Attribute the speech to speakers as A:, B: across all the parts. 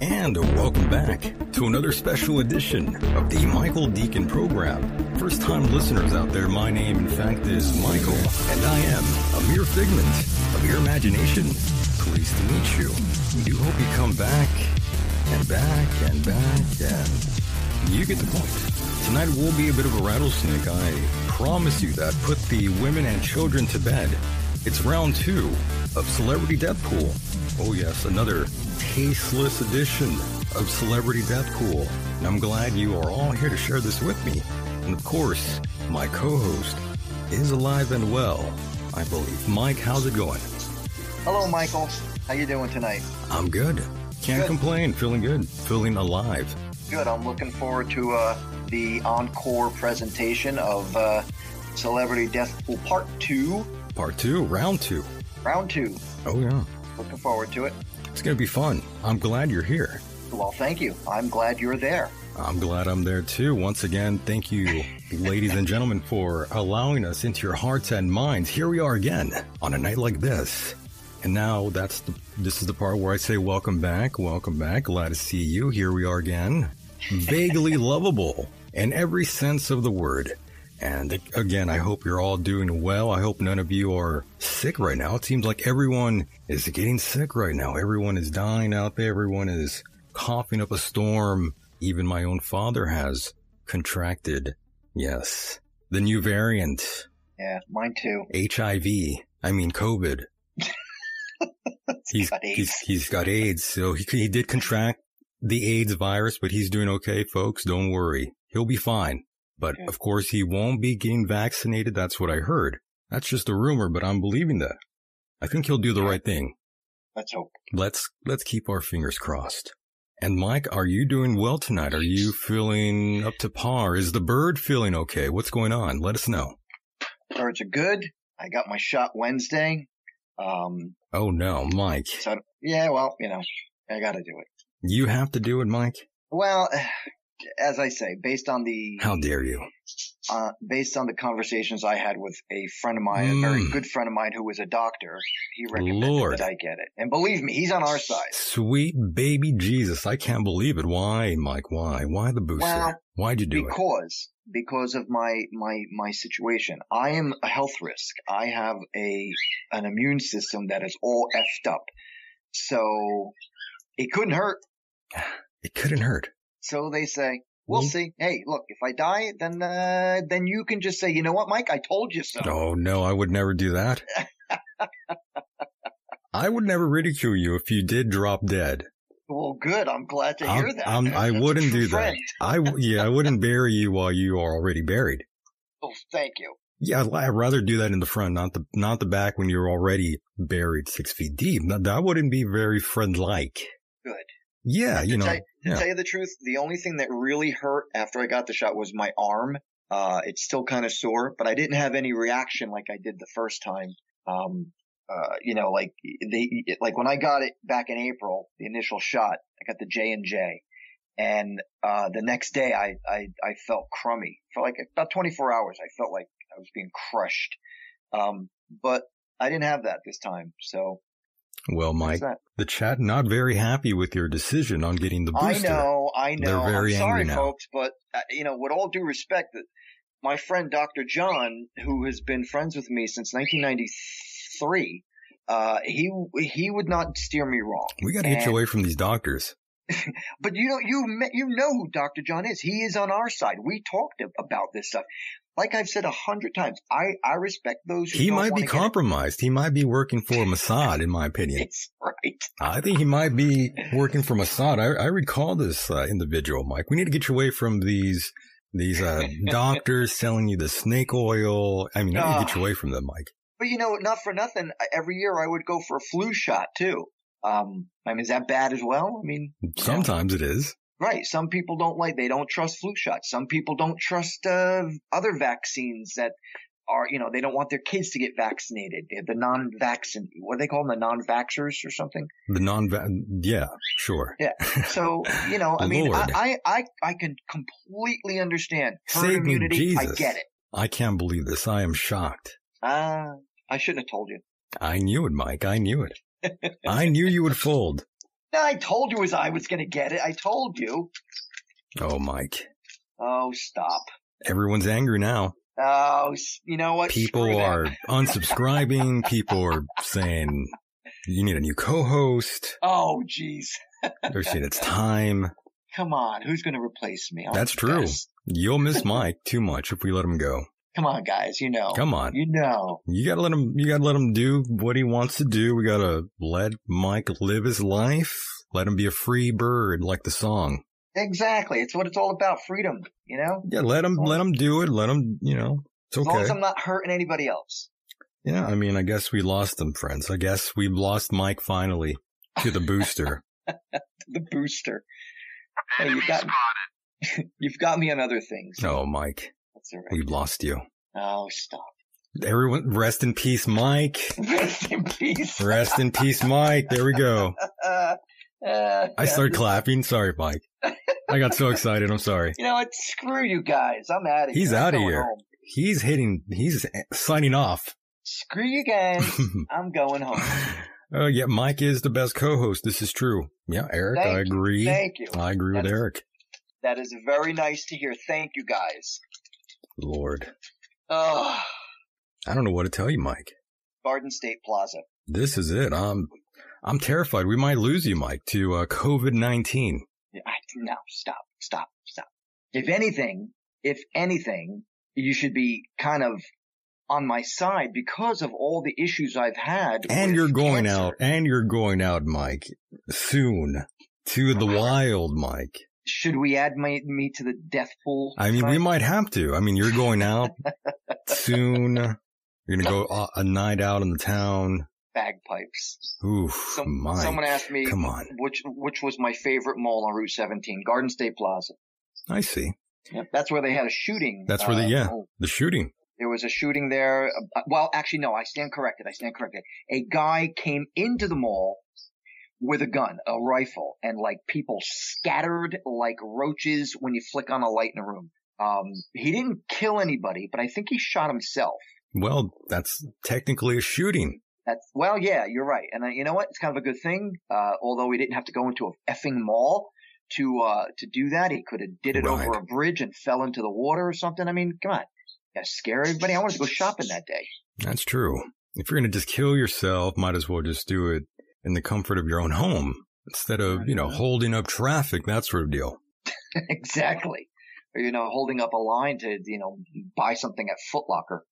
A: And welcome back to another special edition of the Michael Deacon program. First time listeners out there, my name in fact is Michael, and I am a mere figment of your imagination. Pleased to meet you. We do hope you come back and back and back and you get the point. Tonight will be a bit of a rattlesnake, I promise you that. Put the women and children to bed. It's round two of Celebrity Death Pool. Oh yes, another tasteless edition of Celebrity Death Pool. And I'm glad you are all here to share this with me. And of course, my co-host is alive and well, I believe. Mike, how's it going?
B: Hello, Michael. How you doing tonight?
A: I'm good. Can't
B: Good.
A: complain. Feeling good. Feeling alive.
B: Good. I'm looking forward to uh, the encore presentation of uh, Celebrity Death Pool Part Two,
A: Part two, round two.
B: Round Two.
A: Oh yeah.
B: Looking forward to it.
A: It's gonna be fun. I'm glad you're here.
B: Well, thank you. I'm glad you're there.
A: I'm glad I'm there too. Once again, thank you, ladies and gentlemen, for allowing us into your hearts and minds. Here we are again on a night like this. And now that's the, this is the part where I say, welcome back, welcome back. Glad to see you. Here we are again. Vaguely lovable in every sense of the word. And again, I hope you're all doing well. I hope none of you are sick right now. It seems like everyone is getting sick right now. Everyone is dying out there. Everyone is coughing up a storm. Even my own father has contracted, yes, the new variant,
B: Yeah, mine too.
A: HIV. I mean, COVID. he's,
B: got AIDS.
A: he's, he's got AIDS. So he, he did contract the AIDS virus, but he's doing okay, folks. Don't worry. He'll be fine. But
B: Okay.
A: of course, he won't be getting vaccinated. That's what I heard. That's just a rumor, but I'm believing that. I think he'll do the right thing.
B: Let's hope.
A: Let's, let's keep our fingers crossed. And Mike, are you doing well tonight? Are you feeling up to par? Is the bird feeling okay? What's going on? Let us know.
B: Birds are good. I got my shot Wednesday. Um,
A: Oh no, Mike.
B: so yeah, well, you know, I got to do it.
A: You have to do it, Mike.
B: Well, as I say, based on the
A: How dare you?
B: uh, based on the conversations I had with a friend of mine, a very
A: Mm.
B: good friend of mine who was a doctor, he recommended
A: Lord.
B: that I get it. And believe me, he's on our side.
A: Sweet baby Jesus, I can't believe it. Why, Mike? Why? Why the booster?
B: Well,
A: Why'd you do it?
B: because because of my my my situation, I am a health risk. I have a an immune system that is all effed up, so it couldn't hurt.
A: It couldn't hurt.
B: So they say. We'll
A: Mm.
B: see. Hey, look, if I die, then uh, then you can just say, you know what, Mike, I told you so.
A: Oh no, I would never do that. I would never ridicule you if you did drop dead.
B: Well, good. I'm glad to hear
A: I'm-
B: that.
A: I'm- I
B: That's a
A: wouldn't
B: true
A: do that.
B: friend.
A: I w- yeah, I wouldn't bury you while you are already buried.
B: Oh, thank you.
A: Yeah, I'd, I'd rather do that in the front, not the not the back when you're already buried six feet deep. Now, that wouldn't be very friend like.
B: Good.
A: Yeah, you
B: To
A: know.
B: tell- to
A: yeah.
B: tell you the truth, the only thing that really hurt after I got the shot was my arm. Uh, it's still kind of sore, but I didn't have any reaction like I did the first time. Um, uh, you know, like they, like when I got it back in April, the initial shot, I got the J and J, and uh, the next day I, I, I felt crummy for like about 24 hours. I felt like I was being crushed, um, but I didn't have that this time. So
A: Well, Mike,
B: that's that.
A: the chat not very happy with your decision on getting the booster.
B: I know, I
A: They're
B: know.
A: very
B: I'm sorry,
A: angry now.
B: folks, but uh, you know, with all due respect, that my friend Dr. John, who has been friends with me since 1993, uh, he he would not steer me wrong.
A: We got to get
B: And-
A: you away from these doctors.
B: But you know, you me- you know who Dr. John is. He is on our side. We talked ab- about this stuff. Like I've said a hundred times, I I respect those. Who
A: He
B: don't
A: might be
B: wanna get it.
A: compromised. He might be working for Mossad, in my opinion.
B: It's right.
A: I think he might be working for Mossad. I, I recall this uh, individual, Mike. We need to get you away from these these uh, doctors selling you the snake oil. I mean, I need to get you away from them, Mike.
B: But you know, not for nothing. I- Every year I would go for a flu shot too. Um, I mean, is that bad as well? I mean,
A: Sometimes it is.
B: Right. Some people don't like, they don't trust flu shots. Some people don't trust uh, other vaccines that are, you know, they don't want their kids to get vaccinated. They have the non-vaccin, what do they call them? The non-vaxxers or something.
A: The non, yeah, sure.
B: Yeah. So, you know, I mean,
A: Lord.
B: I, I, I, I can completely understand herd
A: Save me,
B: immunity. I
A: Jesus.
B: get it.
A: I can't believe this. I am shocked.
B: Uh, I shouldn't have told you.
A: I knew it, Mike. I knew it. I knew you would fold.
B: No, I told you as I was going to get it. I told you.
A: Oh, Mike.
B: Oh, stop.
A: Everyone's angry now.
B: Oh, s- you know what? Screw
A: People
B: that.
A: are unsubscribing. People are saying you need a new co-host.
B: Oh, jeez.
A: They're saying it's time.
B: Come on. Who's going to replace me? Oh, I'll
A: That's
B: be
A: true.
B: best.
A: You'll miss Mike too much if we let him go.
B: Come on, guys. You know.
A: Come on.
B: You know.
A: You gotta let him, you gotta let him do what he wants to do. We gotta let Mike live his life. Let him be a free bird like the song.
B: Exactly. It's what it's all about freedom, you know?
A: Yeah, let him, let him do it. Let him, you know, it's
B: As long
A: okay.
B: as I'm not hurting anybody else.
A: Yeah, I mean, I guess we lost them, friends. I guess we lost Mike finally to the booster.
B: The booster. Hey, you've got, you've got me on other things.
A: oh, Mike,
B: That's all right.
A: we've lost you.
B: Oh, stop.
A: Everyone, rest in peace, Mike.
B: Rest in peace.
A: Rest in peace, Mike. There we go.
B: Uh, uh,
A: I started clapping. Sorry, Mike. I got so excited. I'm sorry.
B: You know what? Screw you guys. I'm out of here.
A: He's
B: I'm
A: outta
B: going
A: here.
B: home.
A: He's hitting, he's signing off.
B: Screw you guys. I'm going home.
A: Oh, yeah. Mike is the best co host. This is true. Yeah, Eric, I
B: Thank you.
A: agree.
B: Thank you.
A: I agree with
B: That's-
A: Eric.
B: That is very nice to hear. Thank you guys.
A: Lord,
B: Oh,
A: I don't know what to tell you, Mike.
B: Garden State Plaza.
A: This is it. I'm I'm terrified. We might lose you, Mike, to uh, COVID nineteen.
B: Yeah, I- No, stop, stop, stop. If anything, if anything, you should be kind of on my side because of all the issues I've had.
A: And
B: with
A: you're going
B: cancer.
A: out. And you're going out, Mike, soon to
B: Uh-huh.
A: the wild, Mike.
B: Should we add my, me to the death pool?
A: I mean, we
B: Frank?
A: might have to. I mean, you're going out soon. You're gonna go uh, a, a night out in the town.
B: bagpipes.
A: Oof,
B: Some,
A: Mike.
B: someone asked me
A: Come on.
B: which which was my favorite mall on Route 17, Garden State Plaza.
A: I see
B: Yep, that's where they had a shooting.
A: That's where they- yeah.
B: oh,
A: the shooting.
B: There was a shooting there. uh, Well, actually, no, I stand corrected. I stand corrected. A guy came into the mall with a gun, a rifle, and like people scattered like roaches when you flick on a light in a room. Um, he didn't kill anybody, but I think he shot himself.
A: Well, that's technically a shooting.
B: That's, well, yeah, you're right. And uh, you know what? It's kind of a good thing. Uh, although he didn't have to go into a effing mall to, uh, to do that. He could have did it
A: Right.
B: over a bridge and fell into the water or something. I mean, come on. Gotta scare everybody. I wanted to go shopping that day.
A: That's true. If you're going to just kill yourself, might as well just do it in the comfort of your own home instead of, you know, holding up traffic, that sort of deal.
B: exactly. Or, you know, holding up a line to, you know, buy something at Foot Locker.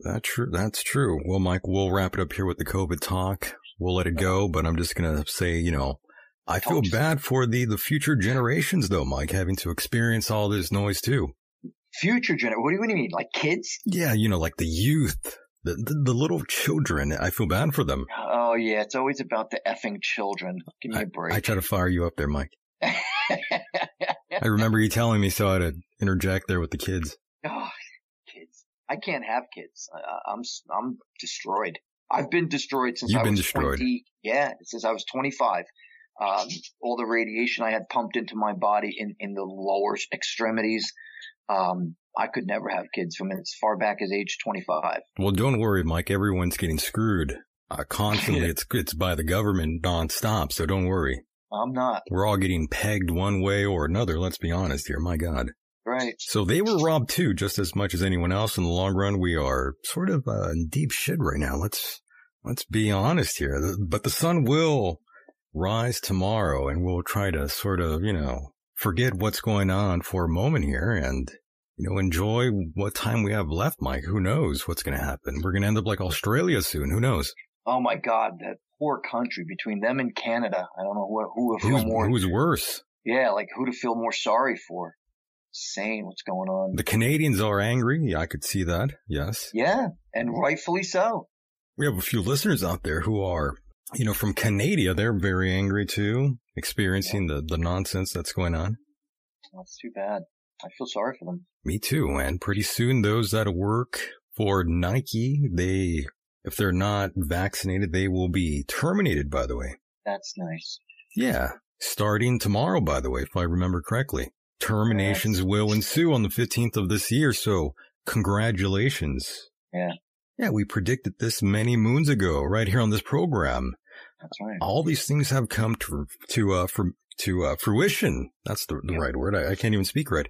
A: That's true. That's true. Well, Mike, we'll wrap it up here with the COVID talk. We'll let it go, but I'm just going to say, you know, I feel bad for the, the future generations though, Mike, having to experience all this noise too.
B: Future gener What do you what do you mean? Like kids?
A: Yeah. You know, like the youth, the, the, the little children, I feel bad for them.
B: Oh, yeah. It's always about the effing children. Give me a break.
A: I try to fire you up there, Mike. I remember you telling me so I had to interject there with the kids.
B: oh, kids. I can't have kids. I, I- I'm, s- I'm destroyed. I've been destroyed since
A: You've
B: I
A: been
B: was
A: destroyed.
B: 20. Yeah, since I was 25. Um, all the radiation I had pumped into my body in, in the lower extremities. Um, I could never have kids from as far back as age 25.
A: Well, don't worry, Mike. Everyone's getting screwed uh, constantly.
B: Yeah.
A: It's it's by the government nonstop. So don't worry.
B: I'm not.
A: We're all getting pegged one way or another. Let's be honest here. My God.
B: Right.
A: So they were robbed too, just as much as anyone else. In the long run, we are sort of uh, in deep shit right now. Let's let's be honest here. But the sun will rise tomorrow, and we'll try to sort of you know forget what's going on for a moment here, and you know enjoy what time we have left, Mike. Who knows what's going to happen? We're going to end up like Australia soon. Who knows?
B: Oh my God, that poor country between them and Canada. I don't know who, who to feel
A: Who's,
B: more.
A: who's worse?
B: yeah, like who to feel more sorry for. Insane what's going on.
A: The Canadians are angry. Yeah, I could see that. Yes.
B: Yeah, and rightfully so.
A: We have a few listeners out there who are, you know, from Canada. They're very angry too, experiencing the, the nonsense that's going on.
B: That's too bad. I feel sorry for them.
A: Me too. And pretty soon, those that work for Nike, they, if they're not vaccinated, they will be terminated, by the way.
B: That's nice.
A: Yeah. Starting tomorrow, by the way, if I remember correctly. Terminations will ensue on the 15th of this year. So congratulations.
B: Yeah.
A: Yeah. We predicted this many moons ago right here on this program.
B: That's right.
A: all these things have come to to uh from to uh, fruition. That's the, the
B: Yeah.
A: right word. I, I can't even speak right.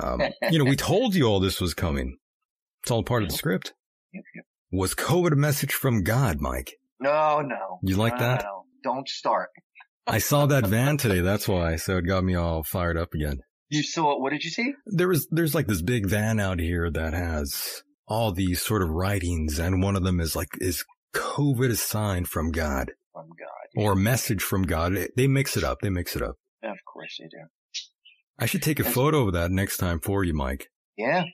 A: Um, you know, we told you all this was coming. It's all part of the script.
B: Yep, yep.
A: Was COVID a message from God, Mike?
B: No, no.
A: You like
B: No,
A: that?
B: no, Don't start.
A: I saw that van today. That's why. So it got me all fired up again.
B: You saw what did you see?
A: There was there's like this big van out here that has all these sort of writings, and one of them is like is COVID a sign from God
B: From Oh, God.
A: or a message from God? They mix it up. They mix it up.
B: Of course they do.
A: I should take a photo of that next time for you, Mike.
B: Yeah.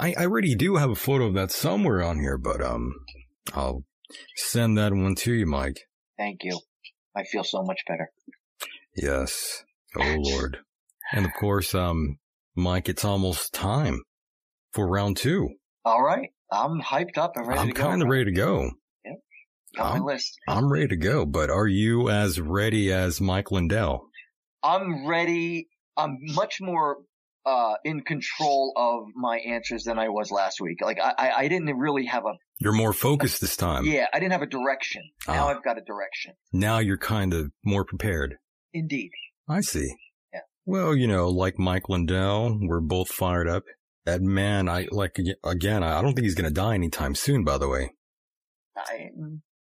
A: I, I already do have a photo of that somewhere on here, but um, I'll send that one to you, Mike.
B: Thank you. I feel so much better.
A: Yes. Oh Lord. And of course, um, Mike, it's almost time for round two.
B: All right. I'm hyped up and ready
A: I'm
B: to go.
A: kind of ready to go.
B: Got
A: I'm-
B: my list.
A: I'm ready to go, but are you as ready as Mike Lindell?
B: I'm ready. I'm much more uh, in control of my answers than I was last week. Like I, I- I didn't really have a
A: You're more focused this time.
B: yeah, I didn't have a direction. Now
A: Ah.
B: I've got a direction.
A: Now you're kind of more prepared.
B: Indeed.
A: I see.
B: Yeah.
A: Well, you know, like Mike Lindell, we're both fired up. That man, I like again. I I don't think he's gonna die anytime soon. By the way,
B: I,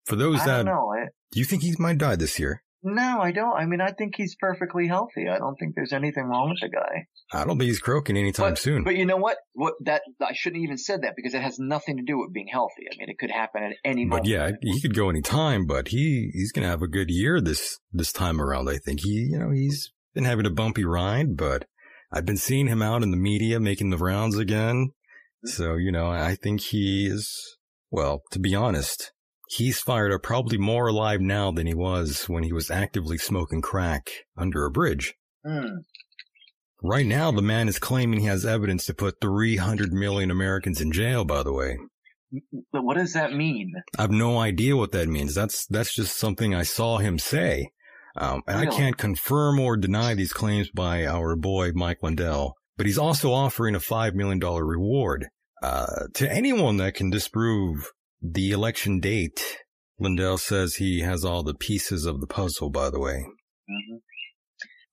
A: for those
B: I
A: that
B: don't know. I,
A: do you think he might die this year?
B: no, I don't. I mean, I think he's perfectly healthy. I don't think there's anything wrong with the guy.
A: I don't think he's croaking anytime soon.
B: But you know what? What that I shouldn't even said that because it has nothing to do with being healthy. I mean, it could happen at any
A: But
B: moment.
A: yeah, he could go anytime. But he he's gonna have a good year this this time around. I think he you know he's been having a bumpy ride, but I've been seeing him out in the media making the rounds again. So you know, I think he is. Well, to be honest, he's fired up probably more alive now than he was when he was actively smoking crack under a bridge.
B: Hmm.
A: Right now, the man is claiming he has evidence to put 300 million Americans in jail. By the way.
B: But what does that mean?
A: I've no idea what that means. That's that's just something I saw him say, um, and I
B: Really?
A: can't confirm or deny these claims by our boy Mike Lindell. But he's also offering a five million dollar reward uh, to anyone that can disprove the election date. Lindell says he has all the pieces of the puzzle. By the way,
B: hmm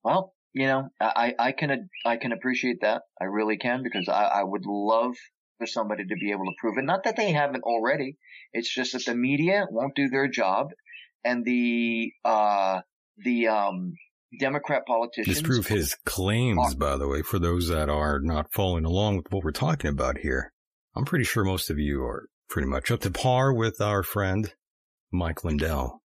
B: Well, you know, I, I I can I can appreciate that. I really can because I, I would love for somebody to be able to prove it. Not that they haven't already. It's just that the media won't do their job, and the uh the um Democrat politicians
A: disprove his claims. By the way, for those that are not following along with what we're talking about here, I'm pretty sure most of you are pretty much up to par with our friend Mike Lindell.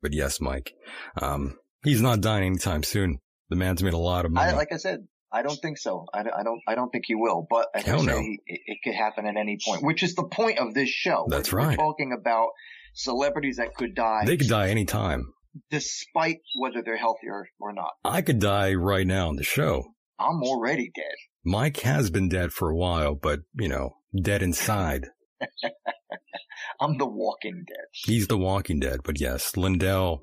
A: But yes, Mike, um, he's not dying anytime soon. The man's made a lot of money.
B: I, like I said, I don't think so. I, don't- I don't. I don't think he will. But I
A: Hell
B: think
A: no.
B: it, it could happen at any point, which is the point of this show.
A: That's
B: We're
A: right.
B: talking about celebrities that could die,
A: they could die anytime.
B: despite whether they're healthy or, or not.
A: I could die right now on the show.
B: I'm already dead.
A: Mike has been dead for a while, but you know, dead inside.
B: I'm the Walking Dead.
A: He's the Walking Dead, but yes, Lindell.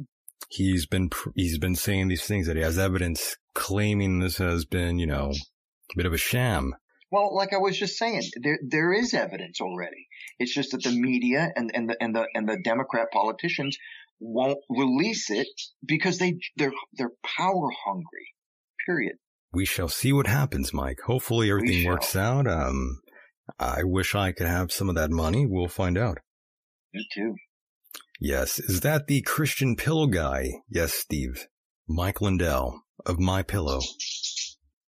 A: He's been pr- he's been saying these things that he has evidence claiming this has been you know a bit of a sham.
B: Well, like I was just saying, there there is evidence already. It's just that the media and, and the and the and the Democrat politicians won't release it because they they're they're power hungry. Period.
A: We shall see what happens, Mike. Hopefully everything
B: shall.
A: works out. Um, I wish I could have some of that money. We'll find out.
B: Me too.
A: Yes. Is that the Christian Pillow guy? Yes, Steve. Mike Lindell of My Pillow.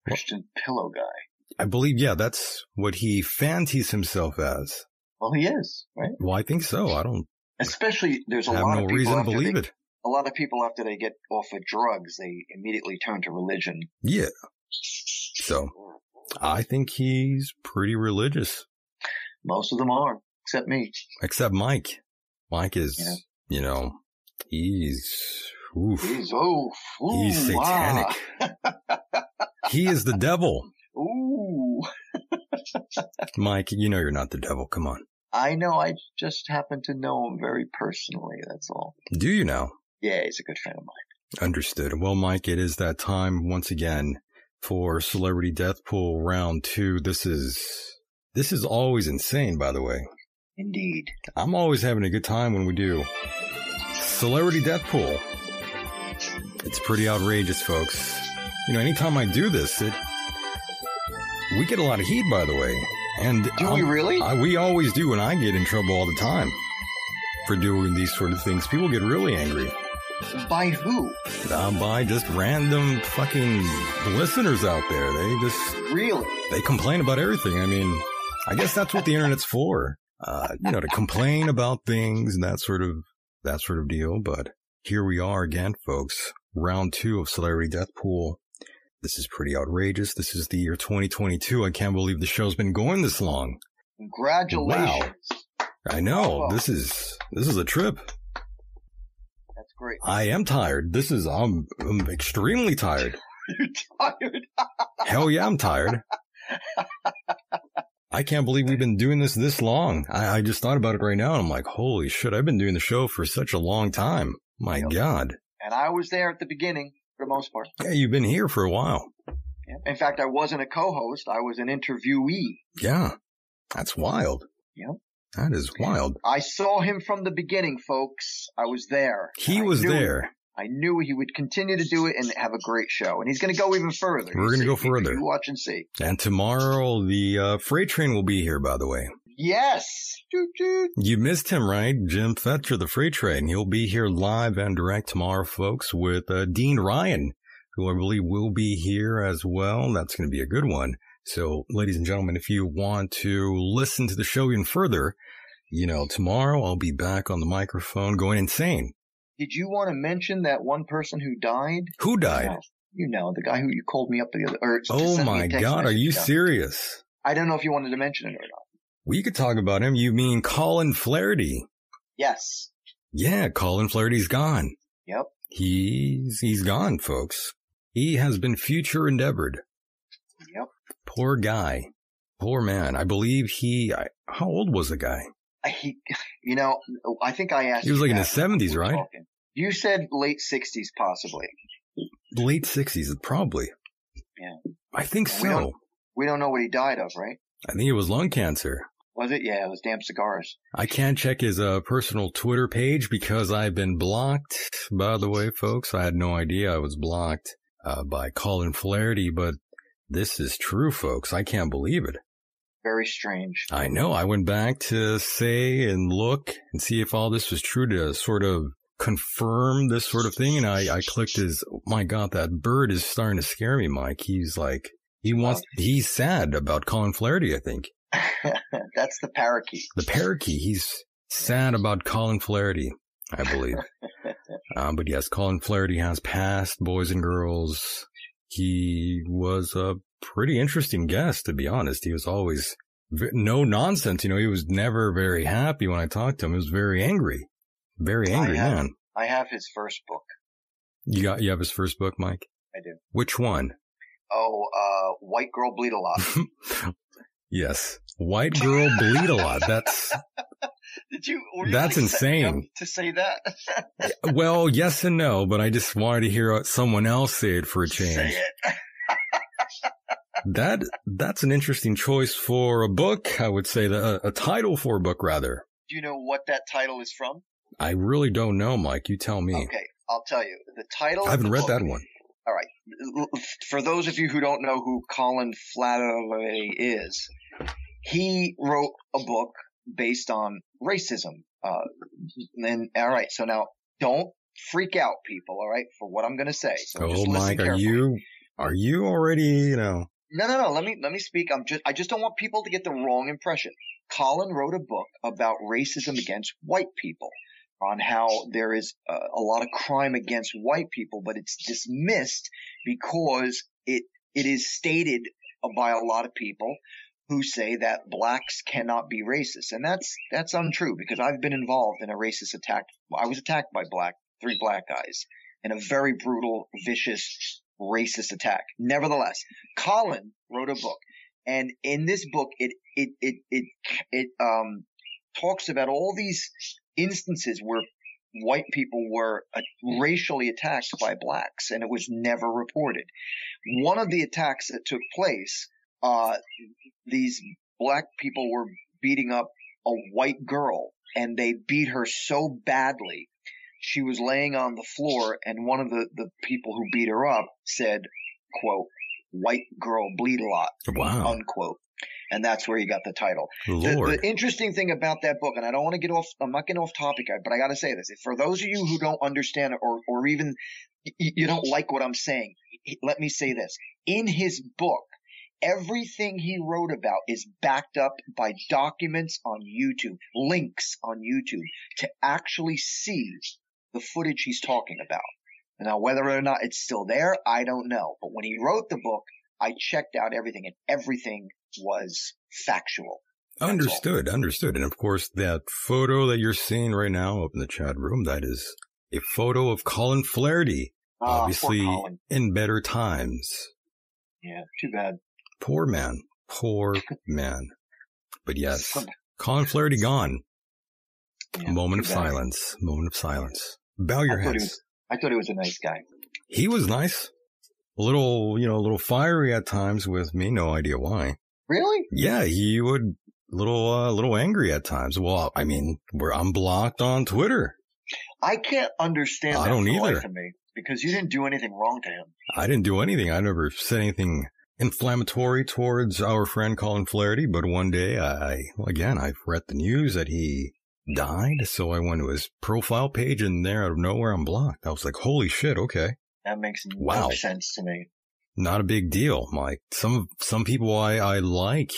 B: Christian Pillow guy.
A: I believe, yeah, that's what he fancies himself as.
B: Well, he is right.
A: Well, I think so. I don't
B: Especially there's a
A: have
B: lot
A: no
B: of people
A: reason to
B: after
A: believe
B: they,
A: it.
B: a lot of people after they get off of drugs, they immediately turn to religion.
A: Yeah. So I think he's pretty religious,
B: Most of them are, except me.
A: except Mike. Mike is, you know, he's, oof,
B: He's oh, ooh,
A: he's
B: ah.
A: satanic. he is the devil.
B: Ooh,
A: Mike, you know you're not the devil. Come on.
B: I know. I just happen to know him very personally. That's all.
A: Do you now?
B: Yeah, he's a good friend of mine.
A: Understood. Well, Mike, it is that time once again for Celebrity Death Pool round two. This is, this is always insane, by the way.
B: Indeed.
A: I'm always having a good time when we do Celebrity Death Pool. It's pretty outrageous, folks. You know, anytime I do this, it, we get a lot of heat, by the way. And
B: Do we
A: I'm-
B: really?
A: I, we always do, and I get in trouble all the time for doing these sort of things. People get really angry.
B: By who?
A: uh, by just random fucking listeners out there. They just
B: Really?
A: they complain about everything. I mean, I guess that's what the internet's for. Uh, you know, to complain about things and that sort of that sort of deal. But here we are again, folks. Round two of Celebrity Death Pool. This is pretty outrageous. This is the year 2022. I can't believe the show's been going this long.
B: Congratulations.
A: I know
B: Wow.
A: this is this is a trip.
B: That's great.
A: I am tired. This is I'm, I'm extremely tired.
B: You're tired.
A: Hell yeah, I'm tired. I can't believe we've been doing this this long. I, I just thought about it right now and I'm like, holy shit, I've been doing the show for such a long time. My
B: Yep.
A: God.
B: And I was there at the beginning for the most part.
A: Yeah, you've been here for a while.
B: Yeah. In fact, I wasn't a co-host. I was an interviewee.
A: Yeah. That's wild.
B: Yep.
A: That is wild.
B: I saw him from the beginning, folks. I was there.
A: He
B: I
A: was
B: knew-
A: there.
B: I knew he would continue to do it and have a great show. And he's going to go even further.
A: We're gonna
B: You
A: go
B: see,
A: further.
B: You watch and see.
A: And tomorrow the uh, freight train will be here, by the way.
B: Yes. Choo choo.
A: You missed him, right? Jim Fetcher, the freight train. He'll be here live and direct tomorrow, folks, with uh, Dean Ryan, who I believe will be here as well. That's going to be a good one. So, ladies and gentlemen, if you want to listen to the show even further, you know, tomorrow I'll be back on the microphone going insane.
B: Did you want to mention that one person who died?
A: Who died?
B: No. You know, the guy who you called me up the other. Or just
A: Oh
B: sent me a
A: my
B: text
A: God, are
B: message.
A: you
B: Yeah.
A: serious?
B: I don't know if you wanted to mention it or not.
A: We could talk about him. You mean Colin Flaherty?
B: Yes.
A: Yeah, Colin Flaherty's gone.
B: Yep.
A: He's he's gone, folks. He has been future endeavored.
B: Yep.
A: Poor guy. Poor man. I believe he. I, how old was the guy?
B: He, you know, I think I asked.
A: He was
B: you
A: like in
B: that
A: his 70s,
B: when we were
A: right?
B: talking. You said late sixties, possibly.
A: Late sixties, probably.
B: Yeah.
A: I think
B: We
A: so.
B: don't- We don't know what he died of, right?
A: I think it was lung cancer.
B: Was it? Yeah, it was damn cigars.
A: I can't check his uh, personal Twitter page because I've been blocked. By the way, folks, I had no idea I was blocked uh, by Colin Flaherty, but this is true, folks. I can't believe it.
B: Very strange.
A: I know. I went back to say and look and see if all this was true to sort of confirm this sort of thing. And I, I clicked his, oh my God, that bird is starting to scare me, Mike. He's like, he wants, he's sad about Colin Flaherty, I think.
B: That's the parakeet.
A: The parakeet, he's sad about Colin Flaherty, I believe. um, but yes, Colin Flaherty has passed, boys and girls. He was a pretty interesting guest, to be honest. He was always v- no nonsense. You know, he was never very happy when I talked to him. He was very angry, very
B: I
A: angry
B: have-
A: man.
B: I have his first book.
A: You got you have his first book, Mike.
B: I do.
A: Which one?
B: Oh, uh, white girl bleed a lot.
A: yes, White girl bleed a lot. That's
B: Did you? were you
A: That's
B: really setting
A: insane.
B: up To say that.
A: well, yes and no, but I just wanted to hear someone else say it for a
B: Say
A: change.
B: it.
A: That that's an interesting choice for a book. I would say that uh, a, a title for a book rather.
B: Do you know what that title is from?
A: I really don't know, Mike. You tell me.
B: Okay, I'll tell you. The title.
A: I
B: of
A: haven't
B: the
A: read
B: book-
A: that one.
B: For those of you who don't know who Colin Flataway is, he wrote a book based on racism. Uh, and all right, so now don't freak out, people. All right, for what I'm going to say. So
A: Oh,
B: just listen
A: Mike, are
B: carefully.
A: you are you already? You know,
B: No, no, no. Let me let me speak. I'm just I just don't want people to get the wrong impression. Colin wrote a book about racism against white people, on how there is a, a lot of crime against white people, but it's dismissed because it it is stated by a lot of people who say that blacks cannot be racist, and that's that's untrue because I've been involved in a racist attack. I was attacked by black three black guys in a very brutal, vicious, racist attack. Nevertheless. Colin wrote a book, and in this book, it it it it it um talks about all these instances where white people were uh, racially attacked by blacks, and it was never reported. One of the attacks that took place, uh, these black people were beating up a white girl, and they beat her so badly. She was laying on the floor, and one of the, the people who beat her up said, quote, white girl bleed a lot,
A: wow,
B: unquote. And that's where he got the title. Um, The,
A: Lord,
B: the interesting thing about that book, and I don't want to get off, I'm not getting off topic, but I got to say this. For those of you who don't understand or, or even y- y- you don't like what I'm saying, let me say this. In his book, everything he wrote about is backed up by documents on YouTube, links on YouTube to actually see the footage he's talking about. Now, whether or not it's still there, I don't know. But when he wrote the book, I checked out everything and everything was factual.
A: understood, understood, and of course that photo that you're seeing right now up in the chat room that is a photo of Colin Flaherty,
B: Ah, poor
A: obviously
B: Colin.
A: in better times.
B: Yeah, too bad.
A: Poor man, poor man. But yes, Colin Flaherty gone.
B: Yeah,
A: moment of
B: too bad.
A: silence. Moment of silence. Bow your
B: I thought he
A: heads.
B: was- I thought he was a nice guy.
A: He was nice. A little, you know, a little fiery at times with me. No idea why.
B: Really?
A: Yeah, he would little, uh, little angry at times. Well, I mean, where I'm blocked on Twitter.
B: I can't understand.
A: I
B: that
A: don't
B: for the life
A: either.
B: of me, because you didn't do anything wrong to him.
A: I didn't do anything. I never said anything inflammatory towards our friend Colin Flaherty. But one day, I I- again, I've read the news that he died. So I went to his profile page, and there, out of nowhere, I'm blocked. I was like, "Holy shit! Okay,
B: That makes no
A: Wow.
B: sense to me.
A: not a big deal." Mike. Some some people I I like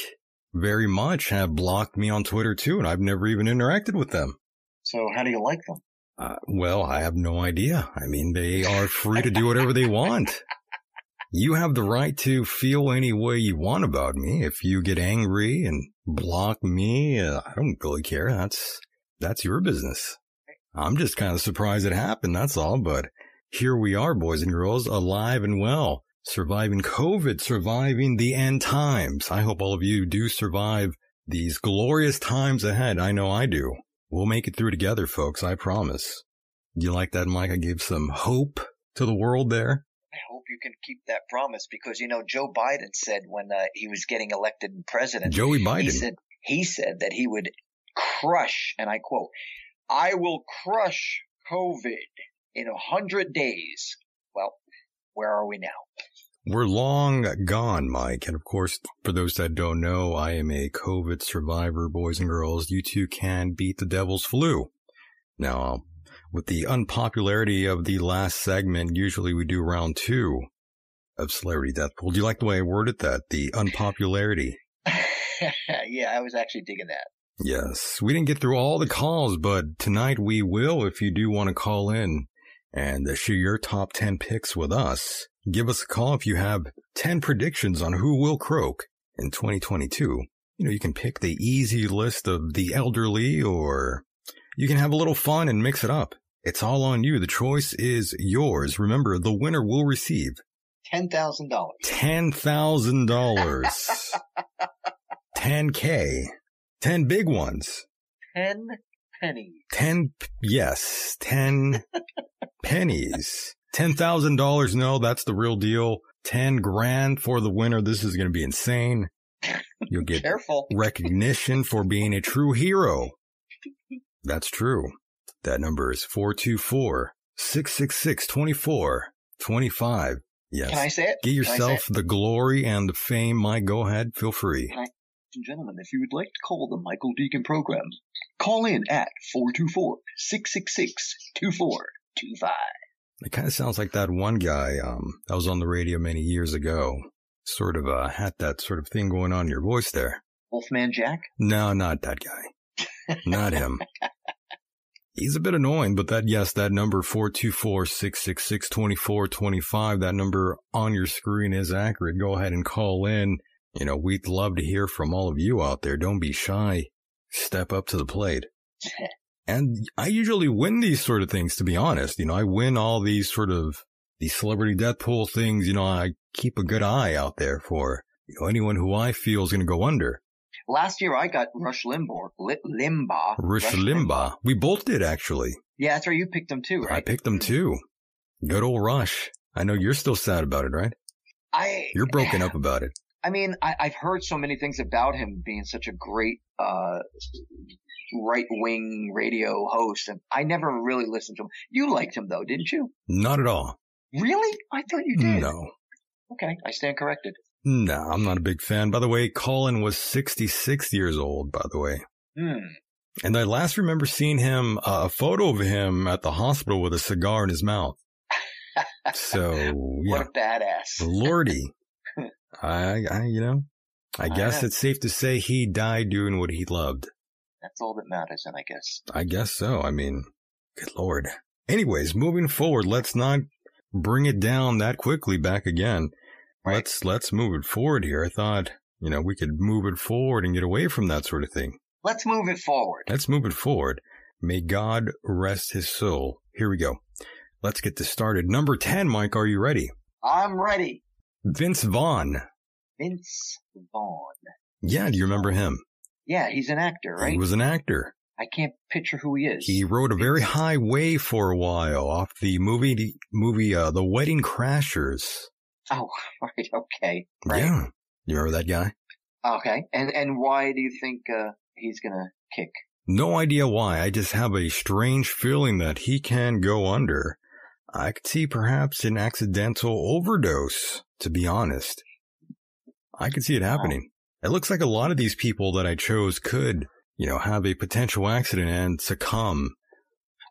A: very much have blocked me on Twitter too, and I've never even interacted with them.
B: So how do you like them?
A: Uh, well, I have no idea. I mean, they are free to do whatever they want. You have the right to feel any way you want about me. If you get angry and block me, uh, I don't really care. That's that's your business. I'm just kind of surprised it happened. That's all. But here we are, boys and girls, alive and well, surviving COVID, surviving the end times. I hope all of you do survive these glorious times ahead. I know I do. We'll make it through together, folks. I promise. You like that, Mike? I gave some hope to the world there.
B: I hope you can keep that promise because you know Joe Biden said when uh, he was getting elected president,
A: Joey
B: he
A: Biden.
B: said he said that he would crush, and I quote, "I will crush COVID in a hundred days." Well, where are we now?
A: We're long gone, Mike. And of course, for those that don't know, I am a COVID survivor, boys and girls. You too can beat the devil's flu. Now, with the unpopularity of the last segment, usually we do round two of Celebrity Death Pool. Do you like the way I worded that? The unpopularity.
B: yeah, I was actually digging that.
A: Yes, we didn't get through all the calls, but tonight we will if you do want to call in and uh, share your top 10 picks with us. Give us a call if you have 10 predictions on who will croak in 2022. You know, you can pick the easy list of the elderly or you can have a little fun and mix it up. It's all on you. The choice is yours. Remember, the winner will receive
B: Ten thousand dollars.
A: Ten thousand dollars. 10K, 10 big ones,
B: Ten pennies.
A: 10, p- yes, 10 pennies, $10,000. No, that's the real deal. 10 grand for the winner. This is going to be insane. You'll get
B: Careful.
A: recognition for being a true hero. That's true. That number is 424 666 2425. Yes.
B: Can I say it?
A: Get
B: Can I say
A: yourself the glory and the fame. My go ahead. Feel free.
B: Can I- Ladies and gentlemen, if you would like to call the Michael Deacon program, call in at 424-666-2425.
A: It kind of sounds like that one guy um, that was on the radio many years ago. Sort of uh, had that sort of thing going on in your voice there.
B: Wolfman Jack?
A: No, not that guy. not him. He's a bit annoying, but that, yes, that number 424 666 2425, that number on your screen is accurate. Go ahead and call in. You know, we'd love to hear from all of you out there. Don't be shy. Step up to the plate. And I usually win these sort of things, to be honest. You know, I win all these sort of these celebrity death pool things. You know, I keep a good eye out there for, you know, anyone who I feel is going to go under.
B: Last year I got Rush Limbaugh. Li- Limbaugh.
A: Rush Limbaugh. We both did actually.
B: Yeah, that's right. You picked him too,
A: I
B: right?
A: picked them too. Good old Rush. I know you're still sad about it, right?
B: I,
A: You're broken up about it.
B: I mean, I, I've heard so many things about him being such a great, uh, right wing radio host and I never really listened to him. You liked him though, didn't you?
A: Not at all.
B: Really? I thought you did.
A: No.
B: Okay. I stand corrected.
A: No, I'm not a big fan. By the way, Colin was 66 years old, by the way.
B: Hmm.
A: And I last remember seeing him, uh, a photo of him at the hospital with a cigar in his mouth. So, yeah.
B: What a badass.
A: Lordy. I, I, you know, I guess
B: Ah.
A: it's safe to say he died doing what he loved.
B: That's all that matters. And I guess
A: I guess so. I mean, good lord. Anyways, moving forward, let's not bring it down that quickly back again.
B: Right.
A: Let's let's move it forward here. I thought, you know, we could move it forward and get away from that sort of thing.
B: let's move it forward.
A: Let's move it forward. May God rest his soul. Here we go. Let's get this started. Number 10, Mike, are you ready?
B: I'm ready.
A: Vince Vaughn.
B: Vince Vaughn.
A: Yeah, do you remember him?
B: Yeah, he's an actor, right?
A: He was an actor.
B: I can't picture who he is.
A: He rode a very high wave for a while off the movie movie uh, The Wedding Crashers.
B: Oh, right. Okay. Right.
A: Yeah. You remember that guy?
B: Okay. And and why do you think uh, he's gonna kick?
A: No idea why. I just have a strange feeling that he can go under. I could see perhaps an accidental overdose, to be honest. I could see it happening. It looks like a lot of these people that I chose could, you know, have a potential accident and succumb.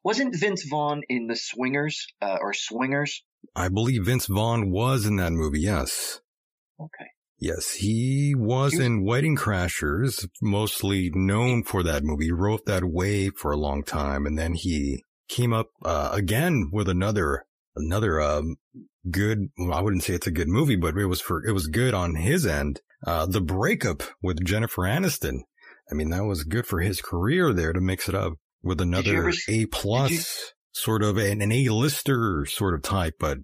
B: Wasn't Vince Vaughn in The Swingers uh, or Swingers?
A: I believe Vince Vaughn was in that movie, yes.
B: Okay.
A: Yes, he was
B: He was-
A: in Wedding Crashers, mostly known for that movie. He wrote that wave for a long time, and then he came up uh, again with another another um, good. Well, I wouldn't say it's a good movie, but it was for it was good on his end. Uh, the breakup with Jennifer Aniston. I mean, that was good for his career there to mix it up with another
B: ever-
A: A plus sort of an, an A lister sort of type, but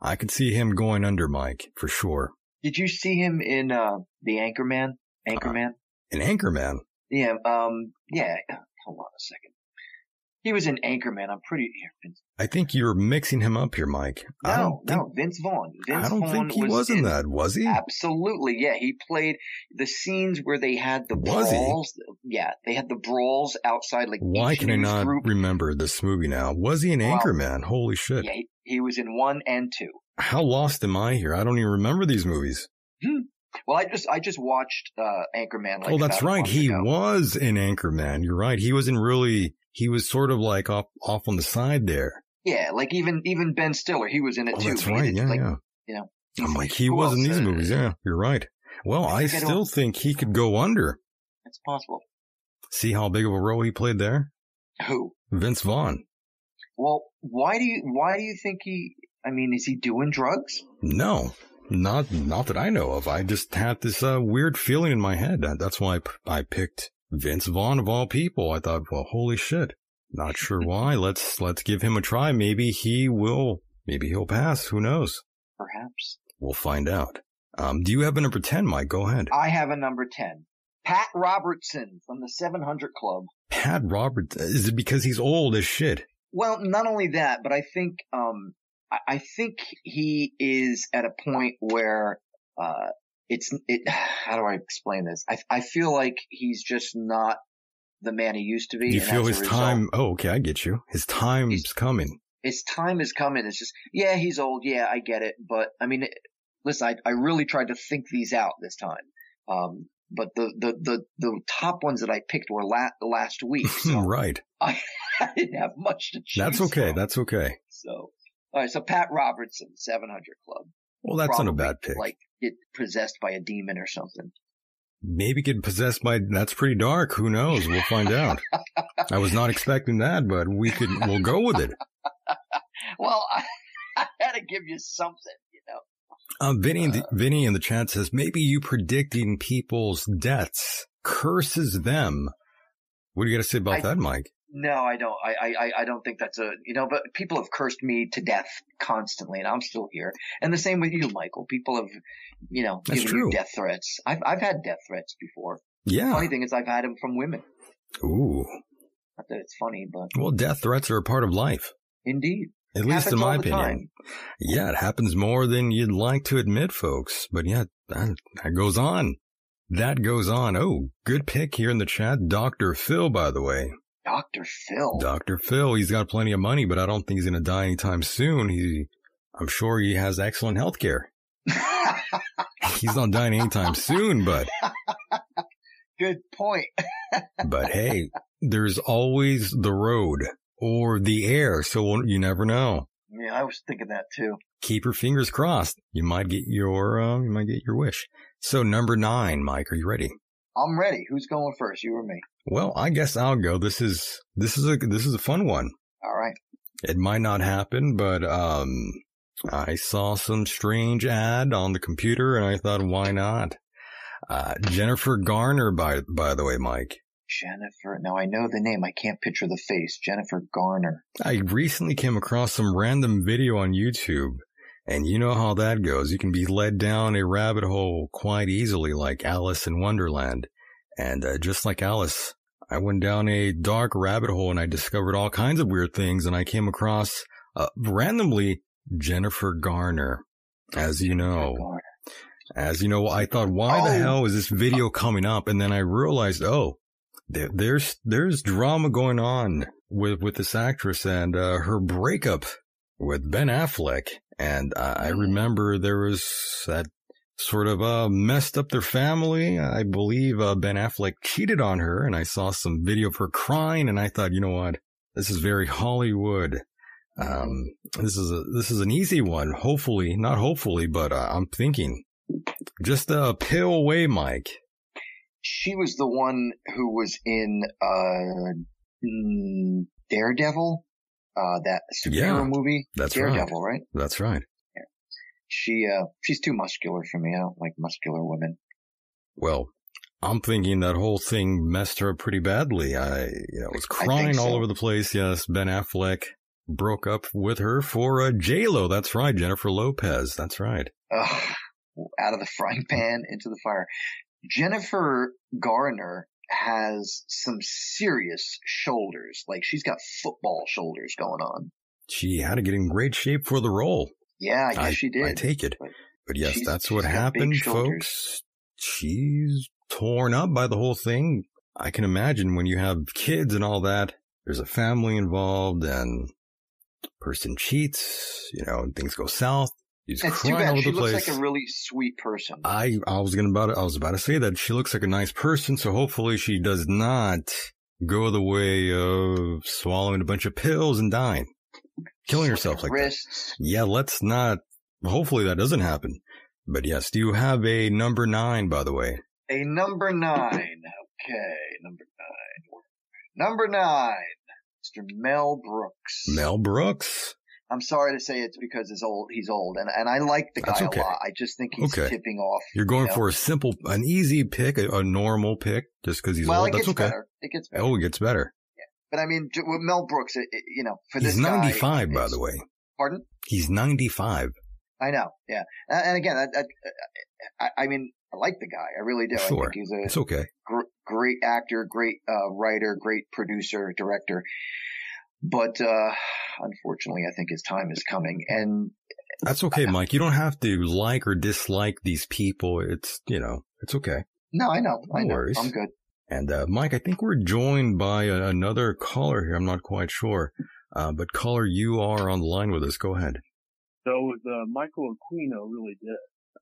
A: I could see him going under Mike for sure.
B: Did you see him in uh, The Anchorman?
A: Uh-huh.
B: Anchorman.
A: An anchorman.
B: yeah. Um. Yeah. Hold on a second. He was in Anchorman. I'm pretty. Here, Vince.
A: I think you're mixing him up here, Mike. I
B: No,
A: don't think,
B: no. Vince Vaughn. Vince
A: I don't
B: Vaughn
A: think he was, in that, was he?
B: Absolutely, yeah. He played the scenes where they had the
A: Was he?
B: brawls. Yeah, they had the brawls outside. Like
A: Why
B: each
A: can I
B: news
A: not
B: Group.
A: remember this movie now? Was he an
B: Wow.
A: anchorman? Holy shit.
B: Yeah, he, he was in one and two.
A: How lost am I here? I don't even remember these movies.
B: Well, I just I just watched uh, Anchorman. Like
A: oh, that's
B: about a
A: right.
B: month
A: He
B: ago.
A: was an anchorman. You're right. He wasn't really, he was sort of like off, off on the side there.
B: Yeah, like even even Ben Stiller, he was in it
A: Oh,
B: too.
A: that's
B: He
A: right.
B: did,
A: Yeah,
B: like,
A: yeah.
B: you know,
A: I'm like, he
B: who
A: was in
B: else,
A: these
B: uh,
A: movies. Yeah, you're right. Well,
B: I
A: I
B: forget who-
A: still think he could go under.
B: It's possible.
A: See how big of a role he played there?
B: Who?
A: Vince Vaughn.
B: Well, why do you why do you think he? I mean, is he doing drugs?
A: No, not not that I know of. I just had this uh, weird feeling in my head. That- That's why I, p- I picked Vince Vaughn of all people. I thought, well, holy shit. Not sure why. Let's let's give him a try. Maybe he will. Maybe he'll pass. Who knows?
B: Perhaps.
A: We'll find out. Um, do you have a number ten, Mike? Go ahead.
B: I have a number ten. Pat Robertson from the 700 Club.
A: Pat Roberts. Is it because he's old as shit?
B: Well, not only that, but I think um, I, I think he is at a point where uh, it's it. How do I explain this? I I feel like he's just not the man he used to be.
A: Do you
B: and
A: feel
B: as a
A: his
B: result-
A: time? Oh, okay, I get you. His time's coming.
B: his time is coming. It's just, yeah, he's old. Yeah, I get it. But I mean, it- listen, I, I really tried to think these out this time. Um, but the, the, the, the top ones that I picked were la- last week. So
A: Hmm, right.
B: I, I didn't have much to choose.
A: That's okay.
B: from.
A: That's okay.
B: so, all right. So Pat Robertson, 700 Club.
A: Well, that's not a
B: Probably,
A: bad pick.
B: Like get possessed by a demon or something.
A: Maybe get possessed by. That's pretty dark. Who knows? We'll find out. I was not expecting that, but we could. We'll go with it.
B: Well, I, I had to give you something, you know.
A: Um, Vinny, in the, Vinny in the chat says maybe you predicting people's deaths curses them. What do you got to say about
B: I-
A: that, Mike?
B: No, I don't. I, I, I- I don't think that's a, you know, but people have cursed me to death constantly and I'm still here. And the same with you, Michael. People have, you know,
A: That's
B: given
A: true.
B: you death threats. I've, I've had death threats before.
A: Yeah.
B: Funny thing is I've had them from women.
A: Ooh.
B: Not that it's funny, but
A: Well, death threats are a part of life.
B: indeed.
A: At least in
B: Happens all
A: my
B: the
A: opinion.
B: time.
A: Yeah, it happens more than you'd like to admit, folks. But yeah, that, that goes on. That goes on. Oh, good pick here in the chat. Dr. Phil, by the way.
B: Dr. Phil.
A: Dr. Phil, he's got plenty of money, but I don't think he's going to die anytime soon. He, I'm sure he has excellent health care. He's not dying anytime soon, but,
B: Good point.
A: but hey, there's always the road or the air. So you never know.
B: Yeah, I was thinking that too.
A: Keep your fingers crossed. You might get your, uh, you might get your wish. So number nine, Mike, are you ready?
B: I'm ready. Who's going first? You or me?
A: Well, I guess I'll go. This is this is a this is a fun one.
B: All right.
A: It might not happen, but um I saw some strange ad on the computer and I thought why not? Uh Jennifer Garner by by the way, Mike.
B: Jennifer. Now I know the name. I can't picture the face. Jennifer Garner.
A: I recently came across some random video on YouTube and you know how that goes. You can be led down a rabbit hole quite easily like Alice in Wonderland. And uh, just like Alice, I went down a dark rabbit hole and I discovered all kinds of weird things. And I came across uh, randomly Jennifer Garner. As you know,
B: Garner.
A: as you know, I thought, why the
B: Oh.
A: hell is this video coming up? And then I realized, oh, there, there's there's drama going on with with this actress and uh, her breakup with Ben Affleck. And I, I remember there was that sort of uh, messed up their family. I believe uh, Ben Affleck cheated on her, and I saw some video of her crying, and I thought, you know what, this is very Hollywood. Um, this is a this is an easy one. Hopefully, not hopefully, but uh, I'm thinking just a pill away, Mike.
B: she was the one who was in uh mm, Daredevil, uh that superhero
A: Yeah,
B: movie.
A: that's
B: Daredevil, right?
A: That's right.
B: She uh she's too muscular for me. I don't like muscular women.
A: Well, I'm thinking that whole thing messed her up pretty badly. I you know, was
B: think
A: crying all
B: so.
A: over the place. Yes, Ben Affleck broke up with her for uh, J Lo. That's right, Jennifer Lopez. That's right.
B: Ugh, out of the frying pan into the fire. Jennifer Garner has some serious shoulders. Like she's got football shoulders going on.
A: She had to get in great shape for the role.
B: Yeah, I guess she did.
A: I take it.
B: But
A: But yes,
B: she's-
A: that's
B: she's
A: what
B: got big
A: happened,
B: shoulders.
A: folks. She's torn up by the whole thing. I can imagine when you have kids and all that, there's a family involved and person cheats, you know, and things go south. She's
B: it's too
A: crying all
B: bad.
A: over
B: She
A: the
B: looks
A: place. Uh,
B: like a really sweet person.
A: I I was gonna about I was about to say that she looks like a nice person, so hopefully she does not go the way of swallowing a bunch of pills and dying, killing herself like that.
B: wrists.
A: Yeah, let's not. Hopefully that doesn't happen. But yes, do you have a number nine, by the way?
B: A number nine. Okay, number nine. Number nine. Mr. Mel Brooks.
A: Mel Brooks.
B: I'm sorry to say it's because he's old. He's old, and and I like the
A: That's
B: guy
A: okay.
B: a lot. I just think he's
A: Okay.
B: tipping off.
A: You're going
B: Yeah.
A: for a simple, an easy pick, a, a normal pick, just because he's
B: well,
A: old.
B: it
A: That's
B: gets
A: okay.
B: better. It gets better.
A: Oh, it gets better.
B: But I mean, ju- with Mel Brooks, it, it- you know, for
A: He's
B: this guy,
A: 95, by
B: it's-
A: the way.
B: Pardon?
A: He's 95.
B: I know. Yeah, and, and again, I, I, I mean, I like the guy. I really do. I
A: Sure.
B: think he's a
A: It's okay.
B: gr- great actor, great uh, writer, great producer, director. But uh, unfortunately, I think his time is coming. And
A: That's okay, Mike. You don't have to like or dislike these people. It's, you know, it's okay.
B: no, I know, I
A: No
B: know,
A: worries.
B: I'm good.
A: And uh, Mike, I think we're joined by a- another caller here. I'm not quite sure. Uh, but caller, you are on the line with us. Go ahead.
C: So is uh, Michael Aquino really dead?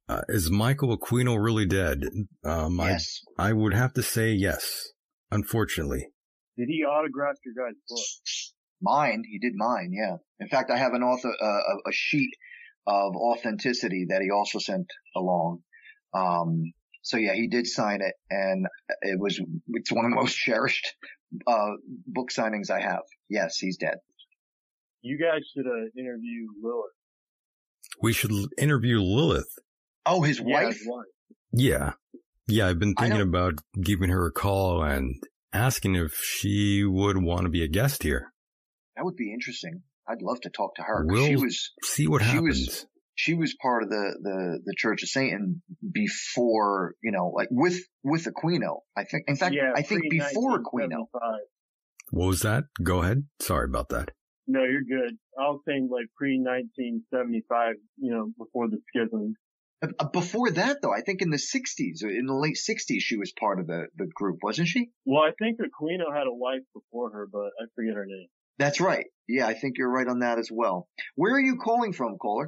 A: Uh, is Michael Aquino really dead? Um,
B: yes,
A: I, I would have to say yes, unfortunately.
C: Did he autograph your guys' book?
B: mine. He did mine. Yeah. In fact, I have an author uh, a- a sheet of authenticity that he also sent along. Um, so yeah, he did sign it, and it was it's one of the most cherished uh, book signings I have. Yes, he's dead.
C: You guys should uh, interview Lilith.
A: We should l- interview Lilith.
B: Oh, his
C: Yeah,
B: wife.
C: his wife.
A: Yeah. Yeah, I've been
B: I
A: thinking
B: don't-
A: about giving her a call and asking if she would want to be a guest here.
B: That would be interesting. I'd love to talk to her. 'cause
A: Will-
B: She was
A: See what
B: She
A: happens.
B: was- she was part of the, the, the Church of Satan before, you know, like with, with Aquino. I think, in fact,
C: yeah,
B: I think before Aquino.
C: pre-1975.
A: What was that? Go ahead. Sorry about that.
C: No, you're good. I was saying like pre 1975, you know, before the schism.
B: Uh, Before that though, I think in the 60s, in the late 60s, she was part of the, the group, wasn't she?
C: Well, I think Aquino had a wife before her, but I forget her name.
B: That's right. Yeah, I think you're right on that as well. Where are you calling from, caller?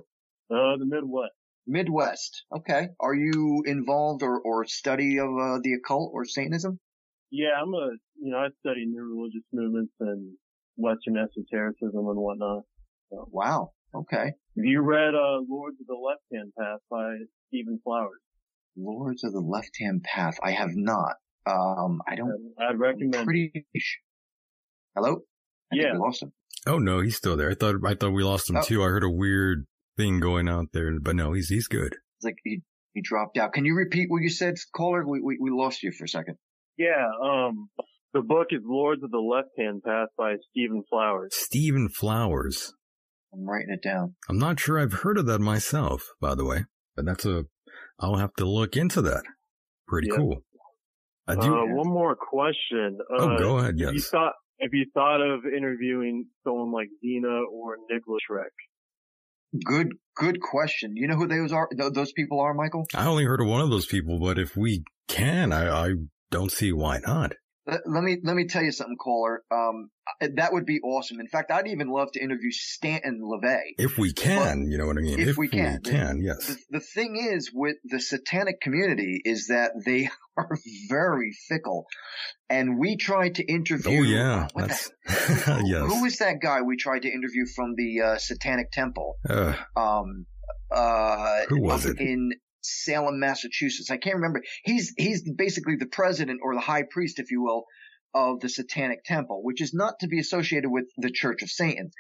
C: Uh, the Midwest.
B: Midwest. Okay. Are you involved or, or study of uh, the occult or Satanism?
C: Yeah, I'm a, you know, I study new religious movements and Western esotericism and whatnot.
B: Wow. Okay.
C: Have you read, uh, Lords of the Left Hand Path by Stephen Flowers?
B: Lords of the Left Hand Path. I have not. Um, I don't
C: I'd recommend it.
B: pretty sh- Hello? I think
C: Yeah.
B: we lost him.
A: Oh no, he's still there. I thought I thought we lost him
B: Oh.
A: too. I heard a weird thing going out there, but no, he's he's good.
B: It's like he, he dropped out. Can you repeat what you said, caller? We, we, we lost you for a second.
C: Yeah, um, the book is Lords of the Left Hand Path by Stephen Flowers.
A: Stephen Flowers.
B: I'm writing it down.
A: I'm not sure I've heard of that myself, by the way. But that's a I'll have to look into that. Pretty
C: Yeah.
A: cool. I
C: Uh,
A: do.
C: one more question. Uh,
A: oh, go ahead.
C: Have you
A: Yes.
C: thought have you thought of interviewing someone like Dina or Nicholas Schreck?
B: Good, good question. You know who those are? Th- those people are, Michael?
A: I only heard of one of those people, but if we can, I, I don't see why not.
B: Let, let me, let me tell you something, caller. Um, I- that would be awesome. In fact, I'd even love to interview Stanton LeVay.
A: If we can, you know what I mean.
B: if we can.
A: can, yes.
B: the, the thing is with the satanic community is that they are very fickle and we tried to
A: Oh
B: interview
A: yeah,
B: what the-
A: that's
B: who- who
A: yes.
B: is that guy we tried to interview from the uh, satanic temple
A: Uh,
B: um uh
A: Who was
B: up
A: it?
B: in salem massachusetts i can't remember he's he's basically the president or the high priest if you will of the satanic temple which is not to be associated with the church of satan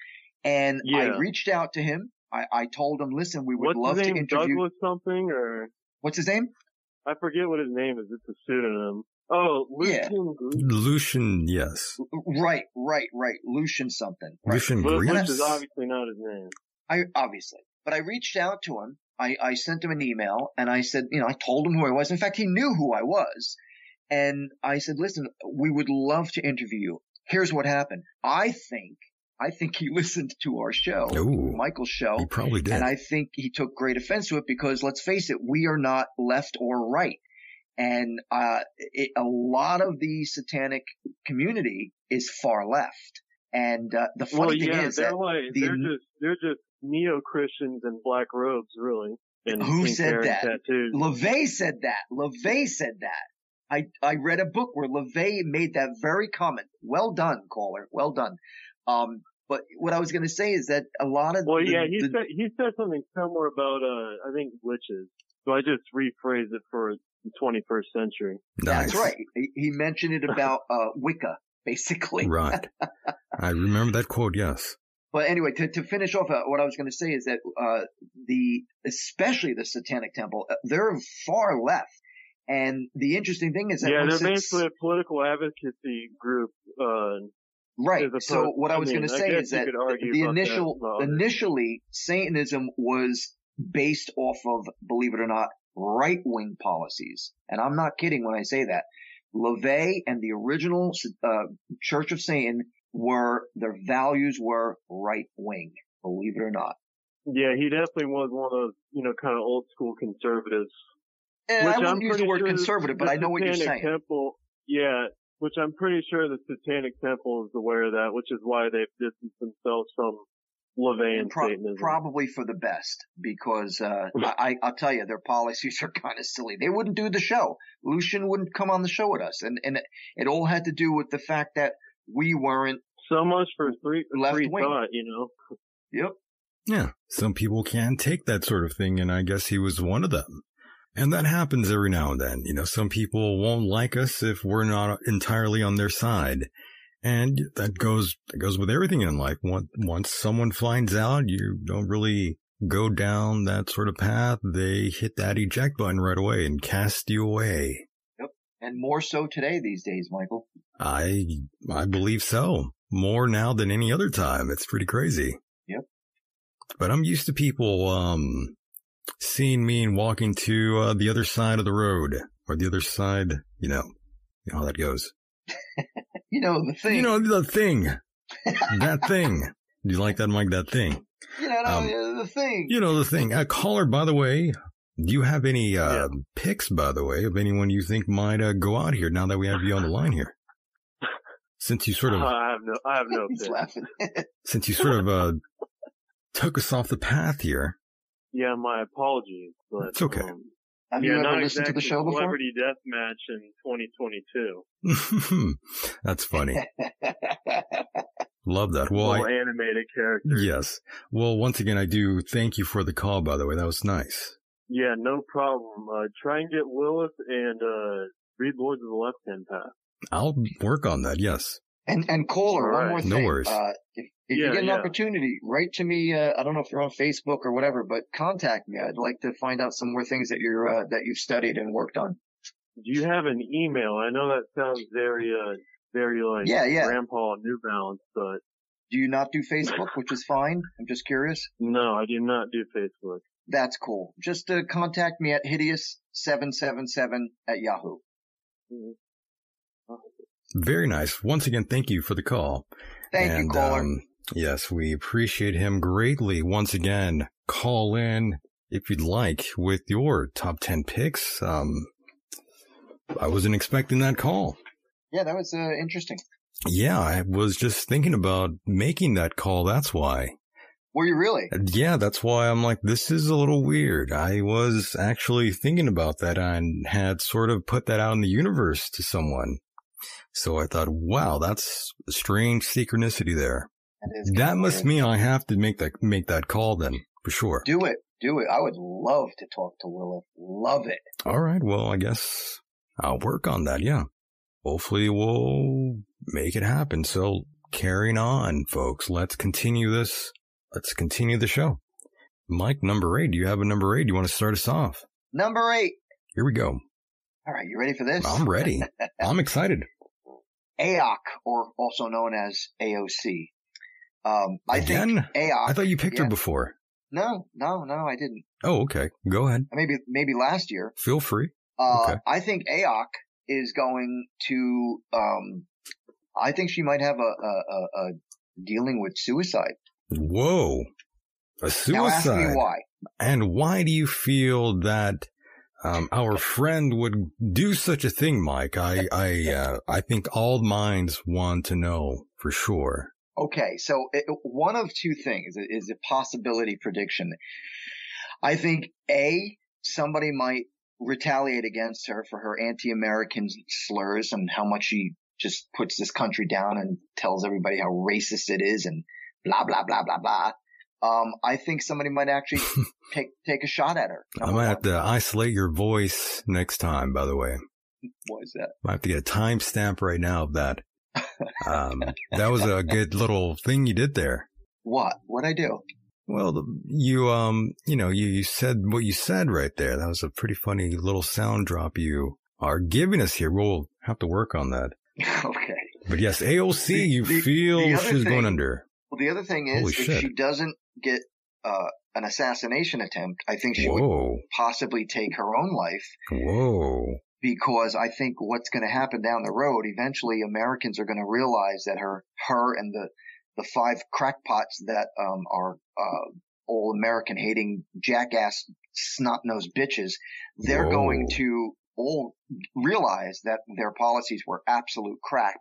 B: and
C: Yeah.
B: i reached out to him I, I told him, listen, we would
C: What's
B: love
C: his
B: to
C: name?
B: interview.
C: Douglas something or
B: What's his name?
C: I forget what his name is. It's a pseudonym. Oh,
B: Yeah.
C: Lucian
A: Mm,
C: Greece.
A: Lucian, yes.
B: Right, right, right. Lucian something. Right.
A: Lucian
C: But Which
A: Greece.
C: is obviously not his name.
B: I obviously, but I reached out to him. I, I sent him an email and I said, you know, I told him who I was. In fact, he knew who I was. And I said, listen, we would love to interview you. Here's what happened. I think, I think he listened to our show,
A: Ooh.
B: Michael's show.
A: He probably did.
B: And I think he took great offense to it because let's face it, we are not left or right. And, uh, it, a lot of the satanic community is far left. And, uh, the funny
C: well,
B: thing
C: yeah,
B: is
C: they're
B: that
C: like
B: the-
C: they're just they're just neo Christians in black robes, really. And
B: Who
C: pink
B: said
C: hair and
B: that?
C: tattoos.
B: LeVay said that. LeVay said that. I, I read a book where LeVay made that very comment. Well done, caller. Well done. Um, but what I was going to say is that a lot of
C: Well,
B: the-
C: yeah, he
B: the-
C: said he said something similar about uh, I think witches. So I just rephrased it for the 21st century.
A: Nice.
B: that's right. He, he mentioned it about uh, Wicca, basically.
A: Right. I remember that quote, yes.
B: But anyway, to, to finish off, uh, what I was going to say is that uh, the especially the Satanic Temple, uh, they're far left. And the interesting thing is that
C: Yeah,
B: once
C: they're
B: it's-
C: basically a political advocacy group. Uh,
B: Right.
C: as opposed-
B: So what I was
C: mean,
B: going to say
C: guess
B: is
C: you
B: that
C: could argue
B: the
C: about that
B: initial
C: and all that.
B: initially Satanism was based off of, believe it or not, right wing policies. And I'm not kidding when I say that. LeVay and the original uh, Church of Satan were, their values were right wing, believe it or not.
C: Yeah, he definitely was one of those, you know, kind of old school conservatives.
B: And
C: which
B: Uh, I
C: I'm
B: wouldn't use the
C: pretty
B: word
C: sure
B: conservative, but
C: the
B: I know what you're
C: Satanic
B: saying.
C: Temple, yeah, which I'm pretty sure the Satanic Temple is aware of that, which is why they've distanced themselves from LeVay and
B: And pro-
C: Satanism.
B: probably for the best because uh, I, I- I'll tell you, their policies are kind of silly. They wouldn't do the show. Lucian wouldn't come on the show with us, and and it all had to do with the fact that we weren't.
C: so much for free,
B: Left
C: free
B: wing.
C: thought, you know.
B: Yep.
A: Yeah, some people can take that sort of thing, and I guess he was one of them. And that happens every now and then. You know, some people won't like us if we're not entirely on their side. And that goes, that goes with everything in life. Once, once someone finds out you don't really go down that sort of path, they hit that eject button right away and cast you away.
B: And more so today these days, Michael.
A: I, I believe so. More now than any other time. It's pretty crazy.
B: Yep.
A: But I'm used to people, um, seeing me and walking to uh, the other side of the road or the other side, you know, you know how that goes.
B: You know the thing.
A: You know, the thing, that thing. Do you like that, Mike? That thing.
B: you know
A: um,
B: uh, the thing.
A: You know, the thing. Uh, caller, by the way, do you have any uh, picks, by the way, of anyone you think might uh, go out here now that we have you on the line here? Since you sort of
C: I have no, I have no.
B: He's
C: opinion.
B: laughing.
A: since you sort of uh, took us off the path here.
C: yeah, my apologies, but
A: It's okay.
C: Um,
B: Have
C: yeah,
B: you
C: not
B: ever listened
C: exactly
B: to the show before?
C: Celebrity Death Match in 2022.
A: That's funny. Love that. Well,
C: Well,
A: I,
C: animated character.
A: yes. Well, once again, I do thank you for the call, by the way. That was nice.
C: Yeah, no problem. Uh, try and get Willis and uh, read Lords of the Left Hand Path.
A: I'll work on that. Yes.
B: and and caller, one
C: Right.
B: more thing.
A: No worries.
B: Uh, if if
C: Yeah,
B: you get an
C: yeah.
B: opportunity, write to me. Uh, I don't know if you're on Facebook or whatever, but contact me. I'd like to find out some more things that you're uh, that you've studied and worked on.
C: Do you have an email? I know that sounds very, uh, very like
B: Yeah, yeah.
C: Grandpa and New Balance, but
B: Do you not do Facebook, which is fine? I'm just curious.
C: no, I do not do Facebook.
B: That's cool. Just uh, contact me at hideous777 at Yahoo.
A: Very nice. Once again, thank you for the call.
B: Thank you,
A: And,
B: caller.
A: um, yes, we appreciate him greatly. Once again, call in if you'd like with your top 10 picks. Um, I wasn't expecting that call.
B: yeah, that was uh, interesting.
A: Yeah, I was just thinking about making that call. That's why.
B: Were you really?
A: And Yeah, that's why I'm like, this is a little weird. I was actually thinking about that and had sort of put that out in the universe to someone. So I thought, wow, that's a strange synchronicity there.
B: That, is kinda
A: That must
B: weird.
A: mean I have to make that make that call then for sure.
B: Do it. Do it. I would love to talk to Willow. Love it.
A: All right, well, I guess I'll work on that. Yeah, hopefully we'll make it happen. So carrying on, folks. Let's continue this. Let's continue the show. Mike, number eight. Do you have a number eight? You want to start us off?
B: Number eight.
A: Here we go.
B: All right, you ready for this?
A: I'm ready. I'm excited.
B: AOC, or also known as AOC. Um, I think
A: Again?
B: AOC.
A: I thought you picked her
B: yeah.
A: before.
B: No, no, no, I didn't.
A: Oh, okay. Go ahead.
B: Maybe, maybe last year.
A: Feel free.
B: Uh,
A: Okay.
B: I think AOC is going to. Um, I think she might have a, a, a, a dealing with suicide.
A: Whoa. A
B: Now ask me
A: suicide.
B: why.
A: And why do you feel that um, our friend would do such a thing, Mike? I, I, uh, I think all minds want to know for sure.
B: Okay, so it, one of two things is a possibility prediction. I think A, somebody might retaliate against her for her anti-American slurs and how much she just puts this country down and tells everybody how racist it is and blah blah blah blah blah. Um, I think somebody might actually take take a shot at her.
A: I might have to isolate your voice next time, by the way.
B: What is that?
A: I have to get a timestamp right now of that. Um, that was a good little thing you did there.
B: What? What I do?
A: Well, the- you, um, you know, you, you said what you said right there. That was a pretty funny little sound drop you are giving us here. We'll have to work on that.
B: okay.
A: But yes, AOC,
B: The-
A: you
B: the-
A: feel
B: the other
A: she's going
B: thing-
A: under.
B: Well, the other thing is
A: Holy
B: if
A: shit.
B: she doesn't get uh, an assassination attempt, I think she would
A: Whoa.
B: possibly take her own life
A: Whoa.
B: because I think what's going to happen down the road, eventually Americans are going to realize that her, her and the, the five crackpots that, um, are, uh, all American hating jackass snot nosed bitches, they're
A: Whoa.
B: going to all realize that their policies were absolute crap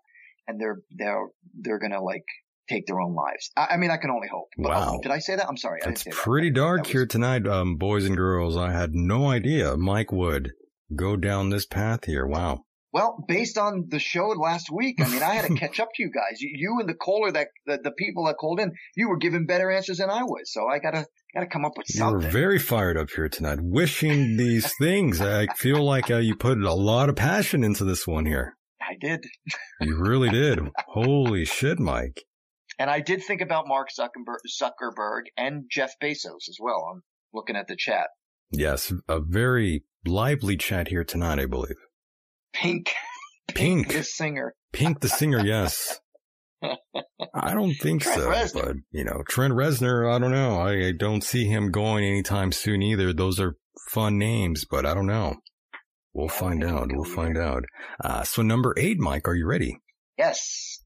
B: and they're, they're, they're going to like take their own lives. I, I mean, I can only hope. But, oh,
A: Wow.
B: Did I say that? I'm sorry. I didn't
A: That's
B: say that.
A: pretty dark
B: was-
A: here tonight, um, boys and girls. I had no idea Mike would go down this path here. Wow.
B: Well, based on the show last week, I mean, I had to catch up to you guys. You, you and the caller that the, the people that called in, you were giving better answers than I was. So I gotta gotta come up with
A: You were
B: something.
A: very fired up here tonight, wishing these things. I feel like uh, you put a lot of passion into this one here.
B: I did,
A: You really did. Holy shit, Mike. and
B: and I did think about Mark Zuckerberg, Zuckerberg and Jeff Bezos as well. I'm looking at the chat.
A: Yes, a very lively chat here tonight, I believe.
B: Pink,
A: Pink,
B: this singer.
A: Pink the singer, yes. I don't think
B: Trent
A: so,
B: Reznor.
A: but you know, Trent Reznor, I don't know. I, I don't see him going anytime soon either. Those are fun names, but I don't know. We'll
B: I don't
A: find
B: think
A: out.
B: he'll
A: We'll
B: go
A: find
B: there.
A: out. Uh, so number eight, Mike, are you ready?
B: Yes.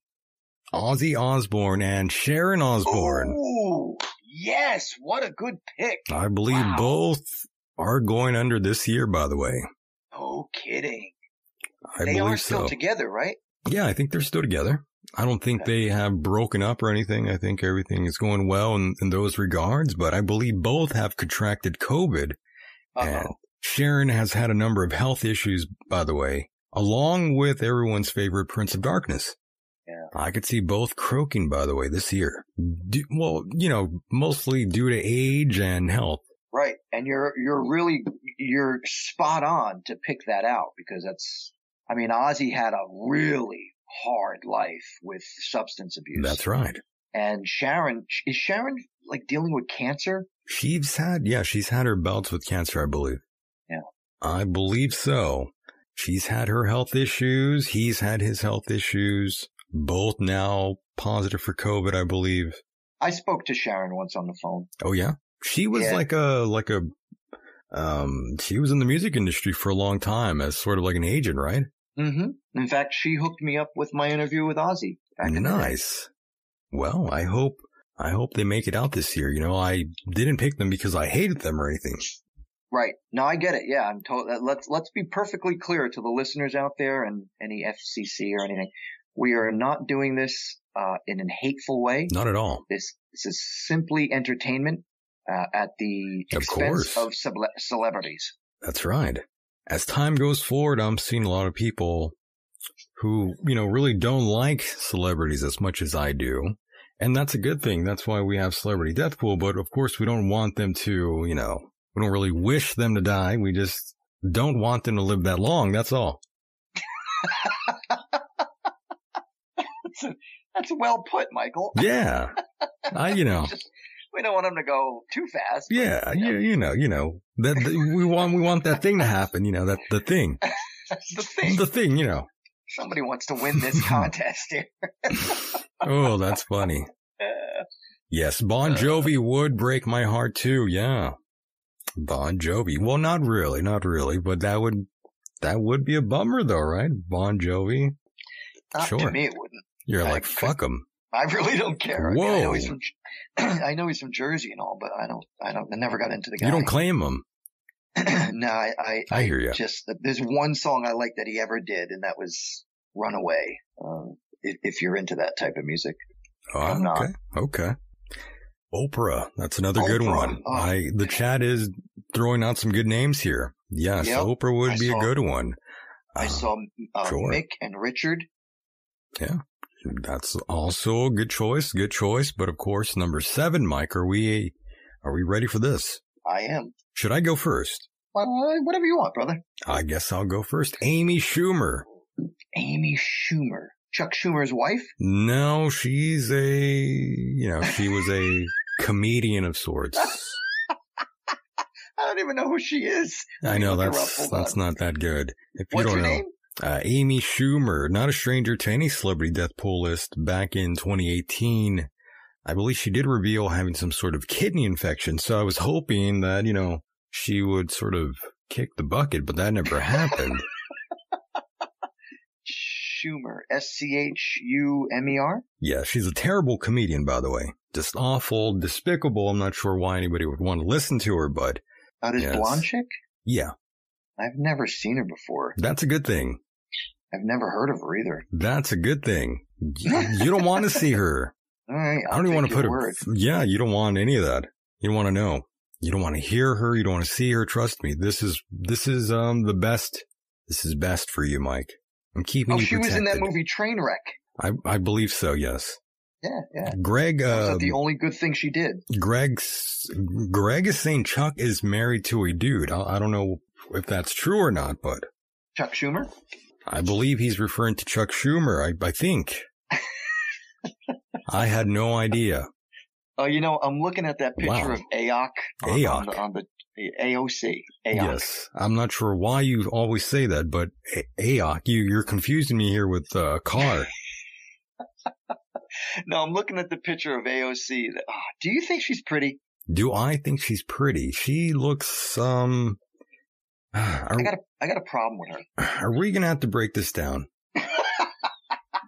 A: Ozzy Osbourne and Sharon Osbourne.
B: Ooh, yes. What a good pick.
A: I believe
B: Oh, Wow.
A: both are going under this year, by the way.
B: No kidding.
A: I
B: they
A: believe
B: are still
A: so.
B: together, right?
A: Yeah, I think they're still together. I don't think they have broken up or anything. I think everything is going well in, in those regards, but I believe both have contracted COVID.
B: Uh
A: And Sharon has had a number of health issues, by the way, along with everyone's favorite Prince of Darkness.
B: Yeah.
A: I could see both croaking, by the way, this year. Du- well, you know, mostly due to age and health.
B: Right, and you're you're really you're spot on to pick that out because that's I mean Ozzy had a really hard life with substance abuse.
A: That's right.
B: And Sharon is Sharon like dealing with cancer?
A: She's had, yeah, she's had her bouts with cancer, I believe.
B: Yeah.
A: I believe so. She's had her health issues. He's had his health issues. Both now positive for COVID, I believe.
B: I spoke to Sharon once on the phone.
A: Oh yeah. She was
B: Yeah.
A: like a, like a, um, she was in the music industry for a long time as sort of like an agent, right?
B: Mm-hmm. In fact, she hooked me up with my interview with Ozzy. Back in the day.
A: Nice. Well, I hope, I hope they make it out this year. You know, I didn't pick them because I hated them or anything.
B: Right. No, I get it. Yeah, I'm told. Let's let's be perfectly clear to the listeners out there and any FCC or anything. We are not doing this uh, in a hateful way.
A: Not at all.
B: This this is simply entertainment uh, at the
A: Of
B: expense
A: course.
B: of cele- celebrities.
A: That's right. As time goes forward, I'm seeing a lot of people who, you know, really don't like celebrities as much as I do. And that's a good thing. That's why we have Celebrity Death Pool. But of course, we don't want them to, you know, we don't really wish them to die. We just don't want them to live that long. That's all.
B: That's, that's well put, Michael.
A: Yeah. I, you know,
B: We don't want them to go too fast. but,
A: yeah,
B: you know,
A: you, you know, you know, that that we want, we want that thing to happen, you know, that the thing,
B: that's the thing.
A: the thing, you know.
B: Somebody wants to win this contest here.
A: Oh, that's funny.
B: Uh,
A: Yes, Bon Jovi would break my heart too. Yeah. Bon Jovi. Well, not really, not really, but that would that would be a bummer though, right? Bon Jovi.
B: not
A: Sure.
B: to me, it wouldn't.
A: You're
B: I
A: like,
B: could-
A: fuck him.
B: I really don't care. I mean, I know
A: Whoa.
B: he's from. I know he's from Jersey and all, but I don't. I don't. I never got into the guy.
A: You don't claim him.
B: no, I. I,
A: I hear you.
B: Just there's one song I like that he ever did, and that was "Runaway." Um, if, if you're into that type of music.
A: Oh,
B: I'm not.
A: okay. Okay. Oprah. That's another good
B: Oprah.
A: one.
B: Oh.
A: I the chat is throwing out some good names here. Yes,
B: Yep.
A: Oprah would
B: I
A: be
B: saw-
A: a good one.
B: I
A: Uh,
B: saw uh,
A: sure.
B: Mick and Richard.
A: That's also a good choice. Good choice. But of course, number seven, Mike, are we are we ready for this?
B: I am.
A: Should I go first?
B: Well, whatever you want, brother.
A: I guess I'll go first. Amy Schumer.
B: Amy Schumer. Chuck Schumer's wife?
A: No, she's a, you know, she was a comedian of sorts.
B: I don't even know who she is.
A: I know
B: Look her
A: that's
B: up, hold
A: that's
B: on.
A: not that good. If you
B: What's
A: don't
B: her
A: know,
B: name?
A: Uh, Amy Schumer, not a stranger to any celebrity death pool list, back in 2018, I believe she did reveal having some sort of kidney infection. So I was hoping that, you know, she would sort of kick the bucket, but that never happened.
B: Schumer, S C H U M E R.
A: Yeah, she's a terrible comedian, by the way. Just awful, despicable. I'm not sure why anybody would want to listen to her, but
B: Out is
A: Yes.
B: blonde chick?
A: yeah,
B: I've never seen her before.
A: that's a good thing.
B: I've never heard of her either.
A: That's a good thing. You, you don't want to see her.
B: All right,
A: I don't even want to put
B: a
A: her.
B: word.
A: Yeah, you don't want any of that. You don't want to know. You don't want to hear her. You don't want to see her. Trust me. This is this is um the best. This is best for you, Mike. I'm keeping
B: Oh,
A: you
B: she was in
A: protected.
B: that movie Trainwreck.
A: I I believe so. Yes.
B: Yeah, yeah.
A: Greg.
B: That was
A: Uh,
B: that the only good thing she did?
A: Greg's Greg is saying Chuck is married to a dude. I, I don't know if that's true or not, but
B: Chuck Schumer?
A: I believe he's referring to Chuck Schumer. I I think. I had no idea.
B: Oh, you know, I'm looking at that picture
A: Wow.
B: of AOC on, on
A: Ayoc.
B: the, on the AOC. AOC.
A: Yes, I'm not sure why you always say that, but A- Ayoc, you you're confusing me here with uh, Carr.
B: No, I'm looking at the picture of AOC. Ah, do you think she's pretty?
A: Do I think she's pretty? She looks um. Are,
B: I got a, I got a problem with her.
A: are we gonna have to break this down?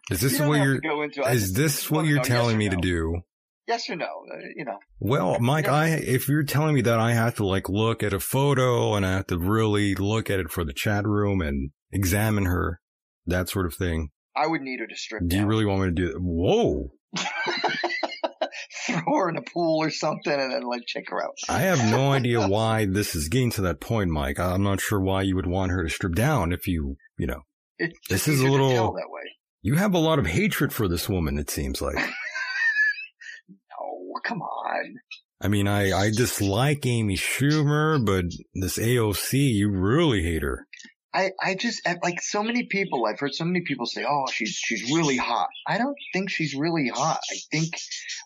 A: Is this
B: you don't
A: what
B: have
A: you're?
B: to go into. I
A: Is
B: just-
A: this what
B: wanna
A: you're
B: know yes
A: telling
B: or
A: me to
B: no.
A: do?
B: Yes or no? Uh, you know.
A: Well, Mike,
B: Yeah.
A: I if you're telling me that I have to like look at a photo and I have to really look at it for the chat room and examine her, that sort of thing.
B: I would need her to strip
A: Do you
B: down.
A: really want me to do that? Whoa.
B: Throw her in a pool or something and then like check her out.
A: I have no idea why this is getting to that point, Mike. I- I'm not sure why you would want her to strip down if you, you know,
B: It's just
A: This is a
B: easier to
A: little-
B: tell that way.
A: you have a lot of hatred for this woman, it seems like.
B: Oh, come on.
A: I mean, I, I dislike Amy Schumer, but this AOC, you really hate her.
B: I, I just I- like so many people. I've heard so many people say, "Oh, she's she's really hot." I don't think she's really hot. I think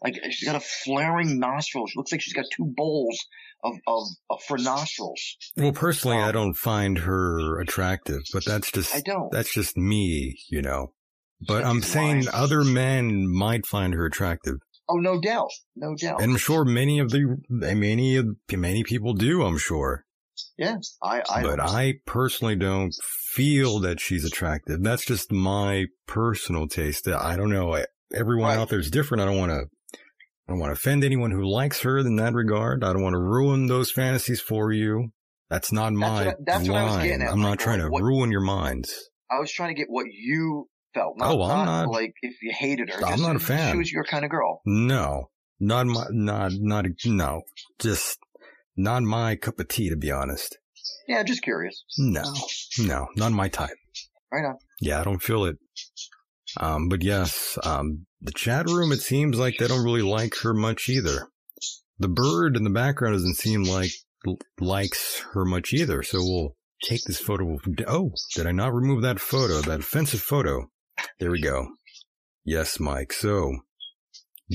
B: like she's got a flaring nostril. She looks like she's got two bowls of of, of for nostrils.
A: Well, personally, I don't find her attractive, but that's
B: I
A: just,
B: don't.
A: that's just me, you know. But
B: That's
A: I'm
B: just
A: saying
B: mine.
A: other men might find her attractive.
B: Oh, no doubt, no doubt.
A: And I'm sure many of the, many, of many people do, I'm sure.
B: yeah, I I
A: but
B: don't-
A: I personally don't feel that she's attractive. That's just my personal taste. Uh, I don't know. I- Everyone
B: Right.
A: out there is different. I don't want to. I don't want to offend anyone who likes her in that regard. I don't want to ruin those fantasies for you. That's not my
B: what I- that's what I was
A: line.
B: getting at,
A: I'm not
B: Michael.
A: trying to
B: What-
A: ruin your minds.
B: I was trying to get what you felt. Not,
A: Oh, I'm not-
B: like if you hated her.
A: I'm
B: just
A: not a
B: if
A: fan.
B: She was your kind of girl.
A: No, not my, not, not, no, just not my cup of tea, to be honest.
B: Yeah, just curious.
A: No, no, not my type.
B: Right on.
A: Yeah, I don't feel it. Um, but yes, um, the chat room, it seems like they don't really like her much either. The bird in the background doesn't seem like l- likes her much either. So we'll take this photo. of- Oh, did I not remove that photo? That offensive photo. There we go. Yes, Mike. So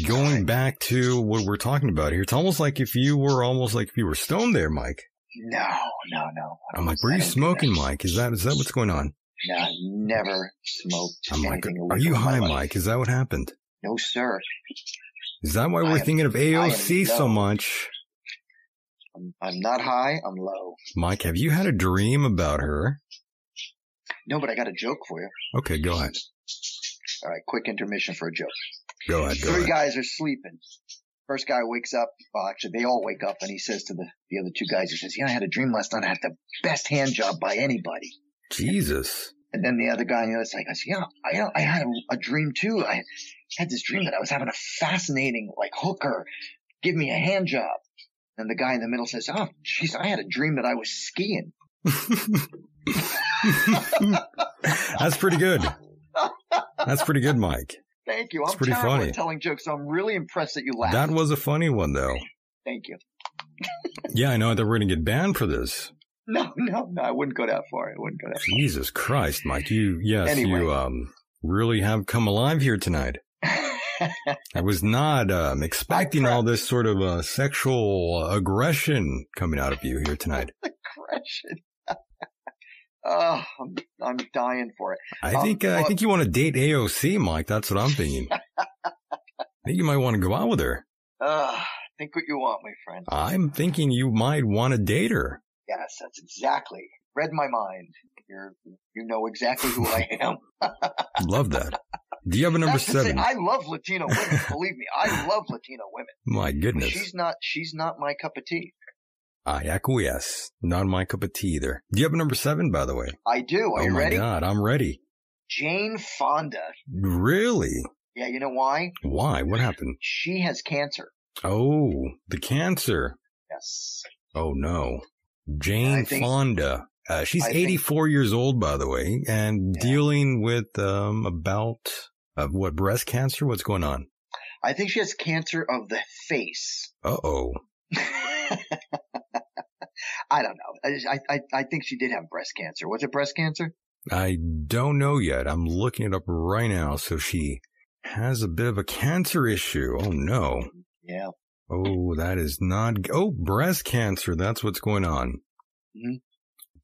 A: going back to what we're talking about here, it's almost like if you were almost like if you were stoned there, Mike.
B: No, no, no.
A: I'm like, were you smoking, Mike? Is that, is that what's going on?
B: No, I never smoked
A: I'm like,
B: anything.
A: Oh are
B: illegal
A: you
B: in my
A: high,
B: life.
A: Mike? Is that what happened?
B: No, sir.
A: Is that why we're
B: I am-
A: thinking of AOC
B: I am
A: so
B: low.
A: much?
B: I'm, I'm not high. I'm low.
A: Mike, have you had a dream about her?
B: No, but I got a joke for you.
A: Okay, go ahead.
B: All right, quick intermission for a joke.
A: Go ahead, go
B: Three
A: ahead.
B: guys are sleeping. First guy wakes up. Well, actually, they all wake up, and he says to the, the other two guys, he says, "You know, I had a dream last night. I had the best hand job by anybody."
A: Jesus.
B: And then the other guy on the other side goes, yeah, I, you know, I had a, a dream too. I had this dream that I was having a fascinating, like, hooker give me a hand job. And the guy in the middle says, oh, jeez, I had a dream that I was skiing.
A: That's pretty good. That's pretty good, Mike.
B: Thank you.
A: It's
B: I'm
A: pretty
B: terrible
A: funny.
B: at telling jokes, so I'm really impressed that you laughed.
A: That was a funny one, though.
B: Thank you.
A: Yeah, I know that we're going to get banned for this.
B: No, no, no, I wouldn't go that far. I wouldn't go that
A: Jesus Christ, Mike. You, yes,
B: Anyway.
A: you um, really have come alive here tonight.
B: far.
A: I was not um, expecting all this sort of uh, sexual uh, aggression coming out of you here tonight.
B: Correction. oh, I'm, I'm dying for it.
A: I
B: Um,
A: think uh, I
B: but-
A: think you want to date AOC, Mike. That's what I'm thinking. think you might want to go out with her.
B: Ugh, think what you want, my friend.
A: I'm thinking you might want to date her.
B: Yes, that's exactly. Read my mind. You're, you know exactly who I am.
A: Love that. Do you have a number
B: That's the thing.
A: seven?
B: I love Latino women. Believe me, I love Latino women.
A: My goodness.
B: She's not, she's not my cup of tea.
A: I acquiesce. Not my cup of tea either. Do you have a number seven, by the way?
B: I do. Are
A: oh
B: you
A: my
B: ready?
A: God, I'm ready.
B: Jane Fonda.
A: Really?
B: Yeah, you know why?
A: Why? What happened?
B: She has cancer.
A: Oh, the cancer.
B: Yes.
A: Oh no. Jane
B: I think-
A: Fonda. Uh, she's
B: I think-
A: 84 years old, by the way, and
B: Yeah.
A: dealing with um, about uh, what breast cancer. What's going on?
B: I think she has cancer of the face.
A: Uh oh.
B: I don't know. I, just- I, I, I think she did have breast cancer. Was it breast cancer?
A: I don't know yet. I'm looking it up right now. So she has a bit of a cancer issue. Oh no.
B: Yeah.
A: Oh, that is not. g- Oh, breast cancer. That's what's going on.
B: Mhm.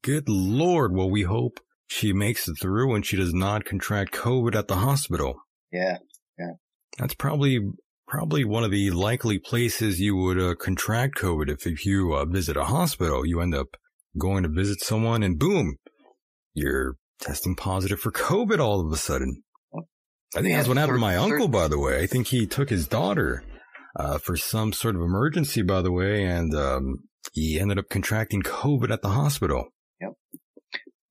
A: Good Lord. Well, we hope she makes it through and she does not contract COVID at the hospital.
B: Yeah.
A: That's probably probably one of the likely places you would uh, contract COVID if, if you uh, visit a hospital. You end up going to visit someone, and boom, you're testing positive for COVID all of a sudden. I think
B: Yeah,
A: that's what happened to my
B: cer- cer-
A: uncle, by the way. I think he took his daughter uh, for some sort of emergency, by the way, and um, he ended up contracting COVID at the hospital.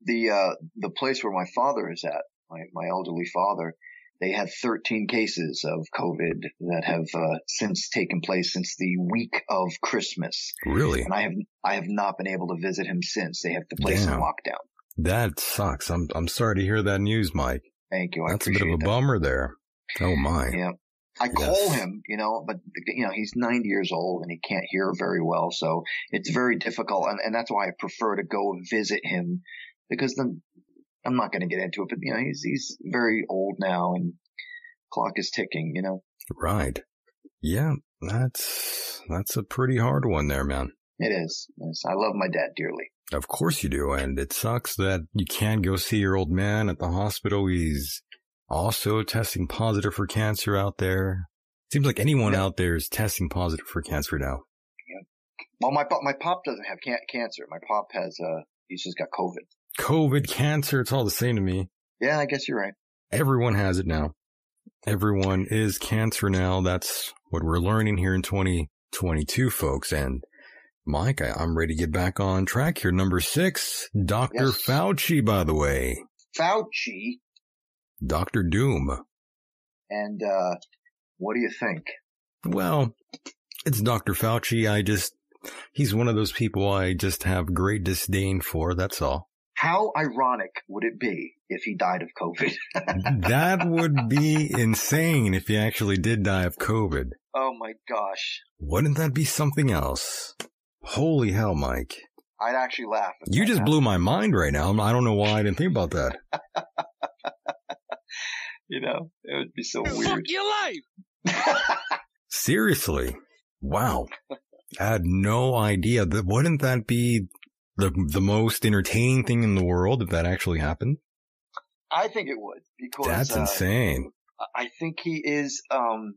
B: The, uh, the place where my father is at, my, my elderly father, they had 13 cases of COVID that have, uh, since taken place since the week of Christmas.
A: Really,
B: And I have, I have not been able to visit him since they have the place in
A: Damn.
B: lockdown.
A: that sucks. I'm I'm sorry to hear that news, Mike.
B: Thank you. I
A: That's a bit of
B: appreciate
A: a
B: that.
A: bummer there. Oh my.
B: Yeah. I
A: Yes.
B: call him, you know, but you know, he's 90 years old and he can't hear very well. So it's very difficult. And, and that's why I prefer to go visit him because then I'm not going to get into it, but you know, he's, he's very old now and clock is ticking, you know,
A: Right. Yeah, that's that's a pretty hard one there, man.
B: it is. Yes, I love my dad dearly.
A: Of course you do, and it sucks that you can't go see your old man at the hospital. He's also testing positive for cancer out there. Seems like anyone
B: Yeah.
A: out there is testing positive for cancer now.
B: Well, my, pop- my pop doesn't have can- cancer. My pop has, uh, he's just got COVID.
A: COVID, cancer, it's all the same to me.
B: Yeah, I guess you're right.
A: Everyone has it now. Everyone is cancer now. That's what we're learning here in 2022, folks. And Mike, I, I'm ready to get back on track here. Number six, Dr.
B: Yes.
A: Fauci, by the way,
B: Fauci
A: Dr. Doom.
B: and, uh, what do you think?
A: Well, it's Dr. Fauci. I just, he's one of those people I just have great disdain for. That's all.
B: How ironic would it be if he died of COVID?
A: that would be insane if he actually did die of COVID.
B: Oh my gosh.
A: Wouldn't that be something else? Holy hell, Mike.
B: I'd actually laugh. if
A: You
B: that
A: just
B: happened.
A: blew my mind right now. I don't know why I didn't think about that.
B: You know, it would be so weird.
D: your life.
A: Seriously. Wow. I had no idea that wouldn't that be the the most entertaining thing in the world if that actually happened?
B: I think it would because
A: That's
B: uh,
A: insane.
B: I think he is. um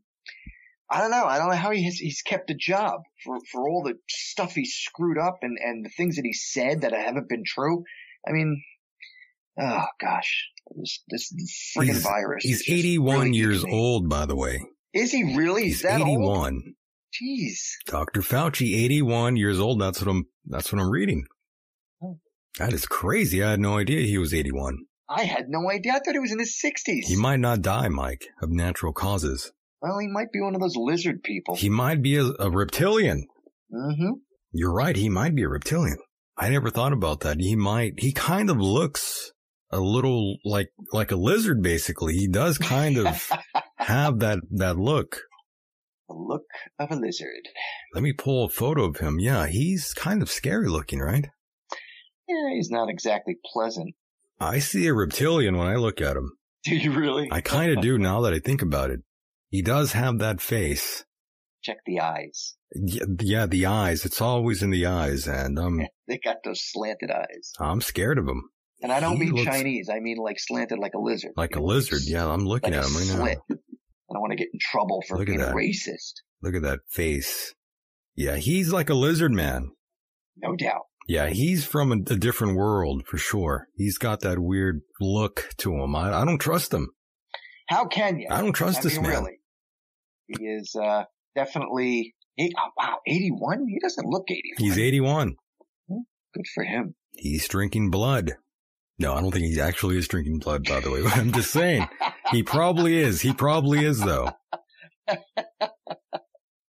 B: I don't know. I don't know how he has, he's kept a job for for all the stuff he screwed up and and the things that he said that haven't been true. I mean, oh gosh, this this freaking
A: He's-
B: virus. is
A: He's
B: just
A: 81
B: really
A: years
B: eating me.
A: old by the way.
B: Is he really?
A: He's
B: is that
A: 81.
B: old? Jeez.
A: Dr. Fauci 81 years old. That's what I'm that's what I'm reading.
B: Oh.
A: That is crazy. I had no idea he was 81.
B: I had no idea. I thought he was in his sixties.
A: He might not die, Mike, of natural causes.
B: well, he might be one of those lizard people.
A: He might be a, a reptilian.
B: mm-hmm.
A: You're right. He might be a reptilian. I never thought about that. He might, he kind of looks a little like, like a lizard, basically. He does kind of have that, that look.
B: The look of a lizard.
A: Let me pull a photo of him. Yeah. He's kind of scary looking, right?
B: Yeah, he's not exactly pleasant.
A: I see a reptilian when I look at him.
B: Do you really?
A: I kind of do now that I think about it. He does have that face.
B: Check the eyes.
A: Y- Yeah, the eyes. It's always in the eyes, and I'm
B: They got those slanted eyes.
A: I'm scared of him.
B: And I don't
A: He
B: mean
A: looks
B: Chinese. I mean like slanted like a lizard.
A: Like a lizard. Yeah, I'm looking
B: Like
A: at
B: a
A: him right now.
B: slit. I don't want to get in trouble for
A: Look at
B: being
A: that.
B: racist.
A: Look at that face. Yeah, he's like a lizard man.
B: No doubt.
A: Yeah, he's from a, a different world for sure. He's got that weird look to him. I, I don't trust him.
B: How can you?
A: I don't trust
B: I
A: this
B: mean,
A: man.
B: really. He is uh, definitely eight, oh, wow, 81. He doesn't look 81.
A: He's 81.
B: Good for him.
A: He's drinking blood. No, I don't think he actually is drinking blood, by the way. But I'm just saying. He probably is. He probably is, though.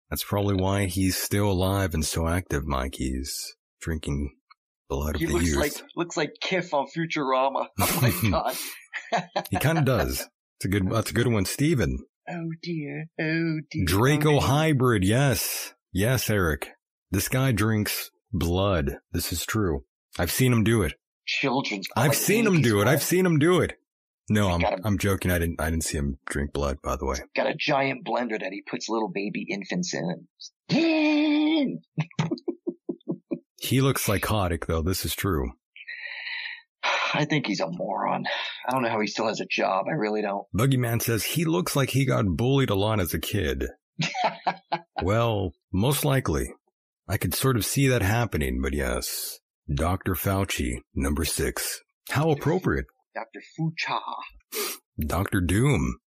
A: That's probably why he's still alive and so active, Mike. He's drinking blood of
B: He
A: the
B: looks
A: years.
B: like looks like Kiff on Futurama. Oh my god.
A: He kind of does. It's a good. That's a good one, Steven.
B: Oh dear. Oh dear.
A: Draco
B: oh, dear.
A: hybrid. Yes, yes, Eric. This guy drinks blood. This is true. I've seen him do it.
B: Children's.
A: I've
B: like
A: seen him do it. I've seen him do it. No, I'm
B: gotta-
A: I'm joking. I didn't I didn't see him drink blood. By the way,
B: got a giant blender that he puts little baby infants in. And
A: he looks psychotic though. This is true.
B: I think he's a moron. I don't know how he still has a job. I really don't.
A: Boogeyman says he looks like he got bullied a lot as a kid. well, most likely. I could sort of see that happening, but yes. Dr. Fauci, number six. How appropriate.
B: Dr. Fucha.
A: Doctor Doom.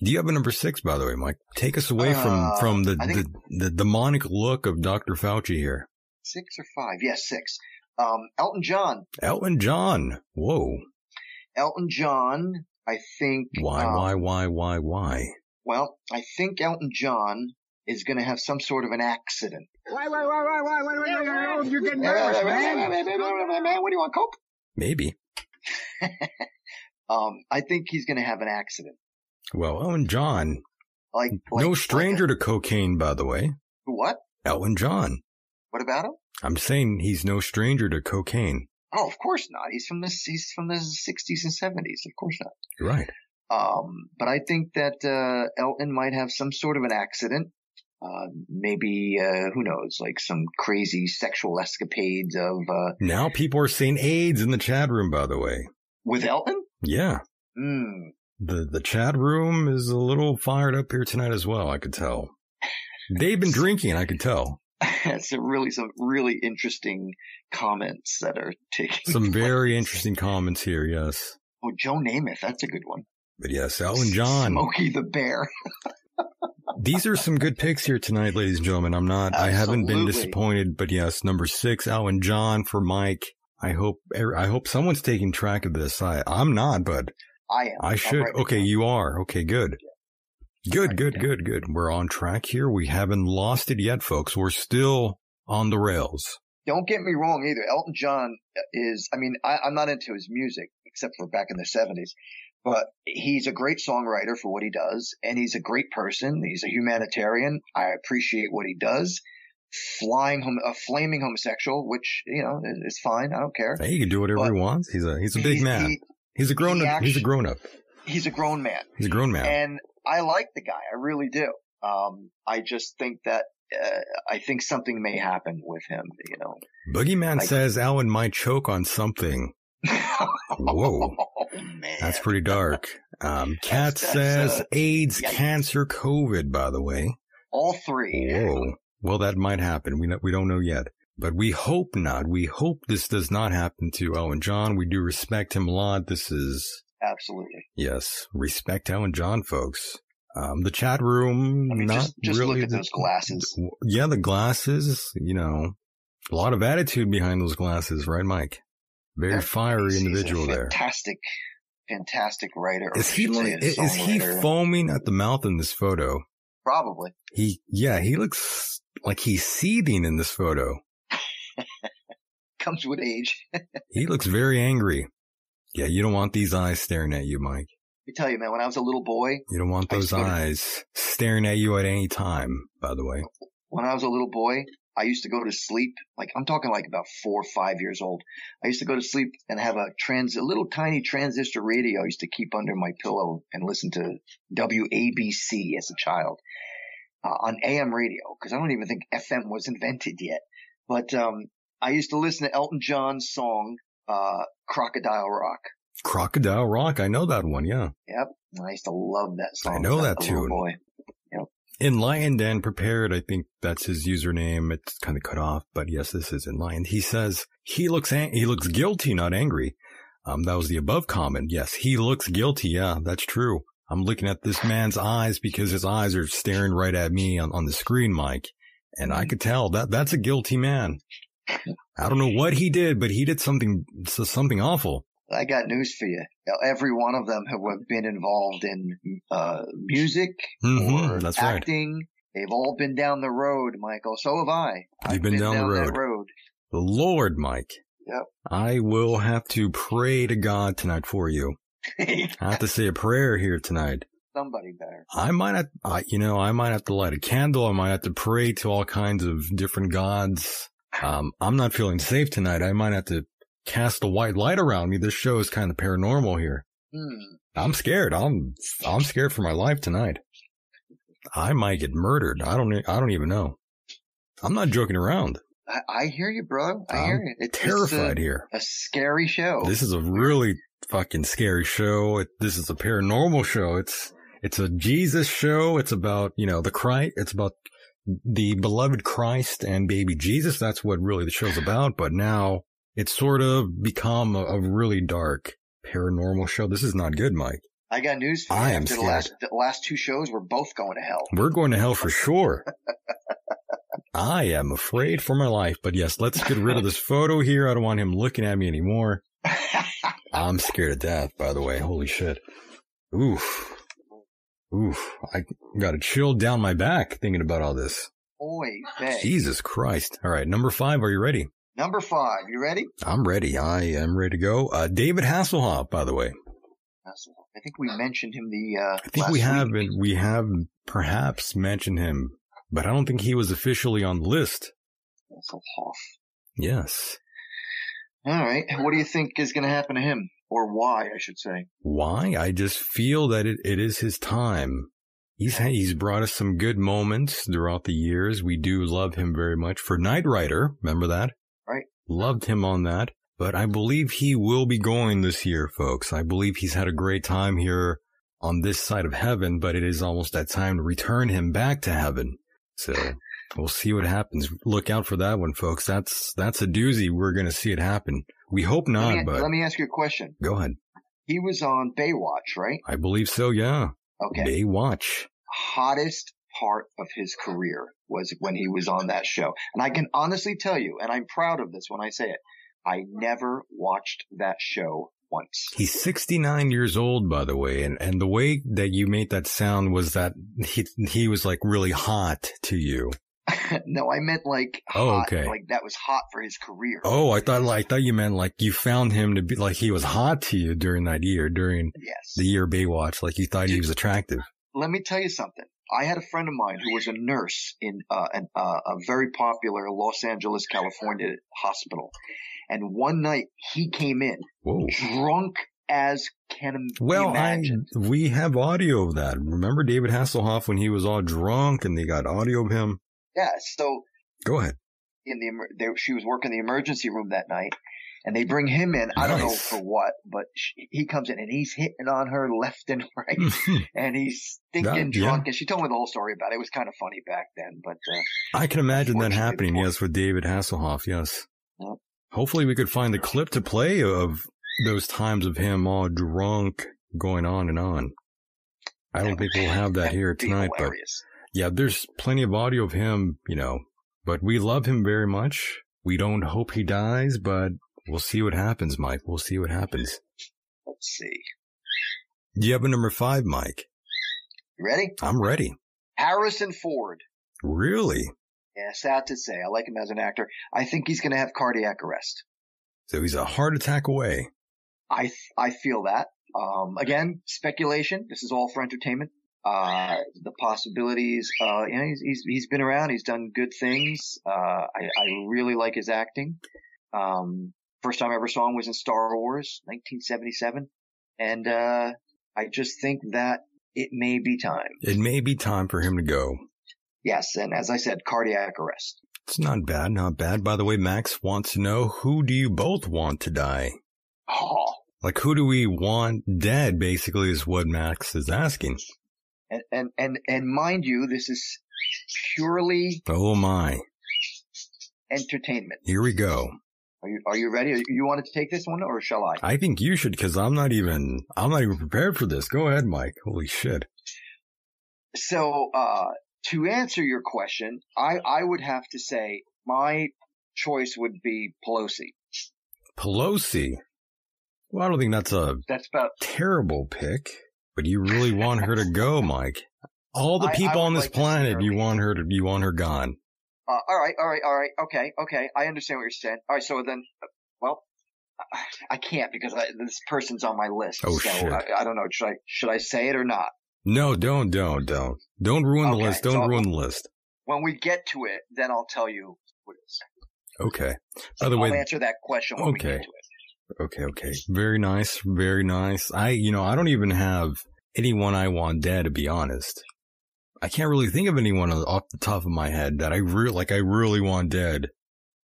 A: Do you have a number six, by the way, Mike? Take us away from
B: Uh,
A: from the,
B: I think-
A: the the demonic look of Doctor Fauci here.
B: Six or five? Yes, six. Um, Elton John.
A: Elton John. Whoa.
B: Elton John. I think.
A: Why?
B: um,
A: why? Why? Why? Why?
B: Well, I think Elton John is going to have some sort of an accident.
D: Why, why, why, why, why, why, why, why, why, you're getting nervous, man.
B: Man, what do you want, Coke?
A: Maybe.
B: Um, I think he's going to have an accident.
A: Well, Elton John,
B: Like, like
A: no stranger to cocaine, by the way.
B: like a- what?
A: Elton John.
B: What about him?
A: I'm saying he's no stranger to cocaine.
B: Oh, of course not. He's from the he's from the sixties and seventies. Of course not.
A: You're right.
B: Um, but I think that uh, Elton might have some sort of an accident. Uh, maybe uh, who knows? Like some crazy sexual escapades of uh,
A: Now people are saying AIDS in the chat room, by the way.
B: with Elton.
A: Yeah.
B: Mm.
A: The the chat room is a little fired up here tonight as well, I could tell. They've been drinking, I could tell.
B: That's a really some really interesting comments that are taking.
A: Some
B: place.
A: very interesting comments here, yes.
B: Oh, Joe Namath. That's a good one.
A: But yes, Elton John.
B: Smokey the Bear.
A: These are some good picks here tonight, ladies and gentlemen. I'm not, I haven't been
B: Absolutely.
A: disappointed, but yes, number six, Alan John for Mike. I hope, I hope someone's taking track of this. I, I'm not, but
B: I am.
A: I
B: I'm
A: should.
B: right
A: Okay,
B: now.
A: you are. Okay, good. Good,
B: Right,
A: good,
B: yeah.
A: good, good. We're on track here. We haven't lost it yet, folks. We're still on the rails.
B: don't get me wrong either. Elton John is, I mean, I, I'm not into his music except for back in the 70s, but he's a great songwriter for what he does, and he's a great person. He's a humanitarian. I appreciate what he does. Flying home, a flaming homosexual, which you know is- is fine. I don't care.
A: Hey, he can do whatever he
B: But-
A: wants. He's a, he's a big
B: He-
A: man.
B: he-
A: He's a grown
B: he
A: up. He's a
B: actu-
A: grown up.
B: he's a grown man.
A: He's a grown man.
B: And I like the guy. I really do. Um, I just think that, uh, I think something may happen with him, you know.
A: Boogeyman
B: I-
A: says Alan might choke on something. Whoa.
B: Oh, man.
A: That's pretty dark. Um, Kat
B: That's- that's,
A: says
B: uh,
A: AIDS,
B: yikes.
A: cancer, COVID, by the way.
B: All three.
A: Whoa. Oh, Well, that might happen. We, don't- we don't know yet. But we hope not. We hope this does not happen to Elton John. We do respect him a lot. This is,
B: Absolutely.
A: yes, respect Elton John, folks. Um, the chat room,
B: I mean,
A: not
B: just, just
A: really
B: look at
A: the-
B: those glasses.
A: Yeah, the glasses, you know, a lot of attitude behind those glasses, right, Mike? Very
B: Yeah,
A: fiery
B: He's- he's a
A: individual there.
B: Fantastic, fantastic writer. or
A: Is
B: I
A: he
B: should say
A: like,
B: a
A: is is he
B: songwriter.
A: foaming at the mouth in this photo?
B: Probably.
A: He, yeah, he looks like he's seething in this photo.
B: Comes with age. Let
A: He looks very angry. Yeah, you don't want these eyes staring at you, Mike.
B: me tell you, man, when I was a little boy,
A: You don't want
B: I
A: those
B: swear to-
A: eyes staring at you at any time, by the way.
B: when I was a little boy, I used to go to sleep. Like, I'm talking like about four or five years old. I used to go to sleep and have a trans, a little tiny transistor radio I used to keep under my pillow and listen to WABC as a child uh, on AM radio because I don't even think FM was invented yet. But, um, I used to listen to Elton John's song, uh, Crocodile Rock.
A: Crocodile Rock. I know that one. Yeah.
B: Yep. And I used to love that song.
A: I know
B: as a-
A: that
B: as a little
A: tune.
B: Boy.
A: In Lion Den Prepared, I think that's his username. It's kind of cut off, but yes, this is in Lion. He says he looks an- he looks guilty, not angry. Um, that was the above comment. Yes, he looks guilty. Yeah, that's true. I'm looking at this man's eyes because his eyes are staring right at me on, on the screen, Mike, and I could tell that that's a guilty man. I don't know what he did, but he did something so- something awful.
B: I got news for you. Every one of them have been involved in uh, music
A: Mhm,
B: or
A: that's right.
B: acting. They've all been down the road, Michael. So have I.
A: You've been down the
B: that
A: road. Lord, Mike.
B: Yep.
A: I will have to pray to God tonight for you.
B: road.
A: I have to say a prayer here tonight.
B: Somebody better.
A: I might have, I, you know, I might have to light a candle. I might have to pray to all kinds of different gods. Um, I'm not feeling safe tonight. I might have to cast a white light around me. This show is kind of paranormal here.
B: Hmm.
A: I'm scared. I'm, I'm scared for my life tonight. I might get murdered. I don't, I don't even know. I'm not joking around.
B: I, I hear you, bro. I
A: I'm
B: hear you. It's uh, just
A: Terrified here.
B: A, a scary show.
A: This is a really fucking scary show. It, this is a paranormal show. It's it's a Jesus show. It's about you know the Christ. It's about the beloved Christ and baby Jesus. That's what really the show's about. But now it's sort of become a, a really dark paranormal show. This is not good, Mike.
B: I got news for you.
A: I am
B: After the
A: scared.
B: last, the last two shows were both going to hell.
A: We're going to hell for sure. I am afraid for my life. But yes, let's get rid of this photo here. I don't want him looking at me anymore. I'm scared to death, by the way. Holy shit. Oof. Oof. I got a chill down my back thinking about all this.
B: Boy, hey.
A: Jesus Christ. All right. Number five. Are you ready?
B: Number five. You ready?
A: I'm ready. I am ready to go. Uh, David Hasselhoff, by the way.
B: I think we mentioned him the. Uh,
A: I think
B: last
A: we
B: week.
A: have, and we have perhaps mentioned him, but I don't think he was officially on the list.
B: Russell Hoff.
A: Yes.
B: All right. What do you think is going to happen to him? Or why, I should say.
A: why i just feel that it, it is his time he's ha- he's brought us some good moments throughout the years we do love him very much for knight rider remember that
B: Right.
A: loved him on that but i believe he will be going this year folks i believe he's had a great time here on this side of heaven but it is almost that time to return him back to heaven so we'll see what happens look out for that one folks that's that's a doozy we're gonna see it happen we hope
B: Let
A: not
B: me,
A: but
B: let me ask you a question.
A: go ahead
B: He was on Baywatch, right?
A: i believe so yeah
B: Okay.
A: Baywatch.
B: Hottest part of his career was when he was on that show. And I can honestly tell you, and I'm proud of this when I say it, I never watched that show once.
A: He's 69 years old, by the way, and, and the way that you made that sound was that he he was like really hot to you.
B: no, I meant like
A: Oh,
B: hot,
A: okay.
B: like that was hot for his career.
A: Oh, I thought like I thought you meant like you found him to be like he was hot to you during that year, during
B: yes.
A: the year Baywatch, like you thought he was attractive.
B: let me tell you something. I had a friend of mine who was a nurse in uh, an, uh, a very popular Los Angeles, California hospital, and one night he came in
A: Whoa.
B: drunk as can im- be
A: Well, I,
B: imagined.
A: we have audio of that. Remember David Hasselhoff when he was all drunk and they got audio of him?
B: yeah. So
A: Go ahead.
B: in the emer- there, she was working the emergency room that night, and they bring him in. I don't know
A: Nice.
B: for what, but she, he comes in and he's hitting on her left and right. And he's stinking
A: Hmm. That- yeah.
B: drunk, and she told me the whole story about it. It was kind of funny back then, but uh,
A: I can imagine that
B: Unfortunately,
A: happening,
B: before-
A: yes, with David Hasselhoff, yes.
B: Yep.
A: Hopefully we could find the clip to play of those times of him all drunk going on and on. I don't think we'll have that here
B: would be
A: tonight, but
B: hilarious.
A: yeah, there's plenty of audio of him, you know, but we love him very much. We don't hope he dies, but we'll see what happens, Mike. We'll see what happens.
B: Let's see.
A: Do you have a number five, Mike?
B: You ready?
A: I'm ready.
B: Harrison Ford.
A: Really?
B: Yeah, sad to say. I like him as an actor. I think he's going to have cardiac arrest.
A: So he's a heart attack away.
B: I th- I feel that. Um, again, speculation. This is all for entertainment. Uh, the possibilities. Uh, you know, he's, he's he's been around. He's done good things. Uh, I I really like his acting. Um, first time I ever saw him was in Star Wars, 1977, and uh, I just think that it may be time.
A: It may be time for him to go.
B: Yes, and as I said, cardiac arrest.
A: It's not bad, not bad. By the way, Max wants to know who do you both want to die?
B: Oh,
A: Like, who do we want dead? Basically, is what Max is asking.
B: And and and, and mind you, this is purely
A: Oh my.
B: entertainment.
A: Here we go.
B: Are you are you ready? You want to take this one, or shall I?
A: I think you should, cause I'm not even, I'm not even prepared for this. Go ahead, Mike. Holy shit.
B: So, uh, to answer your question, I, I would have to say my choice would be Pelosi.
A: Pelosi. Well, I don't think that's a
B: That's about
A: terrible pick, but you really want her to go, Mike. All the
B: I- I
A: people
B: would
A: on this
B: like to see
A: planet,
B: her
A: you
B: leave.
A: want her to, you want her gone.
B: Uh, all right, all right, all right. Okay, okay. I understand what you're saying. All right, so then, uh, well, I- I can't because I, this person's on my list.
A: Oh,
B: so
A: shit.
B: I, I don't know. Should I should I say it or not?
A: No, don't, don't, don't. Don't ruin the
B: Okay,
A: list. Don't
B: so-
A: ruin the list.
B: When we get to it, then I'll tell you what it is.
A: Okay. By the
B: I'll
A: way,
B: answer that question when we
A: Okay.
B: get to it.
A: okay, okay. Very nice. Very nice. I, you know, I don't even have anyone I want dead, to be honest. I can't really think of anyone off the top of my head that I really, like, I really want dead.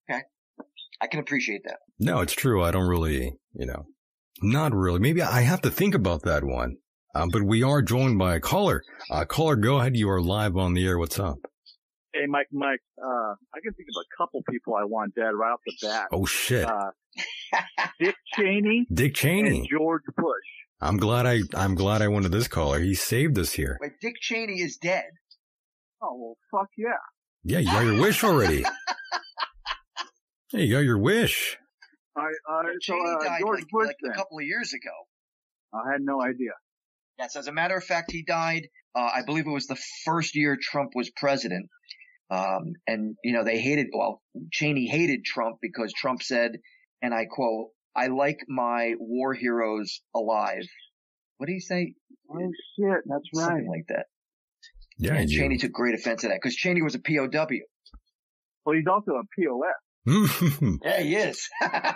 B: I can appreciate that.
A: No, it's true. I don't really, you know, not really. Maybe I have to think about that one. Um, but we are joined by a caller. Uh, caller, go ahead. You are live on the air. What's up?
E: Hey, Mike, Mike, uh, I can think of a couple people I want dead right off the bat.
A: Oh shit,
E: Uh, Dick Cheney
A: Dick
E: and
A: Cheney.
E: George Bush.
A: I'm glad I I'm glad I wanted this caller. He saved us here.
B: But Dick Cheney is dead.
E: Oh, well, fuck yeah.
A: Yeah, you got your wish already. Yeah, you got your wish.
E: All right, all right, so,
B: Cheney
E: uh,
B: died
E: George
B: like,
E: Bush
B: like
E: then.
B: a couple of years ago.
E: I had no idea.
B: Yes, as a matter of fact, he died. Uh, I believe it was the first year Trump was president. Um, and you know, they hated, well, Cheney hated Trump because Trump said, and I quote, I like my war heroes alive. What did he say?
E: Oh, shit, that's right.
B: Something like that.
A: Yeah,
B: and Cheney
A: you.
B: took great offense at that because Cheney was a POW.
E: Well, he's also a POS.
B: Yeah, he is. An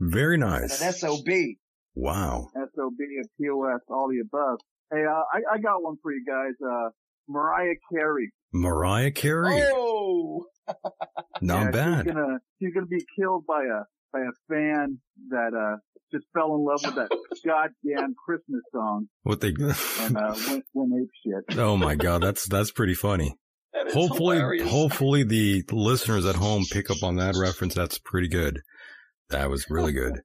A: Very nice.
B: SOB.
A: Wow.
E: SOB, a POS, all the above. Hey, uh, I, I got one for you guys. Uh, Mariah Carey.
A: Mariah Carey,
B: Oh!
E: Yeah,
A: not
E: She's
A: bad.
E: gonna, she's gonna be killed by a, by a fan that, uh, just fell in love with that goddamn Christmas song
A: What they?
E: and, uh, went, went ape shit.
A: Oh my god, that's that's pretty funny.
B: That is
A: Hopefully,
B: hilarious.
A: hopefully the listeners at home pick up on that reference. That's pretty good. That was really good.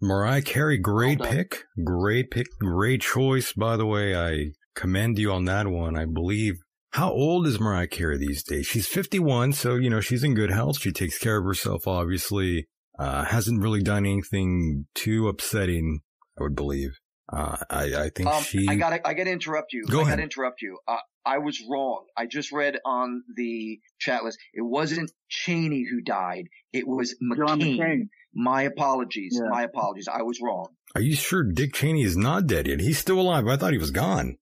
A: Mariah Carey, great
B: Well done.
A: pick, great pick, great choice. By the way, I commend you on that one. I believe. How old is Mariah Carey these days? She's 51, so you know she's in good health. She takes care of herself, obviously. Uh, hasn't really done anything too upsetting, I would believe. Uh, I, I think
B: Um,
A: she.
B: I gotta, I gotta interrupt you.
A: Go
B: I
A: ahead.
B: gotta interrupt you. Uh, I was wrong. I just read on the chat list. It wasn't Cheney who died. It was McCain.
E: John McCain.
B: My apologies.
E: Yeah.
B: My apologies. I was wrong.
A: Are you sure Dick Cheney is not dead yet? He's still alive. I thought he was gone.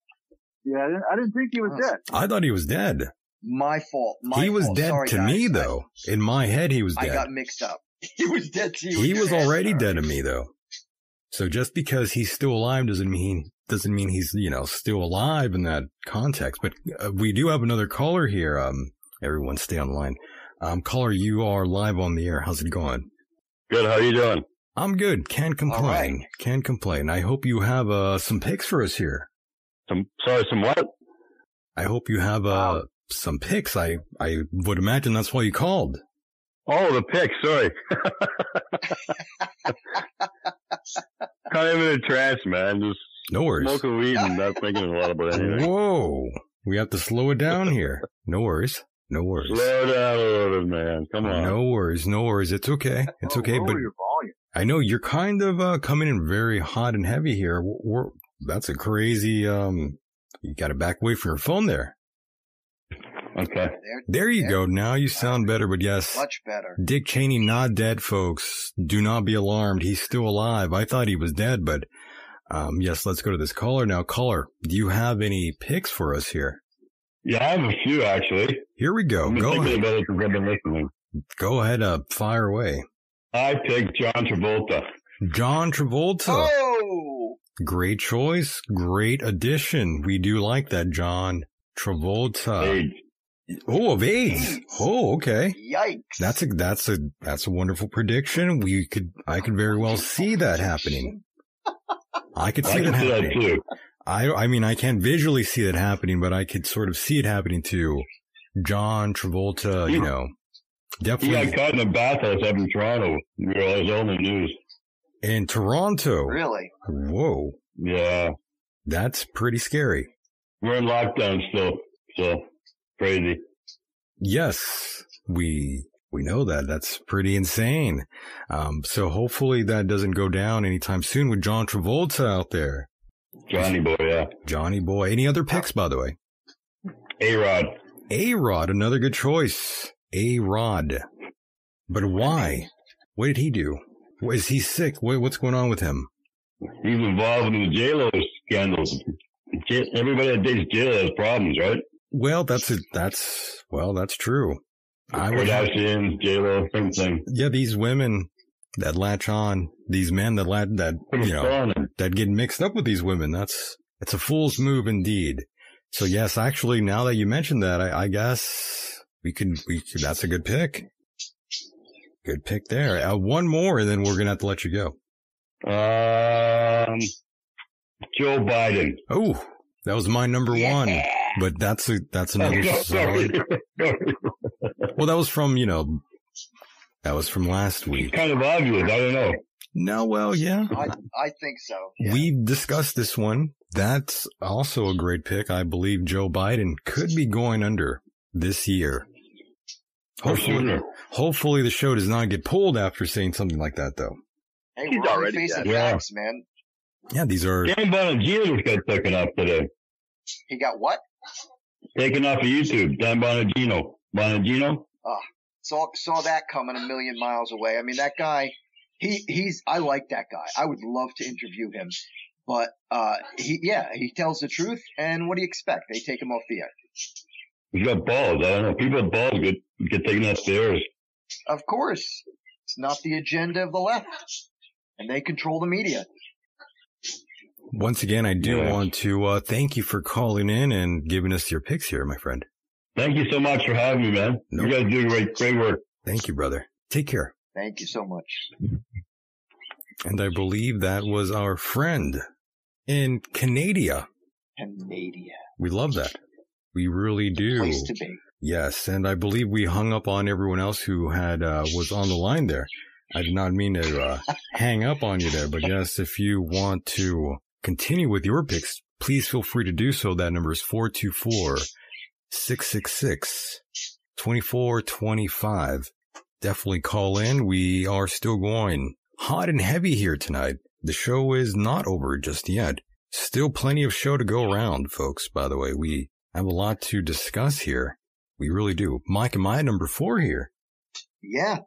E: Yeah, I didn't, I didn't think he was
B: Oh.
E: dead.
A: I thought he was dead.
B: My fault. My
A: he was
B: fault.
A: dead
B: Sorry,
A: to
B: guys.
A: me,
B: I-
A: though. In my head, he was
B: I,
A: dead.
B: got mixed up. He was dead to you.
A: he was already dead to me, though. So just because he's still alive doesn't mean doesn't mean he's you know still alive in that context. But uh, we do have another caller here. Um, everyone, stay on the line. Um, caller, you are live on the air. How's it going?
F: Good. How you doing?
A: I'm good. Can't complain.
B: right.
A: Can't complain. I hope you have uh, some picks for us here.
F: Some sorry, some what?
A: I hope you have uh,
E: Wow.
A: some picks. I I would imagine that's why you called.
F: Oh, the pick. Sorry. Kind of in a trance, man. Just
A: No worries.
F: smoking weed and not thinking a lot about anything.
A: Whoa, we have to slow it down here. No worries. No worries.
F: Slow down a little bit, man. Come on.
A: No worries. No worries. It's okay. It's
E: Oh,
A: okay.
E: lower
A: But
E: your volume.
A: I know you're kind of uh, coming in very hot and heavy here. We're, we're- that's a crazy. Um, you got to back away from your phone there.
F: Okay.
B: They're
A: There you
B: Yeah.
A: go. Now you sound better. But yes,
B: much better.
A: Dick Cheney not dead, folks. Do not be alarmed. He's still alive. I thought he was dead, but um, yes, let's go to this caller now. Caller, do you have any picks for us here?
F: Yeah, I have a few actually.
A: Here we go.
F: I've been
A: Oh, Go
F: thinking
A: ahead.
F: about it since I've been listening.
A: Go ahead. Uh, fire away.
F: I picked John Travolta.
A: John Travolta.
B: Oh,
A: Great choice. Great addition. We do like that, John Travolta.
F: Hey,
A: Oh, of AIDS. Oh, okay.
B: Yikes.
A: That's a that's a that's a wonderful prediction. We could I could very well see that happening. I could
F: I
A: see
F: can
A: that
F: see that
A: happening.
F: too.
A: I I mean I can't visually see it happening, but I could sort of see it happening to John Travolta. You know,
F: He got
A: definitely
F: caught in a bathhouse up in Toronto. You know, that was all the news.
A: in Toronto.
B: Really?
A: Whoa,
F: Yeah.
A: that's pretty scary.
F: We're in lockdown still. So crazy.
A: Yes, we we know that. That's pretty insane. Um, so hopefully that doesn't go down anytime soon with John Travolta out there.
F: Johnny boy, yeah.
A: Johnny boy. Any other picks, by the way?
F: A Rod.
A: A Rod, another good choice. A Rod. But why? What did he do? Is he sick? What, what's going on with him?
F: He's involved in the JLo scandals. J- Everybody that dates JLo has problems, right?
A: Well, that's a, that's well, that's true. I would have,
F: Kardashian, JLo, same thing.
A: yeah, these women that latch on, these men that lat that you know that get mixed up with these women. That's it's a fool's move indeed. So yes, actually, now that you mentioned that, I, I guess we could we could, that's a good pick. Good pick there. Uh, one more, and then we're gonna have to let you go.
F: Um, Joe Biden.
A: Oh, that was my number one. But that's a that's another
F: Oh, Sorry.
A: solid. Well, that was from you know, that was from last week.
F: kind of obvious. I don't know.
A: No, well, yeah,
B: I, I think so. Yeah.
A: We've discussed this one. That's also a great pick. I believe Joe Biden could be going under this year.
F: Or sooner.
A: Hopefully, hopefully the show does not get pulled after saying something like that, though.
B: hey,
G: He's
B: we're already
G: already
B: facing
F: dead. Yeah.
B: facts, man.
A: Yeah, these are.
F: Dan Bonagino just got taken off today.
B: He got what?
F: Taken off of YouTube. Dan Bonagino. Bonagino?
B: saw saw that coming a million miles away. I mean, that guy, he he's I like that guy. I would love to interview him, but uh, he yeah, he tells the truth. And what do you expect? They take him off the air.
F: He's got balls. I don't know. People with balls get, get taken off theirs.
B: Of course, it's not the agenda of the left, and they control the media.
A: Once again, I do
F: Yeah.
A: want to uh, thank you for calling in and giving us your picks here, my friend.
F: Thank you so much for having me, man.
A: No.
F: You guys do great, great work.
A: Thank you, brother. Take care.
B: Thank you so much.
A: And I believe that was our friend in Canada.
B: Canada,
A: We love that. We really do.
B: place to be.
A: Yes, and I believe we hung up on everyone else who had uh, was on the line there. I did not mean to uh, hang up on you there, but yes, if you want to continue with your picks, please feel free to do so. That number is 424-666-2425. Definitely call in. We are still going hot and heavy here tonight. The show is not over just yet. Still plenty of show to go around, folks, by the way. We have a lot to discuss here. We really do. Mike, am I number four here?
B: Yeah,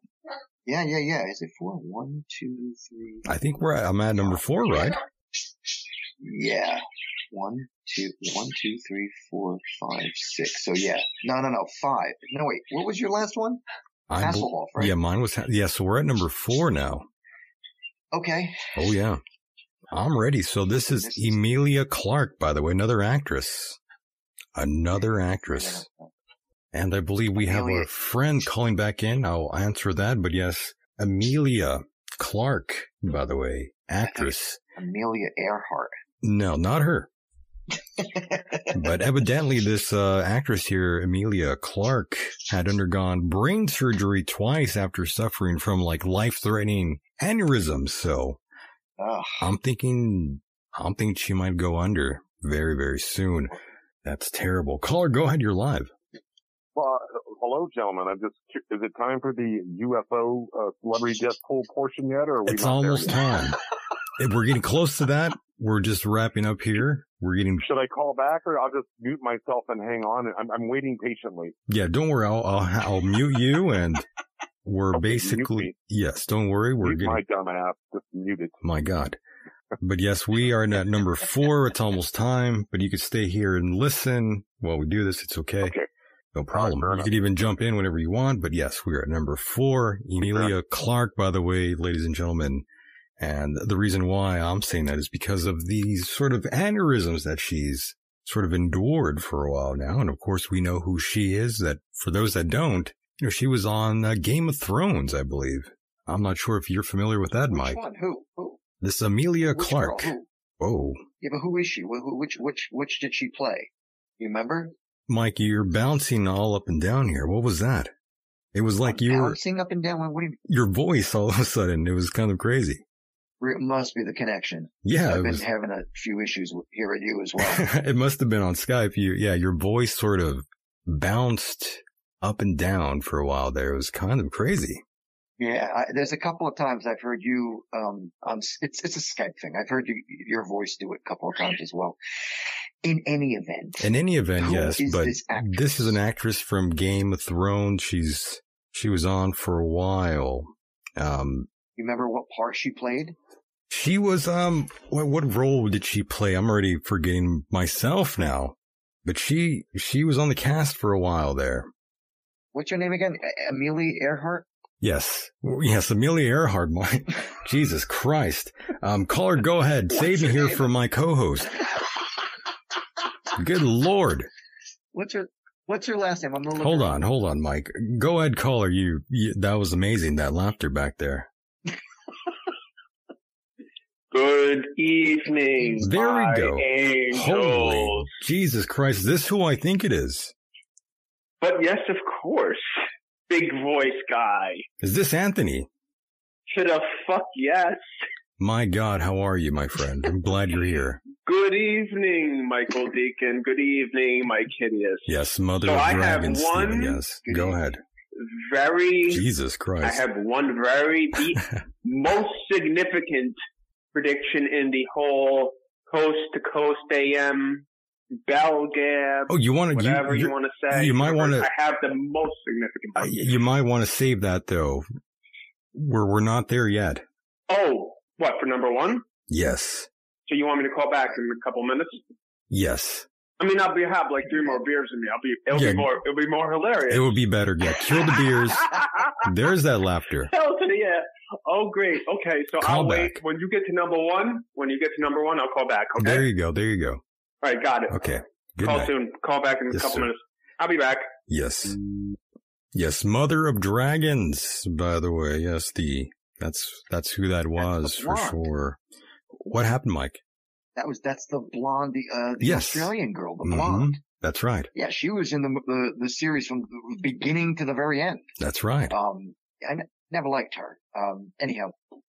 B: yeah, yeah, yeah. Is it four? One, two, three.
A: I think we're at, I'm at number four, right?
B: Yeah. One, two, one, two, three, four, five, six. So yeah. No, no, no. Five. No, wait. What was your last one?
A: I bel-
B: Hasselhoff, right?
A: Yeah, mine was. Ha- yeah, so we're at number four now.
B: Okay.
A: Oh yeah, I'm ready. So this is Emilia Clarke, by the way, another actress, another actress, and I believe we have a
B: Amelia.
A: friend calling back in. I'll answer that, but yes, Amelia Clarke, by the way, actress.
B: uh, Amelia Earhart.
A: No, not her. but evidently, this uh, actress here, Amelia Clark, had undergone brain surgery twice after suffering from like life-threatening aneurysms. So
B: Ugh.
A: I'm thinking, I'm thinking she might go under very, very soon. That's terrible. Caller, go ahead. You're live.
H: Well, uh, hello, gentlemen. I'm just. cu- Is it time for the UFO uh, celebrity death pool portion yet, or are we
A: It's
H: not
A: almost
H: there yet?
A: time. If we're getting close to that. We're just wrapping up here. We're getting,
H: Should I call back, or I'll just mute myself and hang on? I'm, I'm waiting patiently.
A: yeah, don't worry. I'll, I'll, I'll mute you and we're
H: Okay, mute
A: basically,
H: me.
A: yes, don't worry. We're
H: mute
A: getting,
H: my dumb ass. Just mute it.
A: My God. But yes, we are at number four. It's almost time, but you could stay here and listen while we do this. It's okay.
H: Okay.
A: No problem.
H: fair
A: you
H: enough.
A: could even jump in whenever you want. But yes, we are at number four. Emilia Clark, by the way, ladies and gentlemen. And the reason why I'm saying that is because of these sort of aneurysms that she's sort of endured for a while now. And of course, we know who she is. That for those that don't, you know, she was on uh, Game of Thrones, I believe. I'm not sure if you're familiar with that,
B: Which
A: Mike.
B: one? Who? Who?
A: This Amelia
B: Which
A: Clark.
B: Girl? Who?
A: Whoa.
B: Yeah, but who is she? Wh- who- Which which which did she play? You remember?
A: Mike, you're bouncing all up and down here. What was that? It was like you were,
B: bouncing up and down. What do you?
A: your voice all of a sudden. It was kind of crazy.
B: It must be the connection.
A: Yeah,
B: I've
A: it
B: been
A: was.
B: having a few issues with- here at you as well.
A: it must have been on Skype. You, yeah, your voice sort of bounced up and down for a while there. It was kind of crazy.
B: yeah, I, there's a couple of times I've heard you. Um, on, s- it's it's a Skype thing. I've heard you, your voice do it a couple of times as well. In any event,
A: In any event,
B: Who
A: yes,
B: is
A: but
B: this actress?
A: this is an actress from Game of Thrones. She's she was on for a while. Um,
B: you remember what part she played?
A: she was um, what, what role did she play? I'm already forgetting myself now. But she she was on the cast for a while there.
B: What's your name again? A- Amelie Earhart.
A: Yes, yes, Amelia Earhart. My Jesus Christ, um, caller, go ahead, save me here for my co-host. Good Lord.
B: What's her What's her last name? I'm gonna look
A: Hold
B: her up.
A: on, hold on, Mike. Go ahead, caller. You, you that was amazing. That laughter back there.
G: Good evening.
A: There we
G: my
A: go.
G: Angels.
A: Holy Jesus Christ! Is this who I think it is?
G: But yes, of course. Big voice guy.
A: Is this Anthony?
G: To the fuck yes.
A: My God, how are you, my friend? I'm glad you're here.
G: Good evening, Michael Deacon. Good evening, Mike Hideous.
A: Yes, Mother
G: So I
A: of
G: have
A: Dragons. Steven,
G: one-
A: yes, go ahead.
G: Very,
A: Jesus
G: I
A: Christ.
G: have one very, deep, most significant prediction in the whole coast to coast AM bell gab.
A: oh, you want to?
G: whatever you, want to say.
A: you might wanna-
G: I have the most significant.
A: Uh, you might want to save that though. We're we're not there yet.
G: oh, what for number one?
A: Yes,
G: So you want me to call back in a couple minutes?
A: yes,
G: I mean, I'll be have like three more beers in me. I'll be it'll
A: Yeah.
G: be more it'll be more hilarious.
A: it would be better. Yeah, kill the beers. There's that laughter.
G: Hell to the yeah. Oh great. Okay, so
A: Call
G: I'll wait.
A: back.
G: When you get to number one, when you get to number one, I'll call back. Okay.
A: There you go. There you go.
G: All right, got it.
A: Okay. Good
G: call
A: night.
G: soon. Call back in
A: Yes,
G: a couple
A: sir.
G: minutes. I'll be back.
A: Yes. Yes, Mother of Dragons, by the way. Yes, the that's that's who that was for
B: blonde.
A: sure. What happened, Mike?
B: That was that's the blonde, the, uh, the
A: Yes.
B: Australian girl, the
A: Mhm.
B: blonde.
A: That's right.
B: Yeah, she was in the, the the series from the beginning to the very end.
A: That's right.
B: Um, I n- never liked her. Um, anyhow,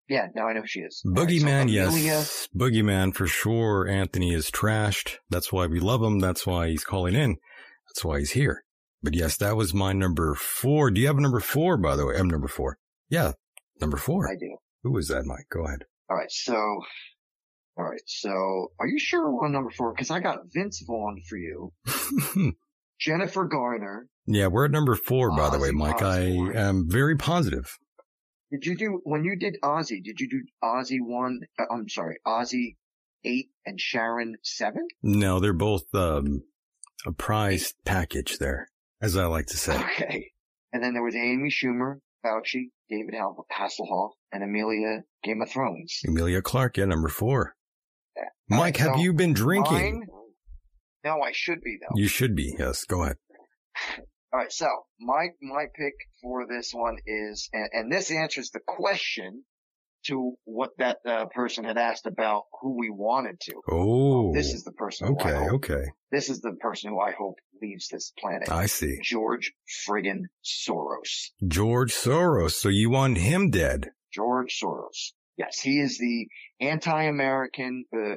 B: yeah, now I know who she is.
A: Boogeyman,
B: All right, so Amelia-
A: yes. Boogeyman for sure. Anthony is trashed. That's why we love him. That's why he's calling in. That's why he's here. But yes, that was my number four. Do you have number four, by the way? I'm number four. Yeah, number four.
B: I do.
A: Who was that, Mike? Go ahead.
B: All right, so, all right, so, are you sure we're on number four? Because I got Vince Vaughn for you, Jennifer Garner.
A: yeah, we're at number four, by the way,
B: Ozzy
A: Mike. I
B: Osbourne.
A: am very positive.
B: Did you do when you did Ozzy? Did you do Ozzy one? Uh, I'm sorry, Ozzy eight and Sharon seven.
A: No, they're both um, a prize package there, as I like to say.
B: Okay. And then there was Amy Schumer, Fauci, David Hal- Hasselhoff, and Amelia Game of Thrones.
A: Amelia Clark, yeah, number four. Mike, have
B: so
A: you been drinking?
B: Mine? No, I should be though.
A: You should be. Yes, go ahead.
B: All right. So my my pick for this one is, and, and this answers the question to what that uh, person had asked about who we wanted to.
A: Oh,
B: This is the person. Who
A: okay.
B: I hope,
A: Okay,
B: This is the person who I hope leaves this planet.
A: I see.
B: George friggin' Soros.
A: George Soros. So you want him dead?
B: George Soros. Yes, he is the anti-American, uh, uh,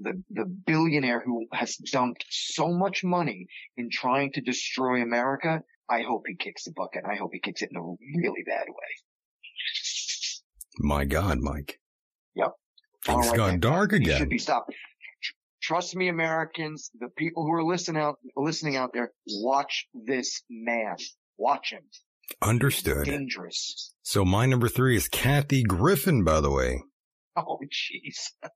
B: the the billionaire who has dumped so much money in trying to destroy America. I hope he kicks the bucket. I hope he kicks it in a really bad way.
A: My God, Mike.
B: Yep.
A: Things
B: All right,
A: got
B: then.
A: dark
B: He should
A: again.
B: be stopped. Tr- Trust me, Americans, the people who are listening out listening out there, watch this man. Watch him.
A: Understood.
B: Dangerous.
A: So my number three is Kathy Griffin. By the way,
B: Oh, jeez.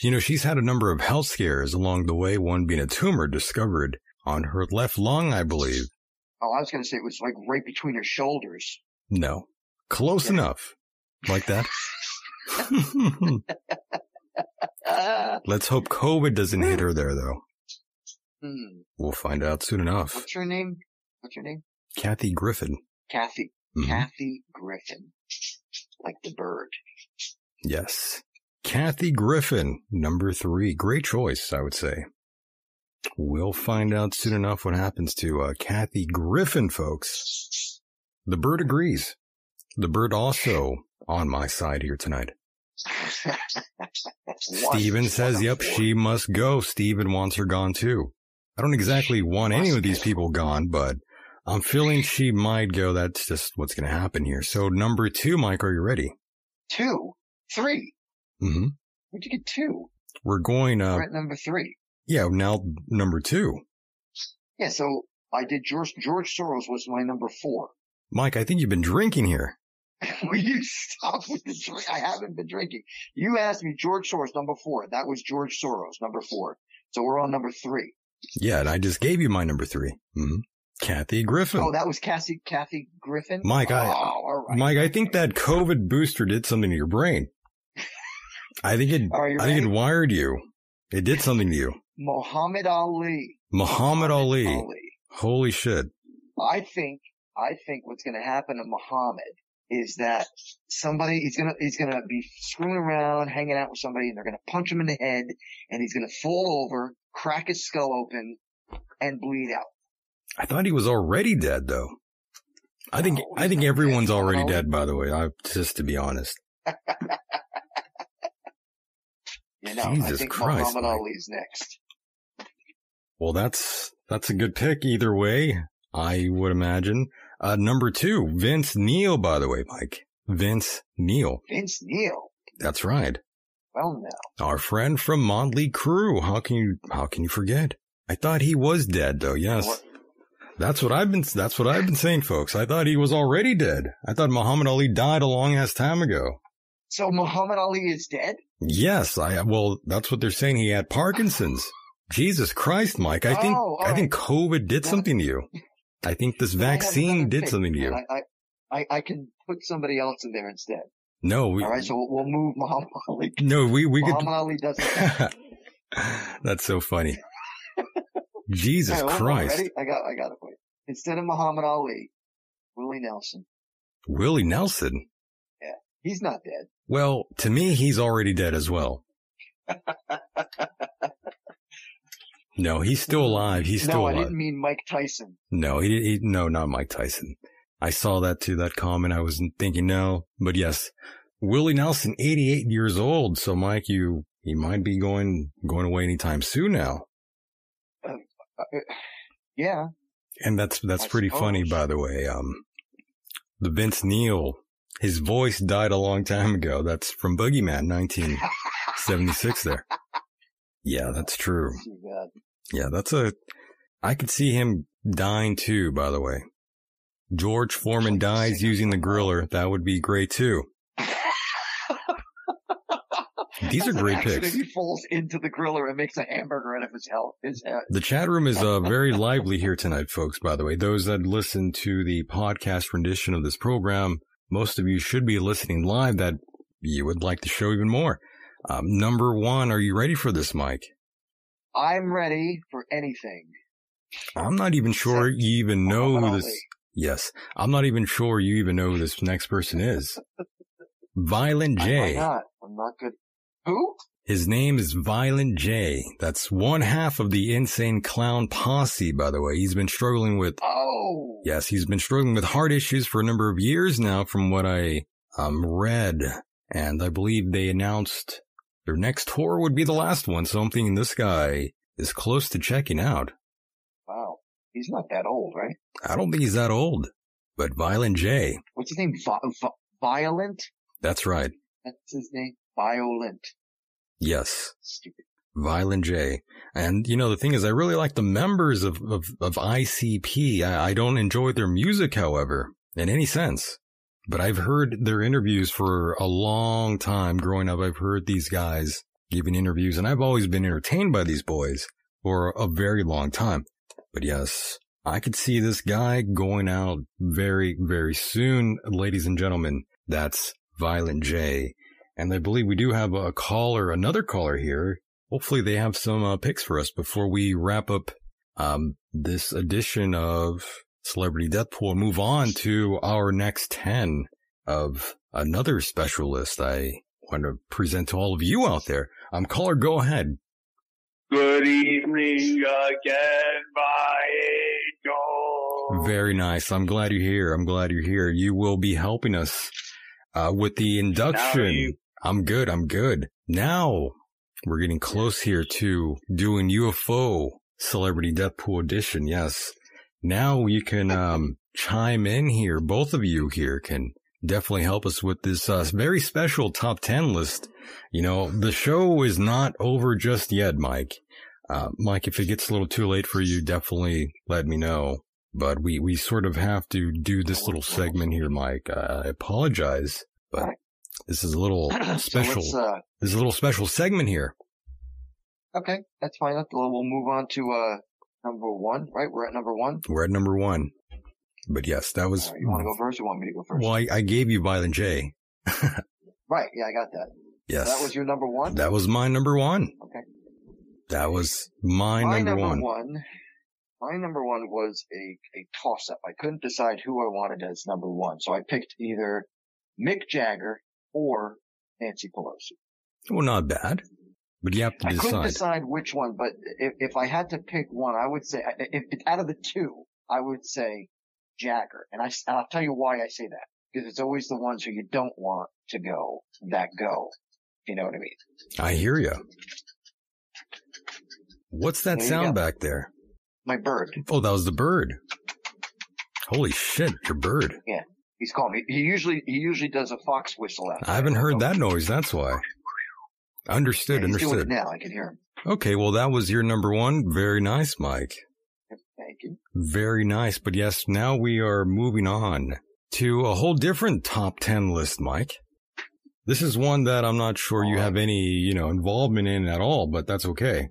A: You know, she's had a number of health scares along the way, one being a tumor discovered on her left lung, I believe.
B: Oh, I was gonna say it was like right between her shoulders.
A: No. Close
B: Yeah.
A: enough. Like that?
B: Ah.
A: Let's hope COVID doesn't hit her there, though.
B: Hmm.
A: We'll find out soon enough.
B: What's your name? What's your name?
A: Kathy Griffin.
B: Kathy.
A: Mhm.
B: Kathy Griffin. Like the bird.
A: Yes. Kathy Griffin, number three. Great choice, I would say. We'll find out soon enough what happens to uh, Kathy Griffin, folks. The bird agrees. The bird also on my side here tonight.
B: One.
A: Steven says, yep, she must go. Steven wants her gone too. I don't exactly want any of these people gone, but I'm feeling she might go. That's just what's going to happen here. So number two, Mike, are you ready?
B: Two. Three.
A: hmm
B: Where'd you get two?
A: We're going, uh,
B: We're at number three.
A: yeah, now number two.
B: Yeah, so I did George, George Soros was my number four.
A: Mike, I think you've been drinking here.
B: Will you stop with the drink? I haven't been drinking. You asked me George Soros number four. That was George Soros number four. So we're on number three.
A: Yeah, and I just gave you my number 3 Mm-hmm. Kathy Griffin.
B: Oh, that was Cassie, Kathy Griffin.
A: Mike, I-
B: oh, all right.
A: Mike, I think that COVID booster did something to your brain. I think it,
B: Are you
A: I think it
B: ready?
A: wired you. It did something to you.
B: Muhammad Ali.
A: Muhammad Ali. Holy shit.
B: I think, I think what's going to happen to Muhammad is that somebody, he's going to, he's going to be screwing around, hanging out with somebody and they're going to punch him in the head and he's going to fall over, crack his skull open and bleed out.
A: I thought he was already dead though. I think,
B: No,
A: I
B: he's
A: think
B: not
A: everyone's
B: dead.
A: already
B: No.
A: dead, by the way. I, just to be honest.
B: You know, I
A: Jesus
B: think
A: Christ,
B: Muhammad
A: Mike.
B: Ali's next.
A: Well, that's, that's a good pick either way. I would imagine. Uh, number two, Vince Neal, by the way, Mike. Vince Neal.
B: Vince Neil.
A: That's right.
B: Well, no.
A: Our friend from Motley Crue. How can you how can you forget? I thought he was dead though. Yes.
B: What-
A: That's what I've been that's what I've been saying folks. I thought he was already dead. I thought Muhammad Ali died a long ass time ago.
B: So Muhammad Ali is dead?
A: Yes, I well that's what they're saying he had Parkinson's. Jesus Christ, Mike. I think
B: Oh, all
A: I think COVID did
B: Yeah.
A: something to you. I think this
B: I have another
A: vaccine did
B: pick,
A: something to
B: man.
A: you.
B: I, I, I, I can put somebody else in there instead.
A: no, we,
B: All right, so we'll, we'll move Muhammad Ali.
A: no, we we could
B: Muhammad Ali doesn't.
A: That's so funny. Jesus
B: Hey, hold on,
A: Christ.
B: ready? I got, I got it. Wait. Instead of Muhammad Ali, Willie Nelson.
A: Willie Nelson.
B: He's not dead.
A: Well, to me, he's already dead as well. no, he's still alive. He's
B: no,
A: still
B: I
A: alive.
B: didn't mean Mike Tyson.
A: No, he, he no, not Mike Tyson. I saw that too. That comment. I was thinking no, but yes, Willie Nelson, 88 years old. So Mike, you he might be going going away anytime soon now.
B: Uh, Yeah.
A: And that's that's
B: I
A: pretty funny,
B: suppose.
A: by the way. Um, the Vince Neil, his voice died a long time ago. That's from Boogeyman, 1976. there. Yeah, that's true.
B: Too bad.
A: Yeah, that's a. I could see him dying too. By the way, George Foreman dies using the griller. That would be great too. These are
B: That's an
A: great
B: accident.
A: picks.
B: He falls into the griller and makes a hamburger out of his hell, his head.
A: The chat room is uh, very lively here tonight, folks, by the way. Those that listen to the podcast rendition of this program, most of you should be listening live that you would like the show even more. Um, number one, are you ready for this, Mike?
B: I'm ready for anything.
A: I'm not even sure you even know
B: Muhammad
A: this.
B: Ali.
A: Yes, I'm not even sure you even know who this next person is. Violent
B: Why
A: J.
B: not? I'm not good. Who?
A: His name is Violent J. That's one half of the insane clown posse, by the way. He's been struggling with
B: Oh.
A: Yes, he's been struggling with heart issues for a number of years now, from what I um, read. And I believe they announced their next tour would be the last one. So I'm thinking this guy is close to checking out.
B: Wow. He's not that old, right?
A: I don't think he's that old. But Violent J,
B: What's his name? Vi- Vi- Violent?
A: that's right.
B: That's his name. Violent.
A: Yes,
B: Stupid.
A: Violent J. And you know, the thing is, I really like the members of, of, of ICP. I, I don't enjoy their music, however, in any sense. But I've heard their interviews for a long time growing up. I've heard these guys giving interviews and I've always been entertained by these boys for a very long time. But yes, I could see this guy going out very, very soon. Ladies and gentlemen, that's Violent J. And I believe we do have a caller, another caller here. Hopefully they have some uh, picks for us before we wrap up um, this edition of Celebrity Death Pool and move on to our next 10 of another special list I want to present to all of you out there. Um, caller, go ahead.
G: Good evening again, my angel.
A: Very nice. I'm glad you're here. I'm glad you're here. You will be helping us uh, with the induction.
G: you?
A: I'm good. I'm good. Now we're getting close here to doing UFO Celebrity Death Pool Edition. Yes. Now you can um, chime in here. Both of you here can definitely help us with this uh, very special top 10 list. You know, the show is not over just yet, Mike. Uh, Mike, if it gets a little too late for you, definitely let me know. But we, we sort of have to do this little segment here, Mike. Uh, I apologize, but this is a little
B: So
A: special.
B: let's, uh,
A: There's a little special segment here.
B: okay, that's fine. That's- We'll move on to uh, number one, right? We're at number one.
A: We're at number one. But yes, that was.
B: You want to go first? Or you want me to go first?
A: Well, I, I gave you Violent J.
B: Right. Yeah, I got that.
A: Yes.
B: That was your number one.
A: That was my number one.
B: Okay.
A: That was my,
B: my
A: number, one.
B: my number one was a, a toss up. I couldn't decide who I wanted as number one, so I picked either Mick Jagger or Nancy Pelosi.
A: Well, not bad. But you have to
B: I couldn't
A: decide.
B: decide which one, but if, if I had to pick one, I would say, I- if, if out of the two, I would say Jagger. And I, s- and I'll tell you why I say that. Because it's always the ones who you don't want to go that go. If You know what I mean?
A: I hear you. What's that
B: There you
A: sound
B: go.
A: back there?
B: My bird.
A: Oh, that was the bird. Holy shit, your bird.
B: He's calling. He, he usually, he usually does a fox whistle out.
A: I haven't heard that noise. That's why. Understood,
B: He's doing it
A: understood.
B: now. I can hear him.
A: Okay, well, that was your number one. Very nice, Mike.
B: Thank you.
A: Very nice. But yes, now we are moving on to a whole different top 10 list, Mike. This is one that I'm not sure you have any, you know, involvement in at all, but that's okay.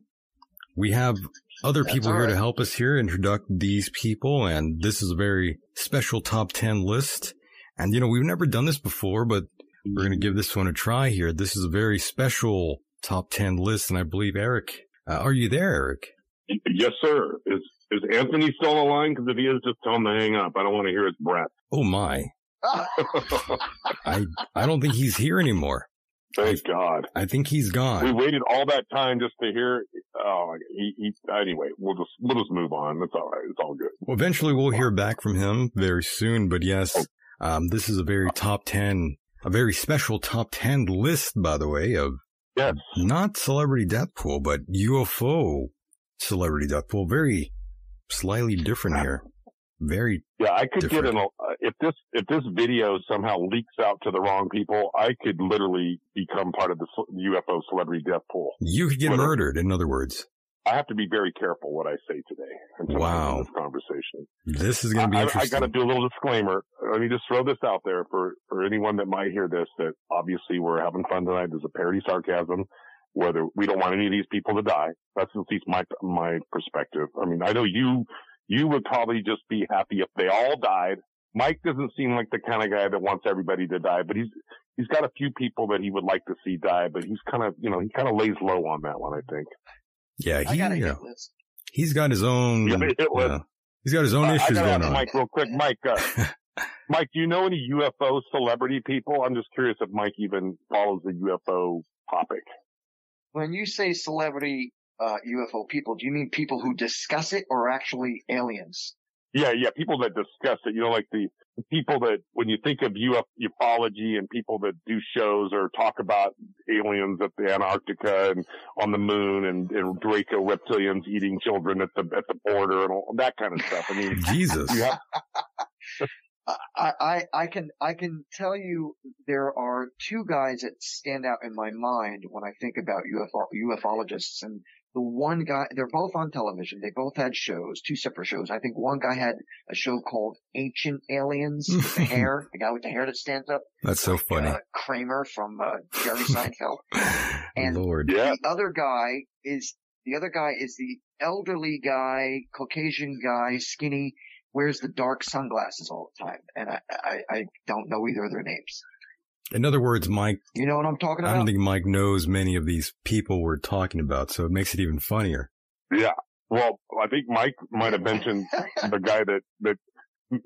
A: We have other
B: That's
A: people here
B: all
A: to
B: right.
A: help us here introduce these people. And this is a very special top 10 list. And, you know, we've never done this before, but we're going to give this one a try here. This is a very special top 10 list. And I believe Eric, uh, are you there, Eric?
H: Yes, sir. Is is Anthony still online? Because if he is, just tell him to hang up. I don't want to hear his breath.
A: Oh my. I I don't think he's here anymore.
H: Thank God.
A: I think he's
H: We
A: gone.
H: waited all that time just to hear. Oh, he, he. Anyway, we'll just we'll just move on. That's all right. It's all good.
A: Well, eventually we'll hear back from him very soon, but yes,
H: Oh.
A: um, this is a very top 10, a very special top 10 list, by the way, of
H: Yes.
A: not celebrity death pool, but UFO celebrity death pool. Very slightly
H: Ah.
A: different here. Very,
H: Yeah, I could get
A: Different.
H: an. If this if this video somehow leaks out to the wrong people, I could literally become part of the ce- UFO celebrity death pool.
A: you could get
H: Well,
A: murdered, in other words.
H: I have to be very careful what I say today. and tonight
A: Wow.
H: In this conversation.
A: This is going to be
H: I, I- I
A: interesting.
H: got to do a little disclaimer. Let me just throw this out there for, for anyone that might hear this that obviously we're having fun tonight. There's a parody sarcasm. Whether we don't want any of these people to die. That's at least my, my perspective. I mean, I know you, you would probably just be happy if they all died. Mike doesn't seem like the kind of guy that wants everybody to die, but he's, he's got a few people that he would like to see die, but he's kind of, you know, he kind of lays low on that one, I think.
A: yeah,
B: I
A: he, uh,
B: got a
A: yeah,
B: hit list.
A: he's got his own,
H: Yeah, it was-
A: yeah. he's got his own
H: Uh, I
A: issues
H: gotta
A: going
H: ask
A: on.
H: Mike real quick. Mike, uh, Mike, do you know any UFO celebrity people? I'm just curious if Mike even follows the UFO topic.
B: When you say celebrity uh, UFO people, do you mean people who discuss it or actually aliens?
H: Yeah, yeah, people that discuss it, you know, like the the people that when you think of UFO ufology and people that do shows or talk about aliens at the Antarctica and on the moon and, and Draco reptilians eating children at the at the border and all that kind of stuff. I mean,
A: Jesus.
H: you have
B: I, I, I can I can tell you there are two guys that stand out in my mind when I think about UFO ufologists, and the one guy they're both on television. They both had shows, two separate shows. I think one guy had a show called Ancient Aliens, with the hair, the guy with the hair that stands up,
A: That's so funny.
B: uh, Kramer from uh, Jerry Seinfeld. And-
A: Lord.
H: yeah,
B: the other guy is the other guy is the elderly guy, Caucasian guy, skinny, wears the dark sunglasses all the time, and I I, I don't know either of their names.
A: In other words, Mike,
B: You know what I'm talking
A: I
B: about?
A: don't think Mike knows many of these people we're talking about, so it makes it even funnier.
H: Yeah. Well, I think Mike might have mentioned the guy that, that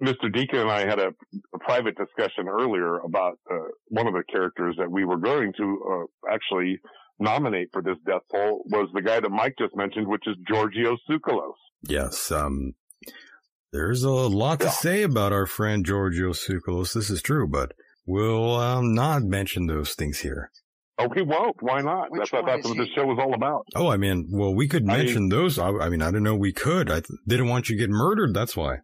H: Mr. Deacon and I had a, a private discussion earlier about uh, one of the characters that we were going to uh, actually nominate for this death poll was the guy that Mike just mentioned, which is Giorgio Tsoukalos.
A: Yes, um, there's a lot to say about our friend Giorgio Tsoukalos. This is true, but we'll um, not mention those things here.
H: Oh, he won't. Why not?
B: Which
H: That's what,
B: one
H: that's
B: is
H: what the
B: he?
H: show was all about.
A: Oh, I mean, well, we could
H: I-
A: mention those. I, I mean, I don't know. We could. I th- didn't want you to get murdered. That's why.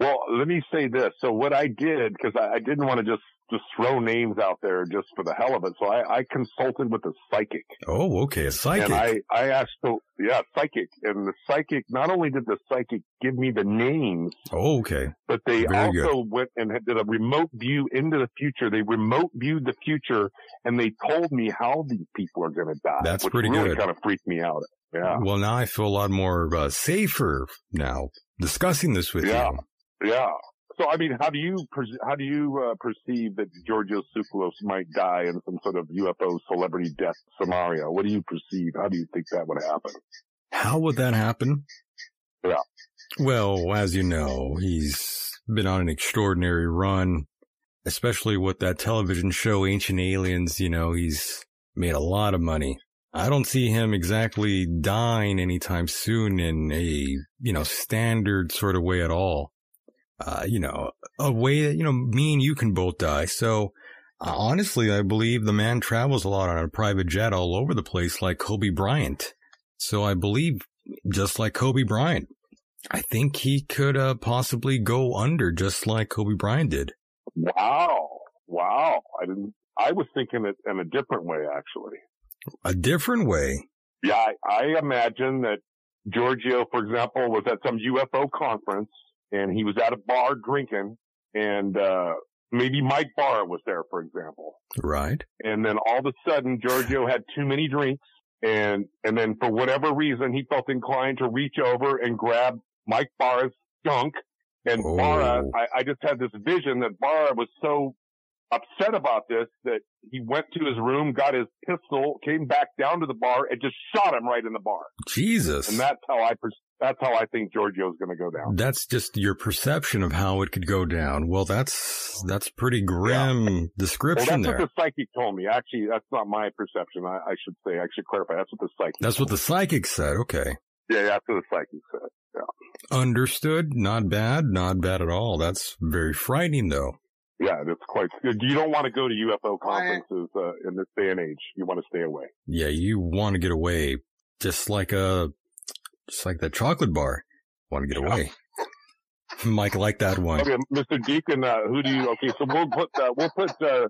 H: Well, let me say this. So what I did, because I, I didn't want to just, just throw names out there just for the hell of it. So I, I consulted with a psychic.
A: Oh, okay. A psychic.
H: And I, I asked the, yeah, psychic. And the psychic, not only did the psychic give me the names,
A: oh, okay.
H: but they
A: Very good.
H: also went and had- did a remote view into the future. They remote viewed the future and they told me how these people are going to die.
A: That's
H: which
A: pretty
H: really
A: good.
H: kind of freaked me out. Yeah.
A: Well, now I feel a lot more uh, safer now discussing this with
H: Yeah.
A: you.
H: Yeah. So, I mean, how do you, perce- how do you uh, perceive that Giorgio Tsoukalos might die in some sort of UFO celebrity death scenario? What do you perceive? How do you think that would happen?
A: How would that happen?
H: Yeah.
A: Well, as you know, he's been on an extraordinary run, especially with that television show Ancient Aliens. You know, he's made a lot of money. I don't see him exactly dying anytime soon in a, you know, standard sort of way at all. Uh, you know, a way that, you know, me and you can both die. So uh, honestly, I believe the man travels a lot on a private jet all over the place like Kobe Bryant. So I believe just like Kobe Bryant. I think he could uh, possibly go under just like Kobe Bryant did.
H: Wow. Wow. I didn't, I was thinking it in a different way, actually.
A: A different way.
H: Yeah. I, I imagine that Giorgio, for example, was at some UFO conference and he was at a bar drinking and, uh, maybe Mike Barr was there, for example.
A: Right.
H: And then all of a sudden, Giorgio had too many drinks and, and then for whatever reason, he felt inclined to reach over and grab Mike Barr's junk. And
A: Oh.
H: Barra, I, I just had this vision that Barra was so upset about this that he went to his room, got his pistol, came back down to the bar and just shot him right in the bar.
A: Jesus.
H: And that's how I, per- that's how I think Giorgio's going to go down.
A: that's just your perception of how it could go down. Well, that's that's pretty grim
H: Well,
A: description
H: that's
A: there.
H: what the psychic told me. Actually, that's not my perception. I, I should say, I should clarify. That's what the psychic.
A: that's what the psychic said. Okay.
H: yeah, that's what the psychic said.
A: Understood. Not bad. Not bad at all. That's very frightening though.
H: Yeah, that's quite. You don't want to go to UFO conferences uh, in this day and age. You want to stay away.
A: Yeah, you want to get away, just like a, just like that chocolate bar. Want to get away. Mike liked that one.
H: Okay, Mr. Deacon, uh, who do you? Okay, so we'll put uh, we'll put uh,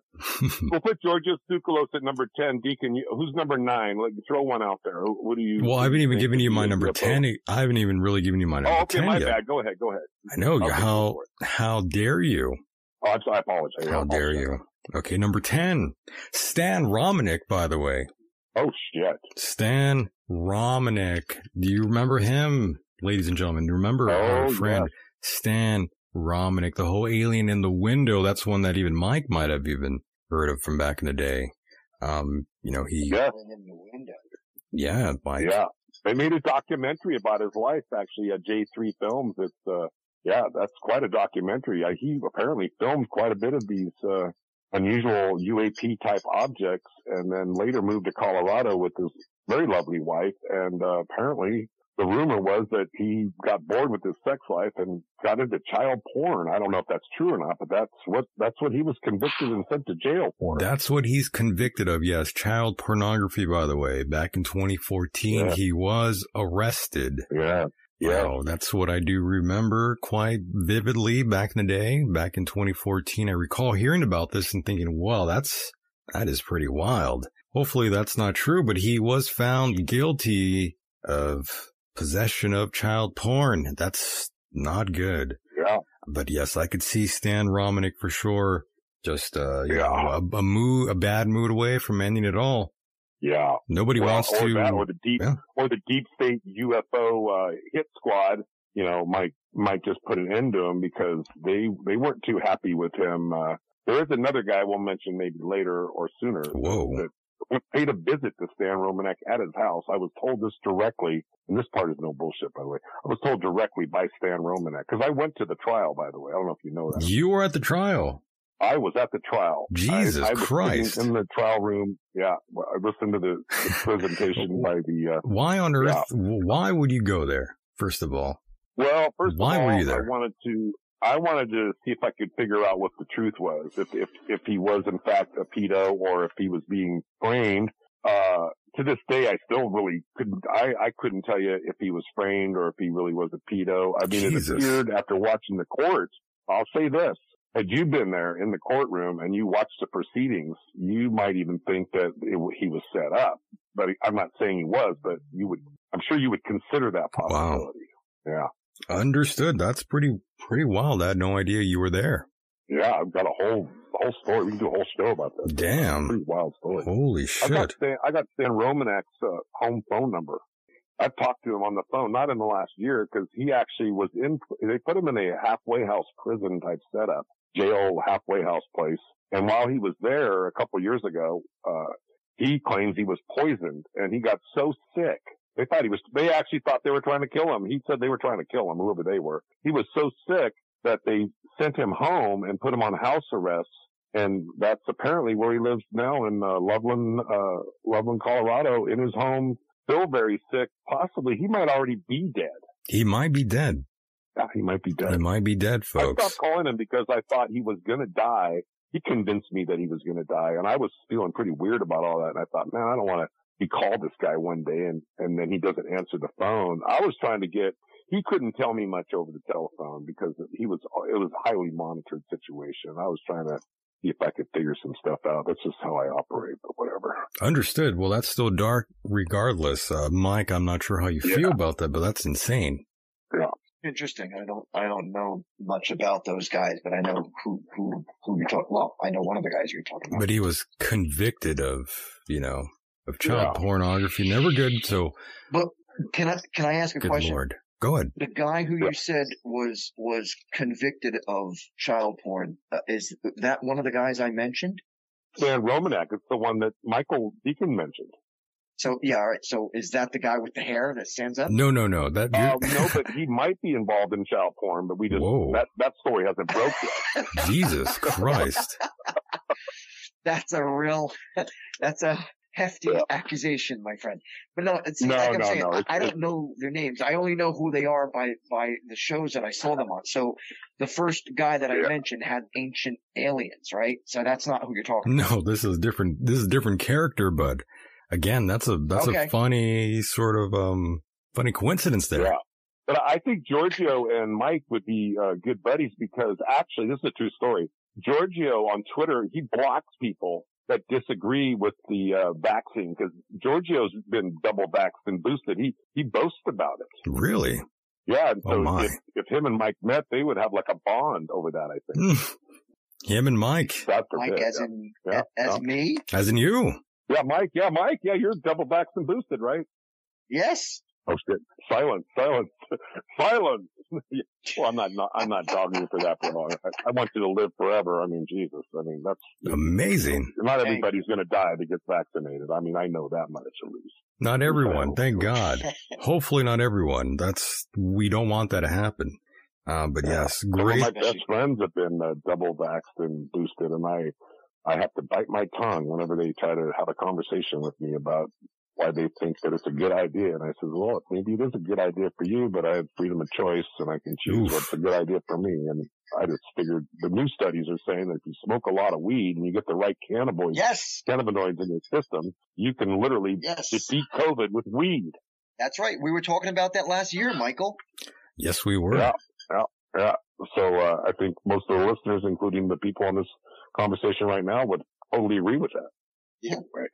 H: we'll put Georgios Tsoukalos at number ten. Deacon, you, who's number nine? Like, throw one out there. Who, who do you?
A: well, I haven't even
H: think
A: given
H: is
A: you my
H: the
A: number
H: UFO?
A: ten. e, I haven't even really given you my number
H: Oh, okay,
A: ten
H: my
A: yet.
H: bad. Go ahead, go ahead.
A: I know.
H: Okay,
A: how
H: go for it.
A: how dare you?
H: Oh, I'm sorry, I apologize.
A: How
H: I
A: dare
H: apologize.
A: you? Okay, number ten. Stan Romanek, by the way.
H: Oh shit.
A: Stan Romanek. Do you remember him, ladies and gentlemen? Do you remember our
H: Oh,
A: friend Stan Romanek, the whole alien in the window? That's one that even Mike might have even heard of from back in the day. Um, you know, he,
H: Yeah,
B: And in the window.
A: yeah, Mike.
H: yeah. They made a documentary about his life, actually, at J3 Films. It's uh, yeah, that's quite a documentary. Uh, he apparently filmed quite a bit of these uh, unusual UAP type objects, and then later moved to Colorado with his very lovely wife. And uh, apparently, the rumor was that he got bored with his sex life and got into child porn. I don't know if that's true or not, but that's what that's what he was convicted and sent to jail for.
A: That's what he's convicted of. Yes, child pornography, by the way. Back in 2014,
H: Yeah.
A: he was arrested.
H: yeah, yeah.
A: Wow, that's what I do remember quite vividly back in the day, back in 2014. I recall hearing about this and thinking, wow, that's, that is pretty wild. Hopefully that's not true, but he was found guilty of possession of child porn. That's not good.
H: yeah.
A: But yes, I could see Stan Romanek for sure. Just, uh, you
H: Yeah.
A: know, a, a mood, a bad mood away from ending it all.
H: Yeah.
A: Nobody
H: Well,
A: wants
H: or
A: to.
H: that, or the deep,
A: yeah.
H: or the deep state UFO uh, hit squad. You know, might might just put an end to him because they they weren't too happy with him uh, There is another guy we'll mention maybe later or sooner.
A: Whoa.
H: That went- paid a visit to Stan Romanek at his house. I was told this directly, and this part is no bullshit, by the way. I was told directly by Stan Romanek because I went to the trial, by the way. I don't know if you know that.
A: You were at the trial.
H: I was at the trial.
A: Jesus
H: I, I was sitting
A: Christ.
H: In the trial room. Yeah. well, I listened to the, the presentation by the, uh,
A: Why on earth?
H: Yeah.
A: Why would you go there? First of all,
H: well, first
A: Why
H: of all,
A: were you there?
H: I wanted to, I wanted to see if I could figure out what the truth was, if, if, if he was in fact a pedo or if he was being framed. Uh, to this day, I still really couldn't, I, I couldn't tell you if he was framed or if he really was a pedo. I mean,
A: Jesus.
H: it appeared after watching the court. I'll say this. Had you been there in the courtroom and you watched the proceedings, you might even think that it, he was set up. But I'm not saying he was, but you would, I'm sure you would consider that possibility. Yeah.
A: understood. That's pretty pretty wild. I had no idea you were there.
H: Yeah, I've got a whole whole story. We can do a whole show about that.
A: Damn.
H: pretty wild story.
A: Holy
H: Mm. I got
A: shit!
H: Stan, I got Stan Romanek's uh, home phone number. I talked to him on the phone, not in the last year, because he actually was in. They put him in a halfway house prison type setup, jail halfway house place. And while he was there a couple years ago, uh, he claims he was poisoned, and he got so sick. They thought he was. They actually thought they were trying to kill him. He said they were trying to kill him. Whoever they were, he was so sick that they sent him home and put him on house arrest and that's apparently where he lives now in uh, Loveland, uh, Loveland, Colorado, in his home. Still very sick. Possibly he might already be dead.
A: He might be dead.
H: Yeah, he might be
A: He
H: dead.
A: might be dead,
H: I
A: folks.
H: stopped calling him because I thought he was gonna die. He convinced me that he was gonna die, and I was feeling pretty weird about all that. And I thought, man, I don't want to. He called this guy one day, and and then he doesn't answer the phone. I was trying to get. He couldn't tell me much over the telephone because he was. It was a highly monitored situation. I was trying to see if I could figure some stuff out. That's just how I operate, but whatever.
A: Understood. Well, that's still dark, regardless. Uh, Mike, I'm not sure how you
H: Yeah.
A: feel about that, but that's insane.
B: Interesting. I don't I don't know much about those guys, but I know who who who you're talking. Well, I know one of the guys you're talking about.
A: But he was convicted of, you know, of child
H: Yeah.
A: pornography. Never good. So,
B: Can I can I ask a
A: good
B: question?
A: lord, go ahead.
B: The guy who
H: Yeah.
B: you said was was convicted of child porn uh, is that one of the guys I mentioned?
H: Stan Romanek is the one that Michael Deacon mentioned.
B: So yeah, all right. So is that the guy with the hair that stands
H: Mm.
B: up?
A: No, no, no. That
H: Uh,
A: you're-
H: no, but he might be involved in child porn, but we just
A: Whoa.
H: that that story hasn't broke yet.
A: Jesus Christ.
B: That's a real. That's a hefty
H: Yeah.
B: accusation, my friend. But no, it's
H: No,
B: like I'm
H: no,
B: saying,
H: no,
B: I-
H: it's-
B: I
H: it's-
B: don't know their names. I only know who they are by by the shows that I saw them on. So the first guy that I
H: Yeah.
B: mentioned had ancient aliens, right? So that's not who you're
H: Mm.
B: talking.
A: No, this is different. This is different character, bud. Again, that's a that's a
B: Okay.
A: funny sort of um funny coincidence there.
H: Yeah. But I think Giorgio and Mike would be uh, good buddies because actually, this is a true story. Giorgio on Twitter, he blocks people that disagree with the uh, vaccine because Giorgio's been double vaxxed and boosted. He he boasts about it.
A: Really?
H: Yeah, and
A: Oh,
H: so
A: my.
H: if, if him and Mike met, they would have like a bond over that. I think.
A: Mm. Him and Mike,
H: That's a
B: Like
H: bit,
B: as
H: yeah.
B: in
H: Yeah,
B: a- as
H: yeah.
B: me?
A: as in you.
H: yeah, Mike. Yeah, Mike. Yeah, you're double vaxxed and boosted, right?
B: Yes.
H: Oh shit! Silence! Silence! silence! well, I'm not, not. I'm not dogging you for that for long. I, I want you to live forever. I mean, Jesus. I mean, that's
A: Amazing.
H: not everybody's going to die that gets vaccinated. I mean, I know that much at least.
A: Not everyone. Thank God. Hopefully, not everyone. That's we don't want that to happen. Uh, but
H: Yeah.
A: yes,
H: Some of
A: great.
H: my best friends have been uh, double vaxxed and boosted, and I, I have to bite my tongue whenever they try to have a conversation with me about why they think that it's a good idea. And I says, well, maybe it is a good idea for you, but I have freedom of choice and I can choose
A: Oof.
H: what's a good idea for me. And I just figured the new studies are saying that if you smoke a lot of weed and you get the right cannabinoids,
B: Yes.
H: cannabinoids in your system, you can literally
B: Yes.
H: defeat COVID with weed.
B: That's right. We were talking about that last year, Michael.
A: Yes, we were.
H: Yeah, yeah, yeah. So uh, I think most of the listeners, including the people on this conversation right now, would totally agree with that.
B: Yeah.
H: Right.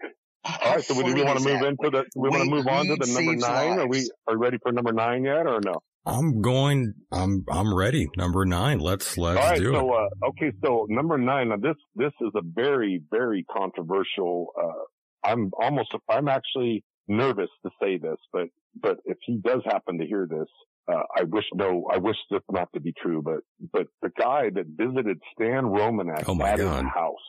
H: All right. So we, do we want to move into the? We want
B: Wait,
H: to move on to the
B: weed
H: number
B: saves
H: nine. Are we
B: lives.
H: are you ready for number nine yet, or no?
A: I'm going. I'm I'm ready. Number nine. Let's let's
H: All right.
A: do
H: So
A: it.
H: uh, okay. So number nine. Now this this is a very very controversial. Uh, I'm almost. I'm actually nervous to say this, but but if he does happen to hear this, Uh, I wish no, I wish this not to be true, but but the guy that visited Stan Romanek
A: Oh, my
H: at
A: God.
H: his house,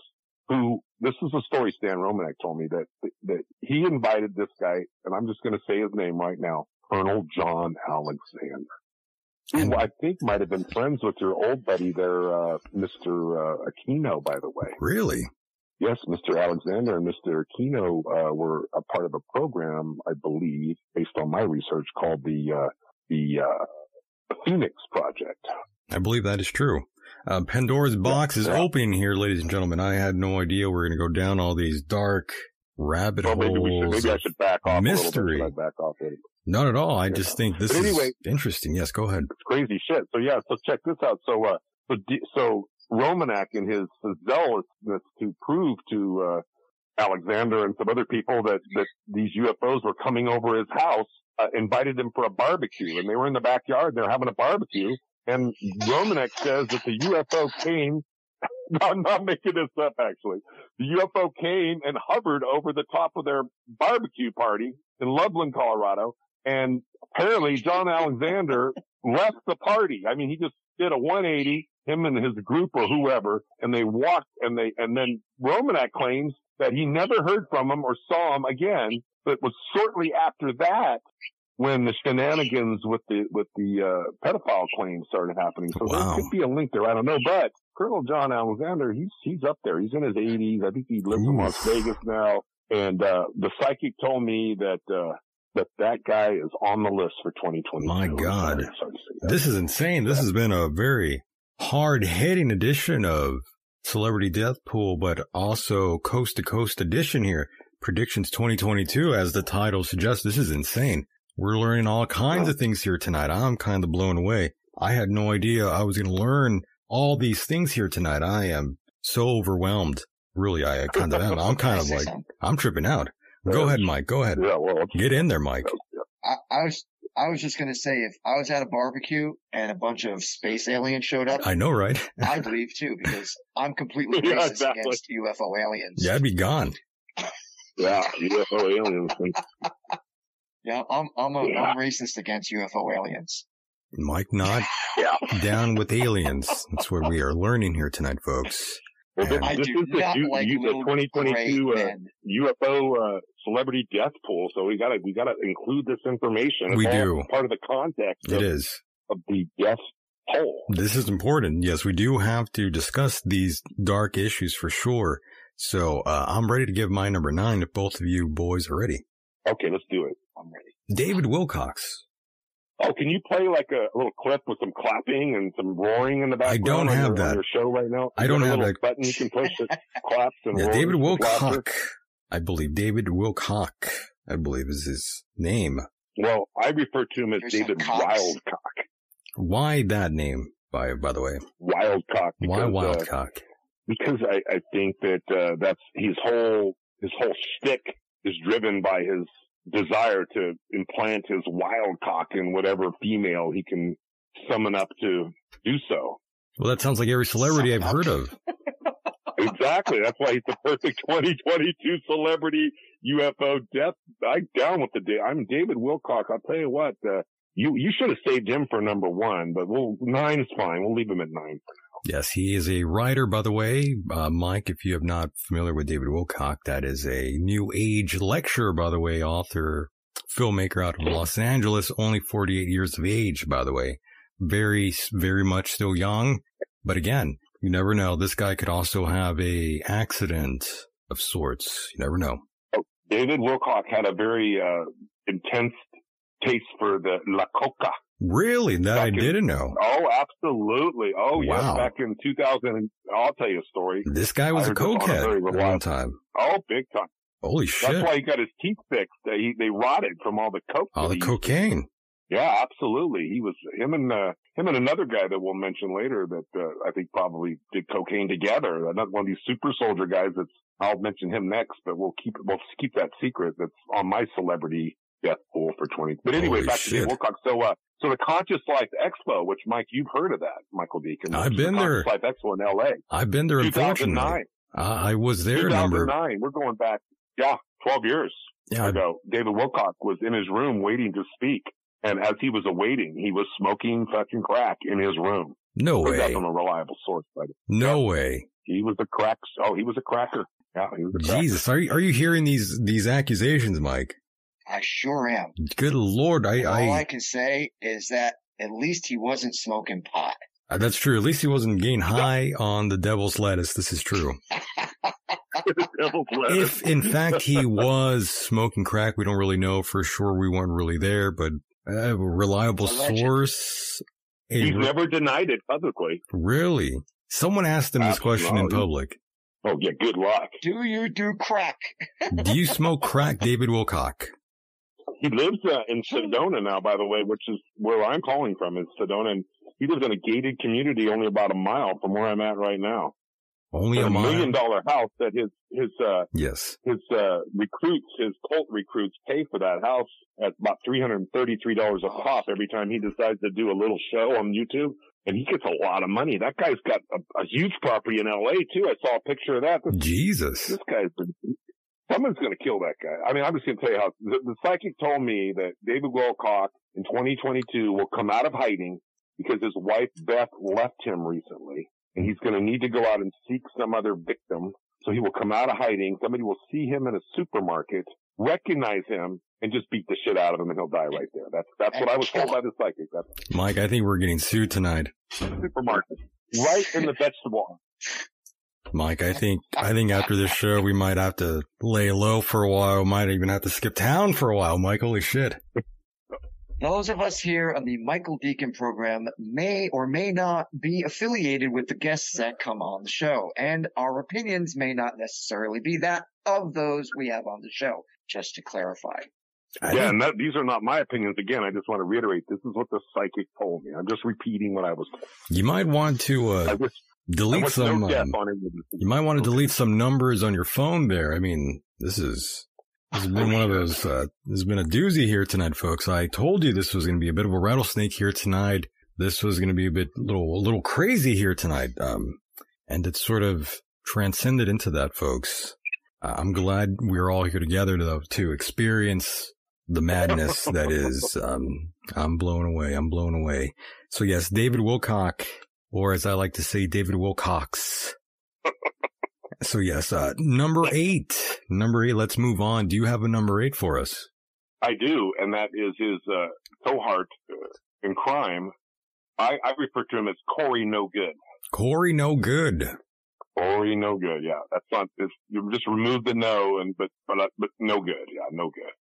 H: who this is a story Stan Romanek told me that that he invited this guy, and I'm just going to say his name right now, Colonel John Alexander, who I think might have been friends with your old buddy there, uh, Mister uh, Aquino, by the way.
A: Really?
H: Yes, Mr. Alexander and Mr. Aquino uh, were a part of a program, I believe, based on my research, called the uh, the uh, Phoenix Project.
A: I believe that is true. Uh, Pandora's box is
H: Yeah.
A: opening here, ladies and gentlemen. I had no idea we were going to go down all these dark rabbit
H: Well, maybe we should.
A: holes.
H: Maybe I should back off
A: mystery.
H: a little bit. Should I back off? a little bit?
A: Not at all. I just think this
H: But anyway-
A: is interesting. Yes, go ahead.
H: It's crazy shit. So yeah. So check this out. So uh, so D- so Romanek and his, his zealousness to prove to uh, Alexander and some other people that that these UFOs were coming over his house, uh, invited them for a barbecue, and they were in the backyard. They're having a barbecue, and Romanek says that the UFO came. I'm not making this up, actually. The UFO came and hovered over the top of their barbecue party in Loveland, Colorado, and apparently John Alexander left the party. I mean, he just did a 180, him and his group or whoever, and they walked and they, and then Romanek claims that he never heard from him or saw him again, but it was shortly after that when the shenanigans with the, with the, uh, pedophile claims started happening. So
A: Wow.
H: there could be a link there. I don't know, but Colonel John Alexander, he's, he's up there. He's in his eighties. I think he lives in
A: Oof.
H: Las Vegas now. And, uh, the psychic told me that, uh, that that guy is on the list for 2022.
A: My God.
H: I'm sorry to say that.
A: This is insane. This has been a very hard hitting edition of Celebrity Death Pool, but also Coast to Coast edition here. Predictions 2022, as the title suggests. This is insane. We're learning all kinds of things here tonight. I'm kind of blown away. I had no idea I was going to learn all these things here tonight. I am so overwhelmed. Really, I kind of am. I'm kind of like, I'm tripping out. Go ahead, Mike. Go ahead.
H: Yeah, well,
A: Get in there, Mike.
B: I, I was I was just gonna say if I was at a barbecue and a bunch of space aliens showed up,
A: I know, right?
B: I'd leave too because I'm completely
H: Yeah,
B: racist
H: exactly.
B: against UFO aliens.
A: Yeah, I'd be gone.
H: yeah, UFO aliens.
B: Yeah, I'm I'm a,
H: Yeah.
B: am racist against UFO aliens.
A: Mike not
H: Yeah.
A: down with aliens. That's what we are learning here tonight, folks.
H: Well, this,
B: I
H: this
B: do
H: is the,
B: not
H: U-
B: like
H: U- the
B: little
H: 2022
B: gray
H: uh,
B: men.
H: UFO uh, celebrity death pool. So we gotta we gotta include this information. It's
A: We
H: all
A: do.
H: part of the context
A: It
H: of,
A: is.
H: of the death poll.
A: This is important. Yes, we do have to discuss these dark issues for sure. So uh, I'm ready to give my number nine if both of you boys are ready.
H: Okay, let's do it.
B: I'm ready.
A: David Wilcox.
H: Oh, can you play like a little clip with some clapping and some roaring in the background?
A: don't
H: on
A: have
H: your,
A: that.
H: On your show right now.
A: I
H: You
A: don't
H: got a
A: have
H: little
A: that.
H: button you can push that claps and
A: Yeah,
H: roars
A: David
H: and laughter?
A: Wilcock. I believe David Wilcock. I believe is his name.
H: Well, I refer to him as
B: There's some
H: David
B: cocks.
H: Wildcock.
A: Why that name? By by the way,
H: Wildcock.
A: why
H: because, uh,
A: Wildcock?
H: because I, I think that uh, that's his whole his whole shtick is driven by his desire to implant his wild cock in whatever female he can summon up to do so.
A: Well, that sounds like every celebrity I've heard of.
H: Exactly. That's why he's the perfect 2022 celebrity UFO death. I down with the day. I'm David Wilcock. I'll tell you what. Uh, you you should have saved him for number one, but we'll nine's fine. We'll leave him at nine.
A: Yes, he is a writer, by the way. Uh, Mike, if you have not familiar with David Wilcock, that is a new age lecturer, by the way, author, filmmaker out of Los Angeles, only 48 years of age, by the way. Very, very much still young. But again, you never know. This guy could also have a accident of sorts. You never know.
H: David Wilcock had a very uh, intense taste for the La Coca.
A: Really? That I
H: Fucking-
A: didn't know.
H: Oh, absolutely. Oh, yes.
A: Wow.
H: Back in 2000, and- I'll tell you a story.
A: This guy was
H: I
A: a
H: heard this on a
A: cokehead
H: very
A: at one
H: reliable-
A: time.
H: Oh, big time.
A: Holy
H: That's
A: shit.
H: why he got his teeth fixed. They, they rotted from all the coke.
A: All
H: that
A: the
H: he-
A: cocaine.
H: Yeah, absolutely. He was him and uh, him and another guy that we'll mention later that uh, I think probably did cocaine together. Another one of these super soldier guys. That's I'll mention him next, but we'll keep we'll keep that secret. That's on my celebrity death pool for twenty. But anyway,
A: Holy
H: back
A: shit.
H: to Dave Wilcock. So uh, so the Conscious Life Expo, which Mike, you've heard of that, Michael Deacon.
A: I've
H: which is
A: been
H: the
A: there.
H: Conscious Life Expo in L.A.
A: I've been there, unfortunately.
H: 2009.
A: I I was there a number of
H: 2009. We're going back. Yeah, twelve years
A: Yeah, I-
H: ago. David Wilcock was in his room waiting to speak.
F: And as he was awaiting, he was smoking fucking crack in his room.
A: No
F: Heard that
A: way.
F: from a reliable source, buddy.
A: No way.
F: He was a crack. Oh, he was a cracker. Yeah, he was a cracker.
A: Jesus, are you, are you hearing these these accusations, Mike?
B: I sure am.
A: Good lord,
B: All I
A: I,
B: can say is that at least he wasn't smoking pot.
A: I uh, that's true. At least he wasn't getting high on the devil's lettuce. This is true.
F: Devil's
A: If
F: lettuce.
A: in fact he was smoking crack, we don't really know for sure. We weren't really there, but uh, a reliable
B: Alleged.
A: source. a
F: He's
A: re-
F: never denied it publicly.
A: really? Someone asked him this question in
F: Absolutely.
A: public.
F: Oh yeah, good luck.
B: Do you do crack?
A: Do you smoke crack, David Wilcock?
F: He lives uh, in Sedona now, by the way, which is where I'm calling from is Sedona. And he lives in a gated community only about a mile from where I'm at right now.
A: Only a
F: With a million
A: mile.
F: dollar house that his, his, uh,
A: Yes.
F: his, uh, recruits, his cult recruits pay for that house at about $333 a pop every time he decides to do a little show on YouTube. And he gets a lot of money. That guy's got a, a huge property in LA too. I saw a picture of that. This
A: Jesus.
F: this guy's been. Someone's going to kill that guy. I mean, I'm just going to tell you how the, the psychic told me that David Wilcock in 2022 will come out of hiding because his wife Beth left him recently, and he's going to need to go out and seek some other victim. So he will come out of hiding. Somebody will see him in a supermarket, recognize him, and just beat the shit out of him, and he'll die right there. That's that's what I was told by the psychic. That's
A: Mike, I think we're getting sued tonight.
F: supermarket, right in the vegetable aisle.
A: Mike, I think I think after this show we might have to lay low for a while. Might even have to skip town for a while. Mike, holy shit!
B: Those of us here on the Michael Deacon program may or may not be affiliated with the guests that come on the show, and our opinions may not necessarily be that of those we have on the show, just to clarify.
A: I
F: yeah,
A: think-
F: and that, these are not my opinions. Again, I just want to reiterate, this is what the psychic told me. I'm just repeating what I was told.
A: you might want to
F: I
A: uh,
F: was, I
A: delete
F: was no
A: some.
F: death
A: um,
F: on any of this.
A: you might want to delete some numbers on your phone there. I mean, this is this has been one of those. Uh, this has been a doozy here tonight, folks. I told you this was going to be a bit of a rattlesnake here tonight. This was going to be a bit little a little crazy here tonight. Um, and it sort of transcended into that, folks. Uh, I'm glad we're all here together to to experience the madness that is. Um, I'm blown away. I'm blown away. So yes, David Wilcock, or as I like to say, David Wilcox. So yes, uh, number eight, number eight. Let's move on. Do you have a number eight for us?
F: I do, and that is his uh, cohort uh, in crime. I, I refer to him as Corey No Good.
A: Corey, no good.
F: Corey No Good, yeah. That's not, it's, you just remove the no, and but but, uh, but no good, yeah, no good.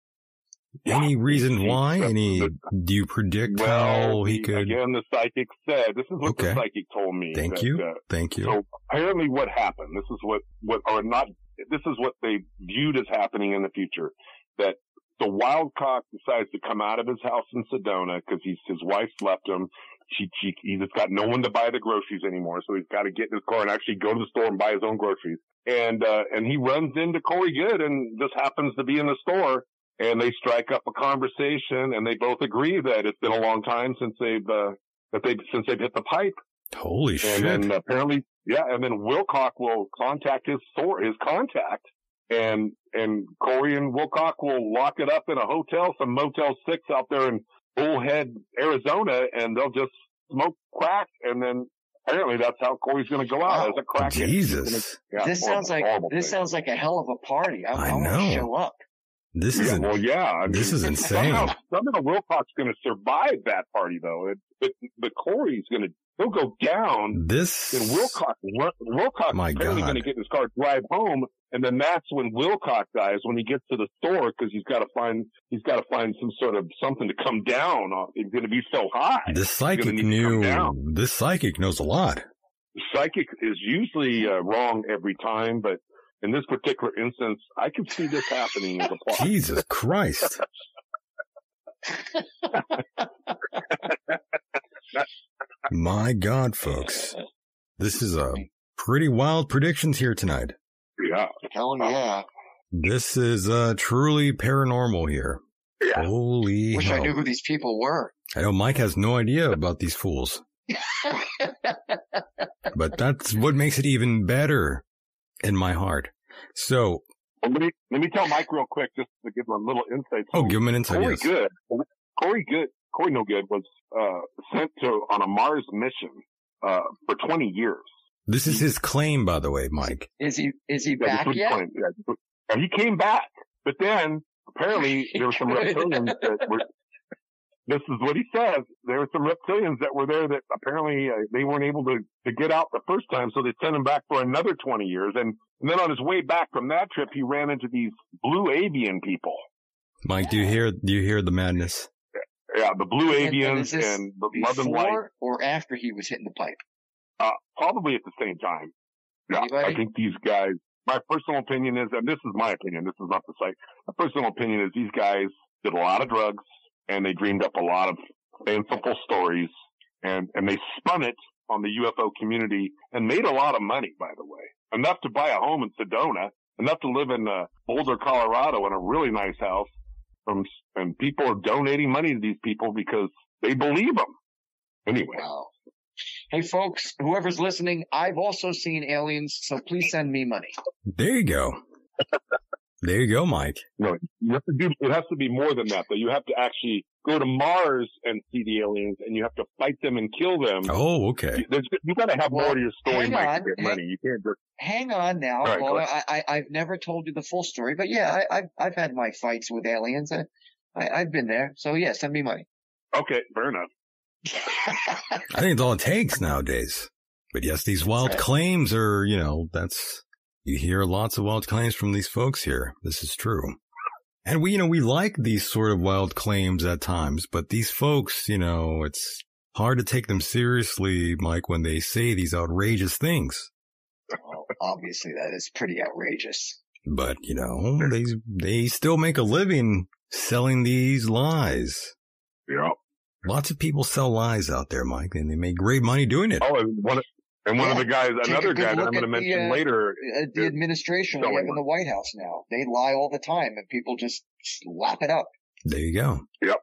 F: Yeah.
A: Any reason why? Any?
F: Well,
A: Do you predict how
F: Well,
A: Oh, he
F: the-
A: could?
F: again, the psychic said, this is what
A: Okay.
F: the psychic told me.
A: Thank
F: that,
A: you.
F: uh,
A: Thank you.
F: So apparently, what happened? This is what what are not. This is what they viewed as happening in the future. That the wild cock decides to come out of his house in Sedona because he's his wife's left him. She, she he's just got no one to buy the groceries anymore, so he's got to get in his car and actually go to the store and buy his own groceries. And uh, and he runs into Corey Good and just happens to be in the store. And they strike up a conversation, and they both agree that it's been a long time since they've uh, that they since they've hit the pipe.
A: Holy
F: And
A: shit!
F: then uh, apparently, yeah, and then Wilcock will contact his sor- his contact, and and Corey and Wilcock will lock it up in a hotel, some Motel Six out there in Bullhead, Arizona, and they'll just smoke crack, and then apparently that's how Corey's going to go out
B: Wow.
F: as a crack. addict.
A: Oh, Jesus,
F: Yeah,
B: this
F: horrible,
B: sounds like
F: horrible
B: this
F: thing.
B: sounds like a hell of a party. I,
A: I
B: I, want
A: know.
B: to show up.
A: this
F: Yeah,
A: isn't.
F: well, yeah. I mean,
A: this is insane.
F: Somehow, somehow Wilcock's going to survive that party though, it, but but Corey's going to he'll go down
A: This.
F: then Wilcock, run- Wilcock
A: My
F: is apparently
A: God.
F: going to get in his car, drive home, and then that's when Wilcock dies when he gets to the store because he's got to find he's got to find some sort of something to come down. off. He's going to be so high.
A: This psychic
F: need to come
A: knew.
F: down.
A: This psychic knows a lot.
F: Psychic is usually uh, wrong every time, but in this particular instance, I could see this happening as a plot.
A: Jesus Christ! My God, folks, this is a pretty wild predictions here tonight.
F: Yeah,
B: Hell yeah!
A: This is uh, truly paranormal here.
F: Yeah.
A: Holy
B: Wish I
A: hell!
B: knew who these people were.
A: I know Mike has no idea about these fools. but that's what makes it even better in my heart. So,
F: Well, let me let me tell Mike real quick just to give him a little insight.
A: oh, give him an insight.
F: Corey
A: Yes.
F: Good. Corey Good.
H: Corey No Good was uh, sent to on a Mars mission uh, for 20 years.
A: This is his claim, by the way, Mike.
B: Is he is he
H: Yeah, this
B: back
H: was
B: yet?
H: claimed, yeah, this was- and he came back, but then apparently there were some reptilians that were. This is what he says. There were some reptilians that were there that apparently uh, they weren't able to, to get out the first time, so they sent him back for another 20 years. And, and then on his way back from that trip, he ran into these blue avian people.
A: Mike, do you hear? Do you hear the madness?
H: Yeah, the blue
B: And- and
H: avians
B: is
H: and,
B: this
H: the love and light.
B: Before or after he was hitting the pipe?
H: Uh, probably at the same time. Yeah,
B: Anybody?
H: I think these guys, my personal opinion is, and this is my opinion, this is not the site. My personal opinion is these guys did a lot of drugs and they dreamed up a lot of fanciful stories and, and they spun it on the UFO community and made a lot of money, by the way. Enough to buy a home in Sedona, enough to live in uh, Boulder, Colorado in a really nice house. From, and people are donating money to these people because they believe them. Anyway.
B: Wow. Hey folks, whoever's listening, I've also seen aliens, so please send me money.
A: There you go. there you go, Mike.
H: No, you have to do. It has to be more than that, though. You have to actually go to Mars and see the aliens, and you have to fight them and kill them.
A: Oh, okay.
H: There's, you got to have
B: Well,
H: more to your story,
B: hang
H: Mike,
B: on.
H: to get money. You can't just.
B: Hang on now,
H: All right, go
B: Paula. I, I I've never told you the full story, but yeah, I, I've I've had my fights with aliens. I, I I've been there, so yeah, send me money.
H: Okay, fair enough.
A: I think it's all it takes nowadays. But yes, these wild
B: Right.
A: claims are, you know, that's, you hear lots of wild claims from these folks here. This is true. And we, you know, we like these sort of wild claims at times, but these folks, you know, it's hard to take them seriously, Mike, when they say these outrageous things.
B: well, obviously, that is pretty outrageous.
A: But, you know, they, they still make a living selling these lies.
H: Yeah.
A: Lots of people sell lies out there, Mike, and they make great money doing it.
H: Oh, and one of, and one of
B: Yeah.
H: the guys,
B: Take a
H: another
B: good
H: guy that
B: look
H: I'm going
B: at
H: to
B: the,
H: mention
B: uh,
H: later.
B: Uh, The
H: Yeah.
B: administration we
H: Selling
B: have in the White House now, they lie all the time, and people just slap it up.
A: There you go.
H: Yep.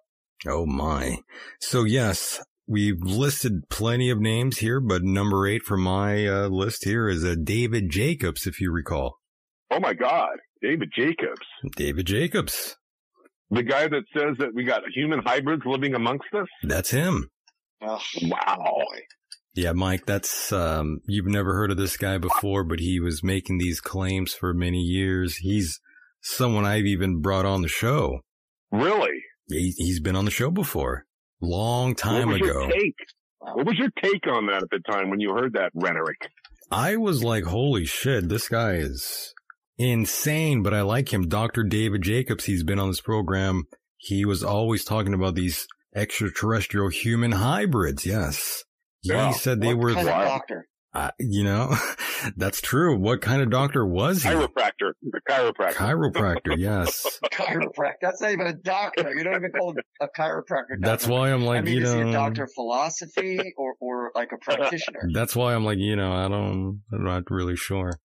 A: Oh my. So yes, we've listed plenty of names here, but number eight for my uh, list here is uh, David Jacobs, if you recall.
H: Oh my God, David Jacobs,
A: David Jacobs.
H: the guy that says that we got human hybrids living amongst us.
A: That's him.
B: Ugh.
H: Wow.
A: Yeah, Mike, that's, um, you've never heard of this guy before, but he was making these claims for many years. He's someone I've even brought on the show.
H: Really?
A: He, he's been on the show before. Long time
H: what was
A: ago.
H: your take? What was your take on that at the time when you heard that rhetoric?
A: I was like, holy shit, this guy is insane, but I like him. Dr. David Jacobs, he's been on this program. He was always talking about these extraterrestrial human hybrids. Yes.
H: Yeah.
A: He said they
B: What
A: were,
B: kind of
H: wild.
B: doctor?
A: I- you know, that's true. What kind of doctor was he?
H: Chiropractor, the chiropractor.
A: Chiropractor. Yes.
B: Chiropractor. That's not even a doctor. You don't even call a chiropractor doctor.
A: that's why I'm
B: I
A: like,
B: mean,
A: you
B: is he
A: know,
B: a doctor of philosophy or, or like a practitioner?
A: That's why I'm like, you know, I don't, I'm not really sure.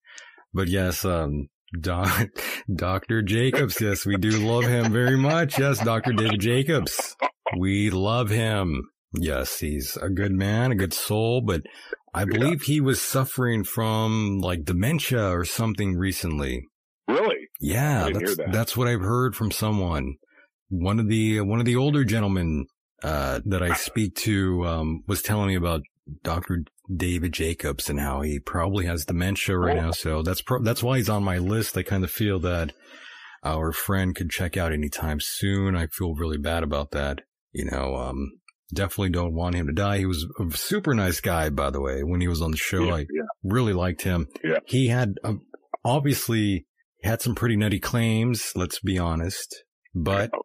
A: But yes, um, Doc, Dr. Jacobs. Yes, we do love him very much. Yes, Dr. David Jacobs. We love him. Yes, he's a good man, a good soul, but I believe he was suffering from like dementia or something recently.
H: Really?
A: Yeah,
H: I didn't
A: that's
H: hear that.
A: that's what I've heard from someone. One of the one of the older gentlemen uh, that I speak to um, was telling me about Doctor David Jacobs and how he probably has dementia right
H: Oh.
A: now. So that's pro- that's why he's on my list. I kind of feel that our friend could check out anytime soon. I feel really bad about that. You know, um, definitely don't want him to die. He was a super nice guy, by the way. When he was on the show,
H: Yeah,
A: I
H: yeah.
A: really liked him.
H: Yeah.
A: He had um, obviously had some pretty nutty claims, let's be honest. But
H: Oh,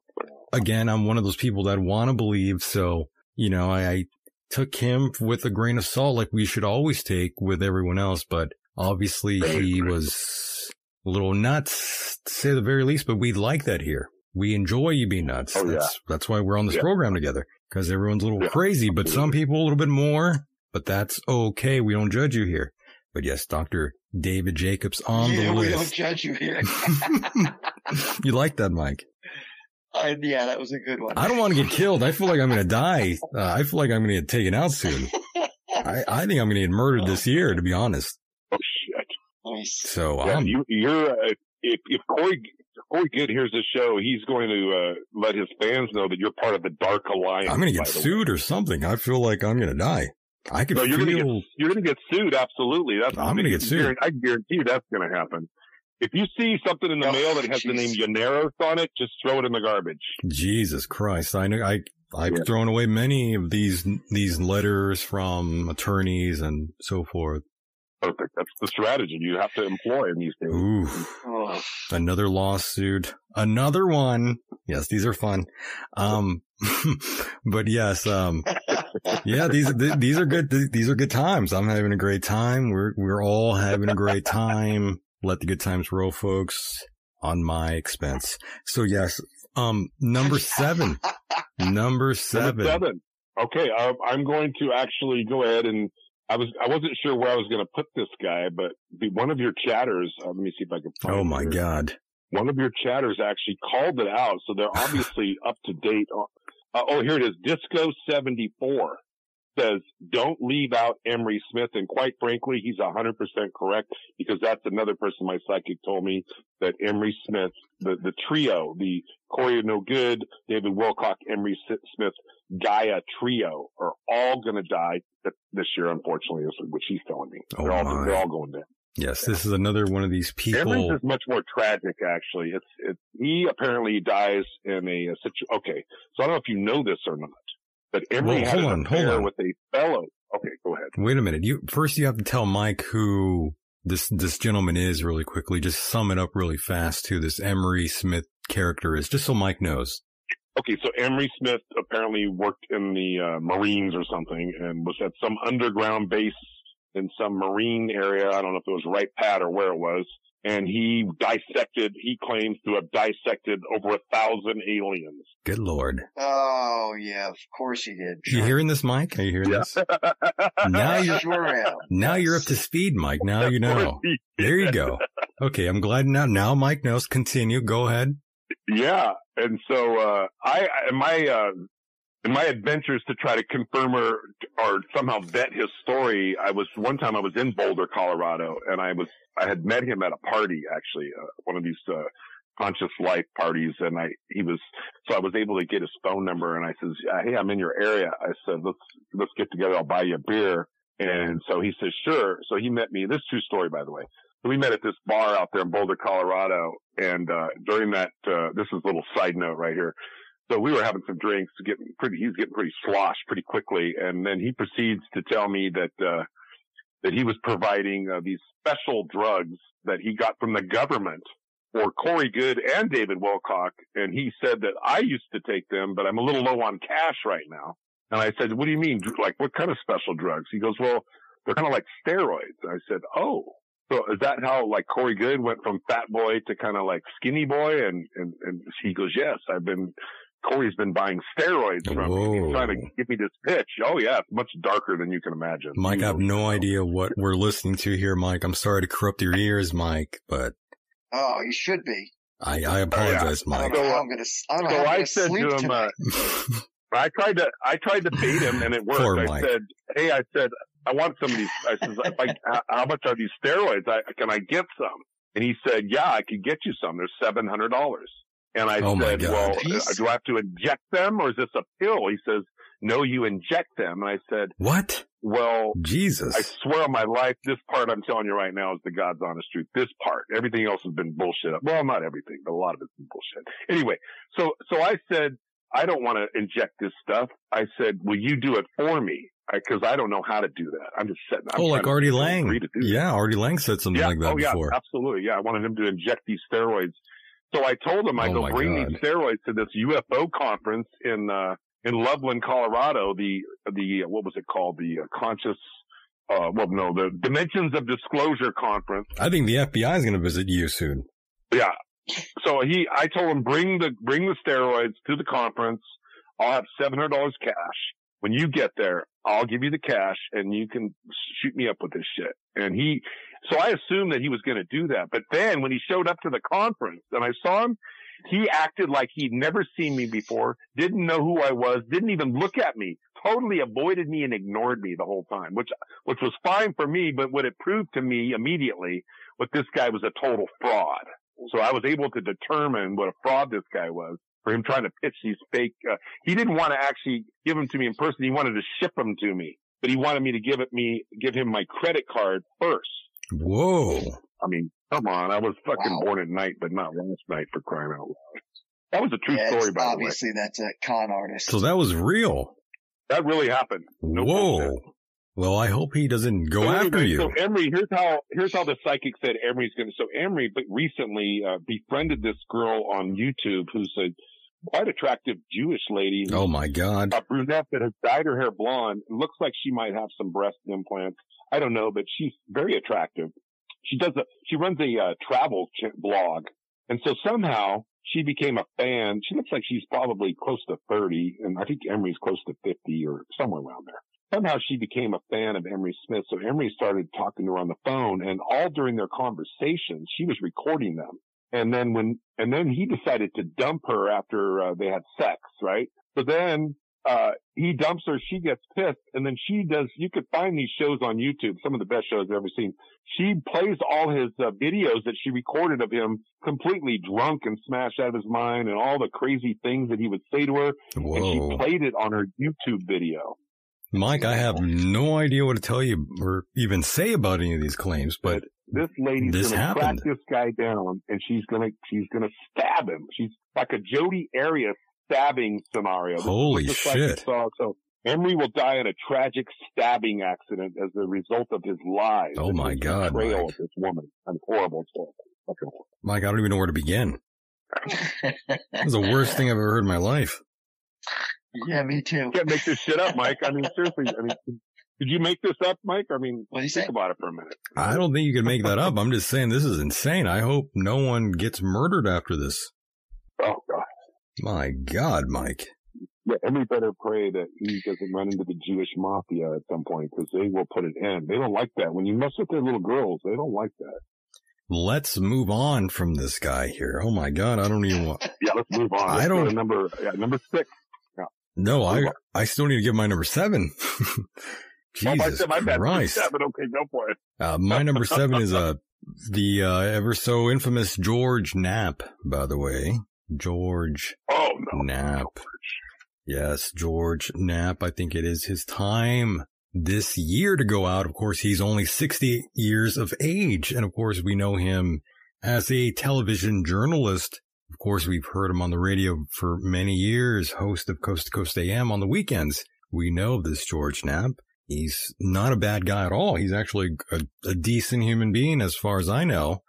A: again, I'm one of those people that want to believe. So, you know, I, I took him with a grain of salt like we should always take with everyone else. But obviously he was a little nuts, to say the very least, but we like that here. We enjoy you being nuts.
H: Oh, yeah.
A: that's, that's why we're on this
H: Yeah.
A: program together because everyone's a little
H: Yeah,
A: crazy, but some people a little bit more, but that's okay. We don't judge you here. But yes, Dr. David Jacobs on
B: yeah,
A: the
B: we don't
A: list.
B: judge you here.
A: you like that, Mike?
B: Uh, yeah, that was a good one.
A: I don't want to get killed. I feel like I'm going to die. Uh, I feel like I'm going to get taken out soon. I, I think I'm going to get murdered this year, to be honest.
H: Oh shit!
B: Nice.
A: So
H: Yeah,
A: I'm,
H: you, you're uh, if if Corey oh, good, here's the show. He's going to uh, let his fans know that you're part of the Dark Alliance.
A: I'm going to
H: by
A: get
H: the way.
A: sued or something. I feel like I'm going to die. I can
H: No, you're
A: feel.
H: gonna You're going to get sued, absolutely. That's
A: I'm gonna get sued.
H: guaran- I guarantee you that's going to happen. If you see something in the
B: Oh,
H: mail that has the name
B: jeez.
H: Yoneros on it, just throw it in the garbage.
A: Jesus Christ! I know I I've
H: Yeah.
A: thrown away many of these these letters from attorneys and so forth.
H: Perfect. That's the strategy you have to employ in these things.
A: Ooh,
B: Oh,
A: another lawsuit, another one. Yes, these are fun. Um, but yes, um, yeah, these th- these are good. Th- these are good times. I'm having a great time. We're we're all having a great time. Let the good times roll, folks. On my expense. So yes, um, number seven, number
H: Number
A: seven.
H: seven. Okay, I, I'm going to actually go ahead and I was I wasn't sure where I was going to put this guy, but the, one of your chatters. Uh, let me see if I can. Find
A: Oh
H: it
A: my
H: here.
A: God.
H: One of your chatters actually called it out, so they're obviously up to date. On, uh, oh, here it is. Disco seventy four says, "Don't leave out Emery Smith," and quite frankly, he's hundred percent correct because that's another person my psychic told me that Emery Smith, the the trio, the Corey No Good, David Wilcock, Emery S- Smith, Gaia trio are all going to die th- this year, unfortunately, is what she's telling me.
A: Oh,
H: they're, all,
A: my.
H: they're all going down.
A: Yes, this is another one of these
H: Emery's
A: people.
H: is much more tragic, actually. It's, it's, he apparently dies in a, a situation. Okay. So I don't know if you know this or not, but Emery
A: Well, hold
H: had an
A: on, hold
H: affair
A: on.
H: with a fellow. Okay. Go ahead.
A: Wait a minute. You first you have to tell Mike who this this gentleman is really quickly. Just sum it up really fast who this Emery Smith character is, just so Mike knows.
H: Okay, so Emery Smith apparently worked in the uh, Marines or something, and was at some underground base in some Marine area. I don't know if it was Wright Pat or where it was. And he dissected. He claims to have dissected over a thousand aliens.
A: Good lord.
B: oh yeah, of course he did.
A: You hearing this, Mike? Are you hearing this? Now you're
B: Sure am.
A: now you're up to speed, Mike. Now you know. There you go. Okay, I'm glad now now Mike knows. Continue. Go ahead.
H: Yeah, and so uh, I in my uh, in my adventures to try to confirm or or somehow vet his story, I was one time I was in Boulder, Colorado, and I was I had met him at a party actually, uh, one of these uh, conscious life parties, and I he was so I was able to get his phone number, and I says, uh, hey, I'm in your area. I said, let's let's get together. I'll buy you a beer. And so he says, sure. So he met me. This is a true story, by the way. So we met at this bar out there in Boulder, Colorado. And, uh, during that, uh, this is a little side note right here. So we were having some drinks, getting pretty, he's getting pretty sloshed pretty quickly. And then he proceeds to tell me that, uh, that he was providing uh, these special drugs that he got from the government for Corey Good and David Wilcock. And he said that I used to take them, but I'm a little low on cash right now. And I said, what do you mean? Dr- Like, what kind of special drugs? He goes, well, they're kind of like steroids. And I said, oh, so is that how like Corey Good went from fat boy to kind of like skinny boy? And, and, and he goes, yes, I've been, Corey's been buying steroids from me.
A: Whoa.
H: He's trying to give me this pitch. Oh yeah, it's much darker than you can imagine.
A: Mike, I have
H: You know,
A: no
H: so.
A: idea what we're listening to here, Mike. I'm sorry to corrupt your ears, Mike, but
B: Oh, you should be.
H: Oh,
A: I, I apologize,
B: I
A: Mike.
B: don't know
H: So,
B: how
H: uh,
B: I'm gonna. s- I don't know
H: So
B: how I'm
H: I
B: gonna
H: said
B: sleep
H: to him, uh,
B: tonight.
H: I tried to, I tried to bait him and it worked.
A: Poor
H: I
A: Mike.
H: said, Hey, I said, I want some of these. I says, if I, how- how much are these steroids? I, can I get some? And he said, yeah, I could get you some. They're $700. And I
A: Oh my
H: said,
A: God.
H: well, uh,
B: Jeez.
H: do I have to inject them or is this a pill? He says, no, you inject them. And I said,
A: What?
H: well, I
A: Jesus.
H: swear on my life, this part I'm telling you right now is the God's honest truth. This part, everything else has been bullshit. Well, not everything, but a lot of it's been bullshit. Anyway, so so I said I don't want to inject this stuff. I said, will you do it for me? Because I, don't know how to do that. I'm just setting. I'm
A: oh, like
H: trying to
A: Artie
H: get
A: Lang.
H: free to do
A: Yeah, Artie Lang said something like that
H: oh, yeah,
A: before.
H: Absolutely. Yeah. I wanted him to inject these steroids. So I told him I
A: Oh,
H: go
A: my
H: bring
A: God.
H: these steroids to this UFO conference in, uh, in Loveland, Colorado. The, the, what was it called? The uh, conscious, uh, well, no, the dimensions of disclosure conference.
A: I think the FBI is going to visit you soon.
H: Yeah. So he, I told him bring the bring the steroids to the conference. I'll have seven hundred dollars cash. When you get there, I'll give you the cash and you can shoot me up with this shit. And he, so I assumed that he was going to do that. But then when he showed up to the conference and I saw him, he acted like he'd never seen me before, didn't know who I was, didn't even look at me, totally avoided me and ignored me the whole time, which, which was fine for me. But what it proved to me immediately was this guy was a total fraud So I was able to determine what a fraud this guy was for him trying to pitch these fake. Uh, he didn't want to actually give them to me in person. He wanted to ship them to me, but he wanted me to give it me, give him my credit card first.
A: Whoa.
H: I mean, come on. I was fucking born at night, but not last night for crying out loud. That was a true
B: Yeah,
H: story,
B: it's
H: by
B: obviously that's a con artist.
A: So that was real.
H: the way. That really happened. No bullshit.
A: Whoa. Well, I hope he doesn't go
H: So
A: after
H: anyway,
A: you.
H: So Emery, here's how here's how the psychic said Emery's going to. So Emery, but recently uh, befriended this girl on YouTube who's a quite attractive Jewish lady. who's
A: Oh my God.
H: a brunette that has dyed her hair blonde. It looks like she might have some breast implants. I don't know, but she's very attractive. She does a, she runs a uh, travel ch- blog. And so somehow she became a fan. She looks like she's probably close to 30 and I think Emery's close to 50 or somewhere around there. Somehow she became a fan of Emery Smith. So Emery started talking to her on the phone and all during their conversations, she was recording them. And then when, and then he decided to dump her after uh, they had sex, right? So then uh, he dumps her, she gets pissed, and then she does, you could find these shows on YouTube, some of the best shows I've ever seen. She plays all his uh, videos that she recorded of him completely drunk and smashed out of his mind and all the crazy things that he would say to her, and she
A: Whoa.
H: played it on her YouTube video.
A: Mike, I have no idea what to tell you or even say about any of these claims, but
H: This lady's
A: This
H: gonna
A: happened.
H: track this guy down and she's gonna, she's gonna stab him. She's like a Jody Arias stabbing scenario. This is
A: holy
H: just like you
A: shit.
H: saw. So Emery will die in a tragic stabbing accident as a result of his lies.
A: Oh,
H: and
A: my
H: his
A: God,
H: Betrayal
A: Mike.
H: of this woman. An horrible story. Fucking horrible.
A: Mike, I don't even know where to begin. This is the worst thing I've ever heard in my life.
B: yeah, me too.
H: Can't make this shit up, Mike. I mean, seriously. I mean, did you make this up, Mike? I mean,
B: What'd he say?
H: think about it for a minute.
A: I don't think you can make that up. I'm just saying this is insane. I hope no one gets murdered after this.
H: Oh God.
A: My God, Mike.
H: Yeah, Emery better pray that he doesn't run into the Jewish mafia at some point because they will put an end. They don't like that. When you mess with their little girls, they don't like that.
A: Let's move on from this guy here. Oh my God, I don't even want.
H: Yeah, let's move on.
A: I
H: Let's go
A: don't-
H: to number yeah, number six.
A: No, I I still need to give my number seven.
H: Oh, my-
A: Jesus
H: my bad.
A: Christ.
H: Seven. Okay, go for it.
A: Uh, my number seven is uh, the uh, ever so infamous George Knapp, by the way. George
H: Oh no.
A: Knapp. Yes, George Knapp. I think it is his time this year to go out. Of course, he's only 60 years of age. And of course, we know him as a television journalist. Of course, we've heard him on the radio for many years, host of Coast to Coast AM on the weekends. We know this George Knapp. He's not a bad guy at all. He's actually a, a decent human being as far as I know.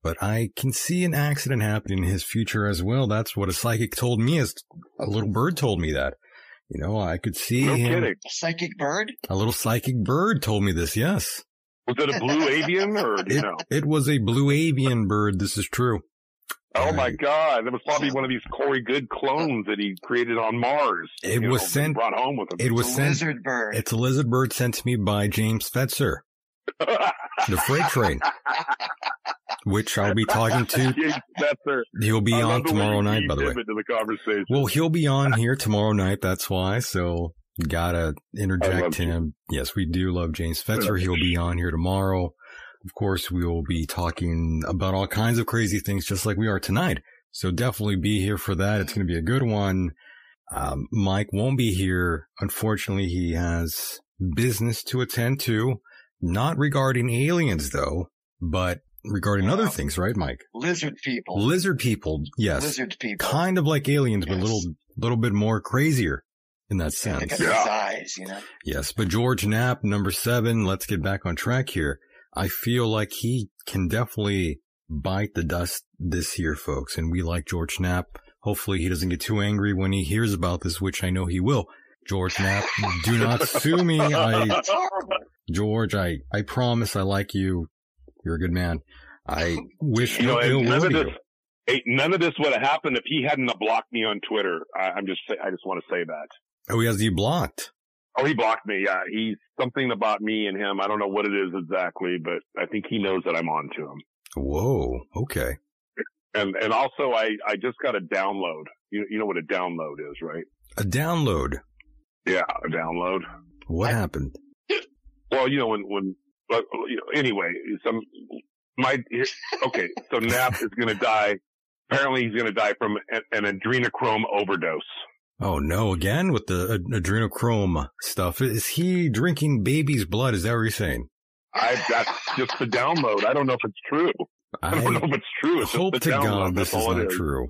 A: But I can see an accident happening in his future as well. That's what a psychic told me as a little bird told me that. You know, I could see
H: No
A: him.
H: kidding.
B: Psychic bird?
A: A little psychic bird told me this, yes.
H: Was it a blue avian or
A: It,
H: no?
A: it was a blue avian bird, this is true.
H: Oh my
A: Right.
H: God, that was probably one of these Corey Good clones that he created on Mars.
A: It
H: you
A: was
H: know, and
A: sent-
H: brought home with him.
A: It was
B: a
A: sent
B: lizard bird.
A: it's a lizard bird sent to me by James Fetzer, the freight train. which I'll be talking to.
H: James Fetzer.
A: He'll be
H: I love
A: on
H: the way
A: tomorrow
H: you
A: night, by the
H: weaved
A: way.
H: him into the conversation.
A: Well, he'll be on here tomorrow night. That's why. So gotta interject
H: you.
A: him. Yes, we do love James Fetzer. He'll be on here tomorrow. Of course, we will be talking about all kinds of crazy things, just like we are tonight. So definitely be here for that. It's going to be a good one. Um, Mike won't be here. Unfortunately, he has business to attend to, not regarding aliens though, but regarding other
B: Wow.
A: things, right, Mike?
B: Lizard people.
A: Lizard people. Yes
B: Lizard people.
A: kind of like aliens, but a
B: Yes.
A: little little bit more crazier in that sense.
B: Because
H: Yeah.
B: of his eyes, you know.
A: Yes, but George Knapp, number seven. Let's get back on track here. I feel like he can definitely bite the dust this year, folks, and we like George Knapp. Hopefully, he doesn't get too angry when he hears about this, which I know he will. George Knapp, do not sue me. I
B: It's horrible.
A: George, I I promise I like you. You're a good man. I wish
H: you know,
A: no ill
H: and
A: will
H: none of
A: to
H: this,
A: you.
H: hey, none of this would have happened if he hadn't have blocked me on Twitter. I, I'm just, say- I just want to say that.
A: Oh, he has you blocked.
H: Oh, he blocked me. Yeah, he's something about me and him. I don't know what it is exactly, but I think he knows that I'm on to him.
A: Whoa. Okay.
H: And and also, I I just got a download. You you know what a download is, right?
A: A download.
H: Yeah, a download.
A: What happened?
H: Well, you know when when. But, you know, anyway, some my here- okay, so Nap is going to die. Apparently, he's going to die from an, an adrenochrome overdose.
A: Oh no, again with the ad- adrenochrome stuff. Is he drinking baby's blood? Is that what you're saying?
H: I that's just the download. I don't know if it's true. I don't know if it's true. It's
A: hope
H: just the
A: to
H: download.
A: God
H: that's
A: this is
H: all it
A: not true.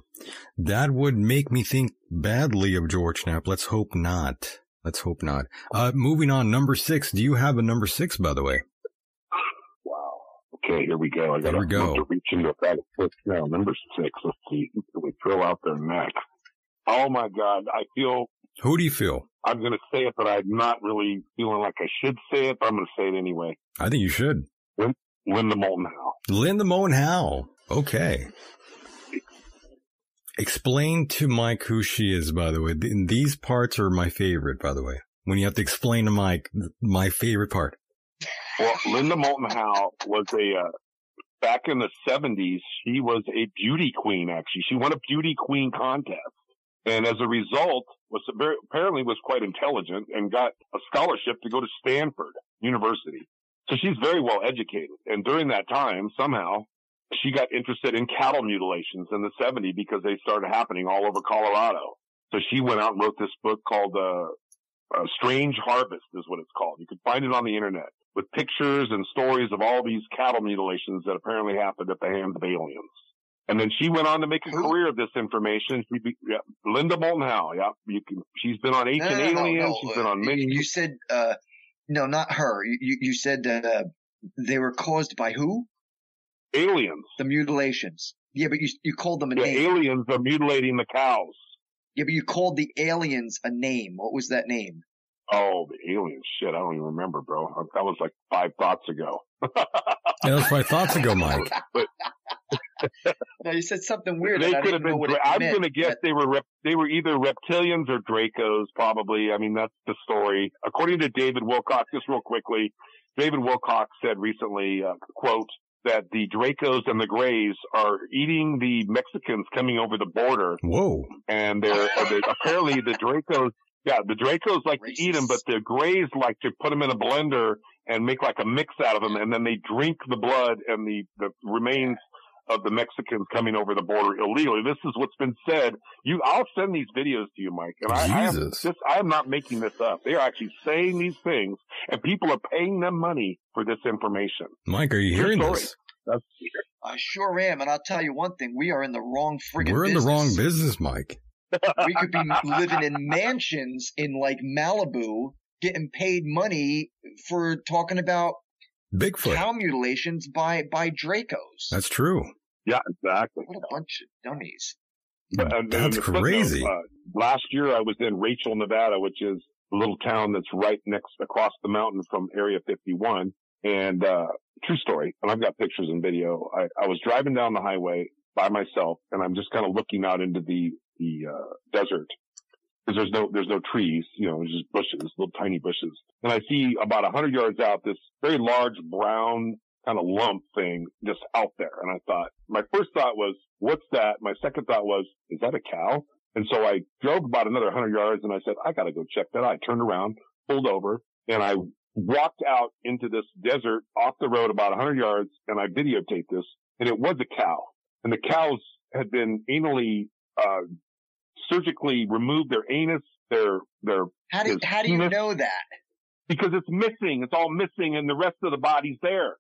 A: That would make me think badly of George Knapp. Let's hope not. Let's hope not. Uh, moving on, number six. Do you have a number six, by the way?
H: Wow. Okay, here we go. I got
A: Here we go.
H: to reach into that six now. Number six. Let's see what we throw out there next. Oh my God, I feel
A: Who do you feel?
H: I'm going to say it, but I'm not really feeling like I should say it. But I'm going to say it anyway.
A: I think you should.
H: Linda Moulton Howe.
A: Linda Moen Howe. Okay. Explain to Mike who she is, by the way. Th- These parts are my favorite, by the way. When you have to explain to Mike th- my favorite part.
H: Well, Linda Moulton Howe was a uh, back in the '70s. She was a beauty queen. Actually, she won a beauty queen contest, and as a result, was very, apparently was quite intelligent and got a scholarship to go to Stanford University. So she's very well educated. And during that time, somehow, she got interested in cattle mutilations in the '70s because they started happening all over Colorado. So she went out and wrote this book called uh, uh, Strange Harvest is what it's called. You can find it on the internet with pictures and stories of all these cattle mutilations that apparently happened at the hands of aliens. And then she went on to make a career of this information. She be, yeah, Linda Moulton Howe. Yeah, you can. She's been on Ancient Aliens. She's been on
B: uh,
H: many.
B: You said, uh, no, not her. You, you, you said that, uh, they were caused by who?
H: Aliens.
B: The mutilations. Yeah, but you, you called them a
H: The
B: name.
H: aliens are mutilating the cows.
B: yeah, but you called the aliens a name. What was that name?
H: Oh, the aliens. Shit, I don't even remember, bro. That was like five thoughts ago.
A: Yeah, that's my thoughts ago, Mike.
B: No, you said something weird.
H: They
B: and I
H: could
B: didn't
H: have
B: know
H: been.
B: what it
H: I'm
B: meant,
H: going to guess
B: but-
H: they were rep, they were either reptilians or Dracos, probably. I mean, that's the story. According to David Wilcock, just real quickly, David Wilcock said recently, uh, quote, that the Dracos and the Greys are eating the Mexicans coming over the border,
A: Whoa.
H: and they're, uh, they apparently the Dracos. Yeah, the Dracos like to eat them, but the Greys like to put them in a blender and make like a mix out of them, and then they drink the blood and the, the remains of the Mexicans coming over the border illegally. This is what's been said. You, I'll send these videos to you, Mike. And I, I am
A: Jesus.
H: just, I am not making this up. They are actually saying these things, and people are paying them money for this information.
A: Mike, are you
H: True
A: hearing
H: story.
A: this?
H: That's
B: I sure am, and I'll tell you one thing: we are in the wrong friggin'
A: We're in the wrong business, Mike.
B: we could be living in mansions in like Malibu, getting paid money for talking about
A: Bigfoot.
B: cow mutilations by by Dracos.
A: That's true.
H: yeah, exactly.
B: what a bunch of dummies.
H: But, uh,
A: That's
H: the footnote,
A: crazy.
H: uh, last year, I was in Rachel, Nevada, which is a little town that's right next across the mountain from Area 51. And uh, true story, and I've got pictures and video. I, I was driving down the highway by myself, and I'm just kind of looking out into the the uh, desert because there's no there's no trees, you know, there's just bushes, little tiny bushes. And I see about a hundred yards out this very large brown kind of lump thing just out there. And I thought, my first thought was, what's that? My second thought was, is that a cow? And so I drove about another hundred yards and I said, I gotta go check that out. I turned around, pulled over, and I walked out into this desert off the road about hundred yards and I videotaped this and it was a cow. And the cows had been anally, uh, surgically removed their anus, their, their
B: How do
H: There's
B: how do you
H: penis-
B: know that?
H: because it's missing. It's all missing, and the rest of the body's there.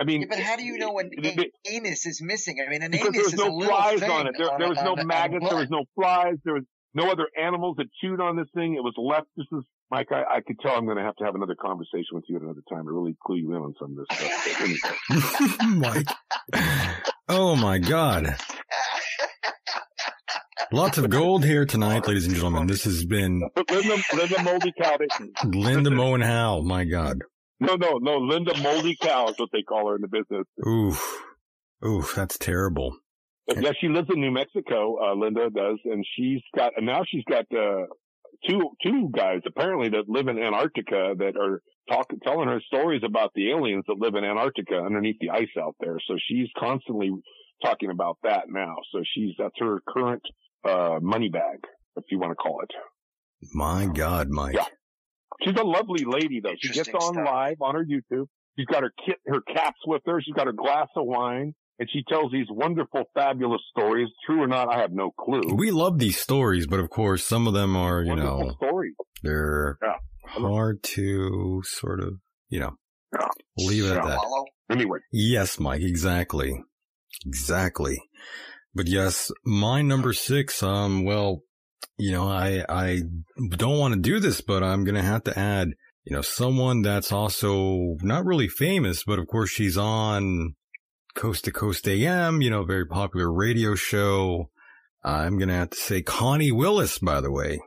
H: I mean,
B: Yeah, but how do you know an
H: it-
B: a-
H: it-
B: anus is missing? I mean, an
H: because
B: anus
H: there was
B: is a
H: no
B: little
H: flies
B: thing
H: on it. There,
B: on
H: there
B: a-
H: was
B: on
H: no
B: a- on a
H: maggots. There
B: butt.
H: was no flies. There was no other animals that chewed on this thing. It was left. This is Mike. I, I could tell I'm going to have to have another conversation with you at another time to really clue you in on some of this stuff. But anyway.
A: Mike. Oh my God. Lots of gold here tonight, ladies and gentlemen. This has been
H: But Linda, Linda Moldy Cow. They,
A: Linda Moen Howe. My God.
H: no, no, no. Linda Moldy Cow is what they call her in the business.
A: Oof. Oof, that's terrible.
H: But yeah, she lives in New Mexico. Uh, Linda does, and she's got and now she's got uh, two two guys apparently that live in Antarctica that are talking telling her stories about the aliens that live in Antarctica underneath the ice out there. So she's constantly talking about that now. So she's that's her current uh, money bag, if you want to call it.
A: My God, Mike.
H: Yeah. She's a lovely lady though. She gets
B: Interesting
H: on
B: stuff.
H: live on her YouTube. She's got her kit, her caps with her. She's got her glass of wine, and she tells these wonderful, fabulous stories. True or not, I have no clue.
A: We love these stories, but of course, some of them are, you
H: wonderful
A: know,
H: stories.
A: they're
H: Yeah.
A: hard to sort of, you know,
H: Yeah.
A: leave it at that.
B: Swallow.
H: Anyway,
A: Yes, Mike, exactly. Exactly. But yes, my number six, um, well, you know, I, I don't want to do this, but I'm going to have to add, you know, someone that's also not really famous, but of course she's on Coast to Coast AM, you know, very popular radio show. I'm going to have to say Connie Willis, by the way.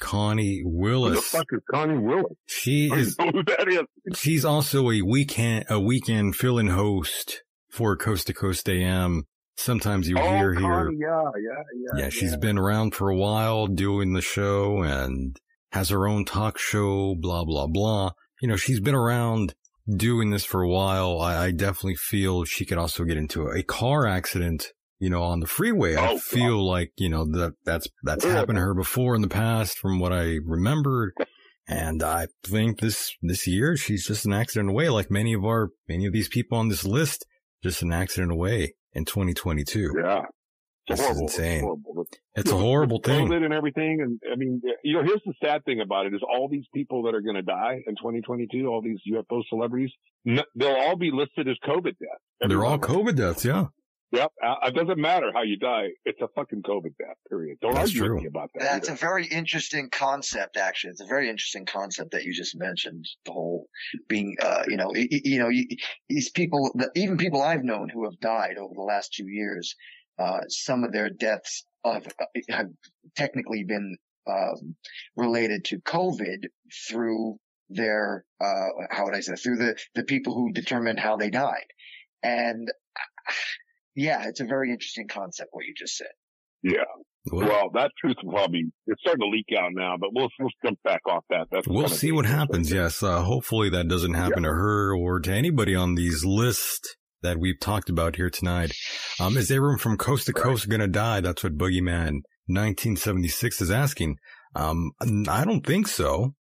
A: Connie
H: who the
A: Willis.
H: fuck is Connie Willis?
A: She
H: I
A: is
H: don't know who that is.
A: She's also a weekend a weekend fill-in host for Coast to Coast AM. Sometimes you
H: oh,
A: hear here.
H: Connie, yeah, yeah, yeah.
A: Yeah, she's been around for a while doing the show and has her own talk show, blah, blah, blah. You know, she's been around doing this for a while. I, I definitely feel she could also get into a, car accident, you know, on the freeway.
H: Oh,
A: I feel like, you know, that that's, that's
H: Yeah.
A: happened to her before in the past from what I remembered. And I think this, this year she's just an accident away, like many of our, many of these people on this list, just an accident away in 2022.
H: Yeah.
A: This is
H: horrible.
A: insane.
H: horrible.
A: It's a horrible thing.
H: COVID and everything. And I mean, you know, here's the sad thing about it is all these people that are going to die in 2022, all these UFO celebrities, n- they'll all be listed as COVID deaths.
A: They're all
H: Everyone.
A: COVID deaths, yeah.
H: Yep. Uh, It doesn't matter how you die. It's a fucking COVID death, period. Don't
A: That's
H: argue
A: true.
H: with me about that.
B: That's
H: either.
B: a very interesting concept, actually. It's a very interesting concept that you just mentioned. The whole being, uh, you know, y- y- you know, y- y- these people, the- even people I've known who have died over the last two years, uh, some of their deaths have, uh, have technically been um, related to COVID through their, uh, how would I say, through the the people who determined how they died, and. uh, Yeah, it's a very interesting concept what you just said.
A: Well,
H: well, that truth will probably, it's starting to leak out now, but we'll, we'll jump back off that. That's
A: we'll
H: kinda
A: see what
H: dangerous.
A: happens. Yes, uh, hopefully that doesn't happen to her or to anybody on these lists that we've talked about here tonight. Um, is everyone from coast to coast going to die? That's what Boogeyman 1976 is asking. Um, I don't think so.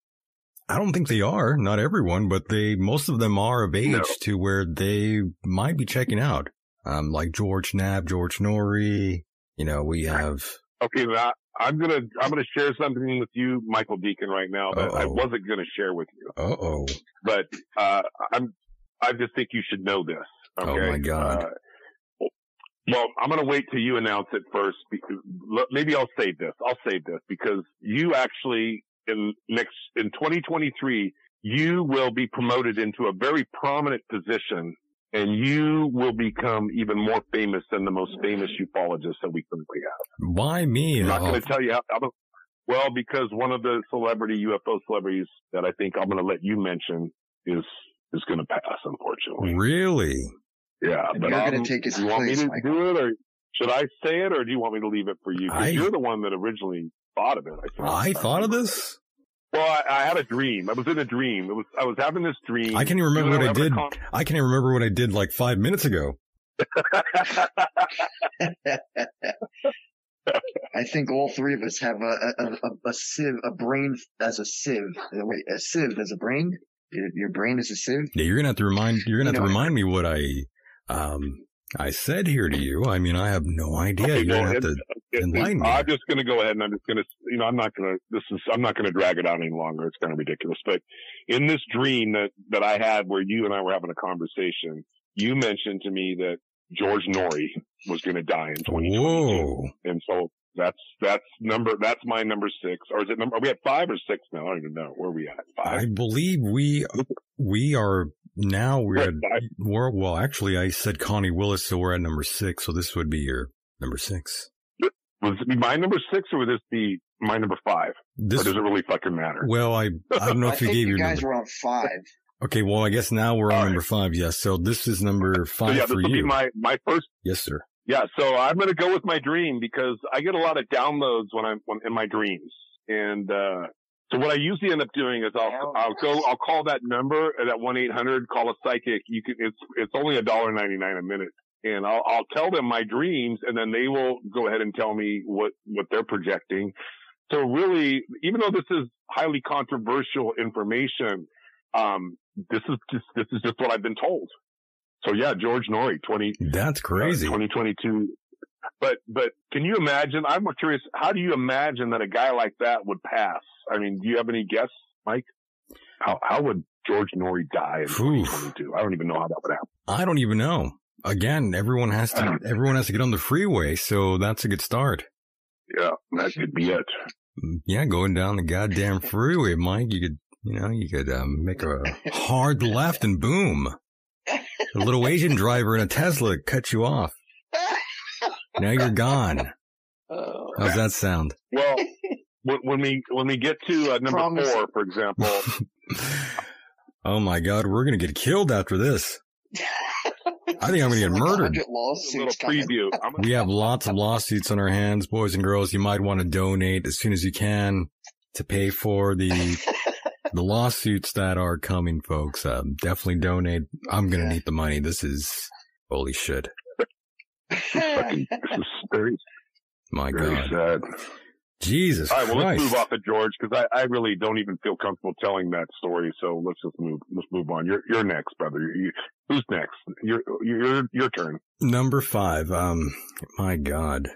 A: I don't think they are. Not everyone, but they most of them are of age
H: No.
A: to where they might be checking out. Um, like George Knapp, George Norrie. You know, we have
H: Okay, well, I, I'm gonna I'm gonna share something with you, Michael Deacon, right now that I
A: Uh-oh.
H: wasn't gonna share with you,
A: Uh oh.
H: but uh, I'm I just think you should know this.
A: Oh,
H: Okay?
A: my God.
H: Uh, well, I'm gonna wait till you announce it first. Because, l- maybe I'll save this. I'll save this because you actually in next in 2023 you will be promoted into a very prominent position. And you will become even more famous than the most famous ufologist that we currently have.
A: Why me?
H: I'm not
A: Oh,
H: going to tell you how. I'm, well, because one of the celebrity UFO celebrities that I think I'm going to let you mention is is going to pass,
A: Mm.
H: unfortunately.
A: really?
H: Yeah,
B: And
H: but
B: you're
H: I'm-
B: gonna take his
H: you want
B: place,
H: me to
B: Michael.
H: do it, or should I say it, or do you want me to leave it for you? 'Cause
A: I-
H: you're the one that originally thought of it. I, think.
A: I thought of this?
H: Well, I, I had a dream. I was in a dream. It was I was having this dream.
A: I can't even
H: You
A: remember
H: and
A: what I
H: were
A: did.
H: having
A: I can't even remember what I did like five minutes ago.
H: a con-
B: I think all three of us have a a, a, a- a sieve, a brain as a sieve. Uh, Wait, a sieve as a brain? Your, your brain is a sieve?
A: Yeah, you're gonna have to remind you're gonna
B: You
A: have to
B: know-
A: remind me what I um I said here to you. I mean I have no idea.
H: Okay,
A: you're
H: go
A: gonna have
H: ahead.
A: to
H: It-
A: Enlighten me.
H: I'm just going to go ahead and I'm just going to, you know, I'm not going to, this is, I'm not going to drag it out any longer. It's kind of ridiculous. But in this dream that, that I had where you and I were having a conversation, you mentioned to me that George Norrie was going to die in 2022.
A: Whoa.
H: And so that's, that's number, that's my number six. Or is it number, are we at five or six now? I don't even know. Where are we at? Five?
A: I believe we we are now we're at
H: Five.
A: we're, well actually I said Connie Willis, so we're at number six, so this would be your number six.
H: Was it my number six or would this be my number five?
A: This
H: or does it really fucking matter?
A: well I I don't know
B: I
A: if you
B: think
A: gave your
B: you guys
A: number.
B: were on five.
A: Okay, well I guess now we're on
H: All right.
A: number five, yes. So this is number
H: So
A: five
H: yeah, this
A: for
H: will be
A: you.
H: my, my first
A: yes, sir.
H: Yeah, so I'm going to go with my dream because I get a lot of downloads when I'm when, in my dreams, and uh, so what I usually end up doing is I'll I'll go I'll call that number that one eight hundred call a psychic. You can it's it's only a dollar ninety nine a minute, and I'll I'll tell them my dreams, and then they will go ahead and tell me what what they're projecting. So really, even though this is highly controversial information, Um, this is just this is just what I've been told. So yeah, George Norrie, twenty
A: That's crazy.
H: twenty twenty two. But but can you imagine? I'm more curious. How do you imagine that a guy like that would pass? I mean, do you have any guess, Mike? How how would George Norrie die in
A: Phew.
H: 2022? I don't even know how that would happen.
A: I don't even know. Again, everyone has to everyone has to get on the freeway, so that's a good start.
H: Yeah, that could be it.
A: Yeah, going down the goddamn freeway, Mike. You could, you know, you could uh, make a hard left and boom, a little Asian driver in a Tesla cut you off. Now you're gone.
B: Oh.
A: How's that sound?
H: Well, when, when we when we get to uh, number
B: Promise.
H: four, for example,
A: Oh my God, we're gonna get killed after this. I think I'm gonna get
B: Like a
A: murdered.
B: hundred
H: a little
B: lawsuits coming.
H: preview. I'm gonna-
A: We have lots of lawsuits on our hands, boys and girls. You might want to donate as soon as you can to pay for the the lawsuits that are coming, folks. Uh, definitely donate. I'm gonna
B: Yeah.
A: need the money. This is holy shit.
H: fucking- this is very
A: My
H: very
A: God,
H: sad.
A: Jesus
H: All right, well, let's
A: Christ!
H: move off of George because I, I really don't even feel comfortable telling that story. So let's just move. Let's move on. You're you're next, brother. You, who's next? Your your your turn.
A: Number five. Um, my God.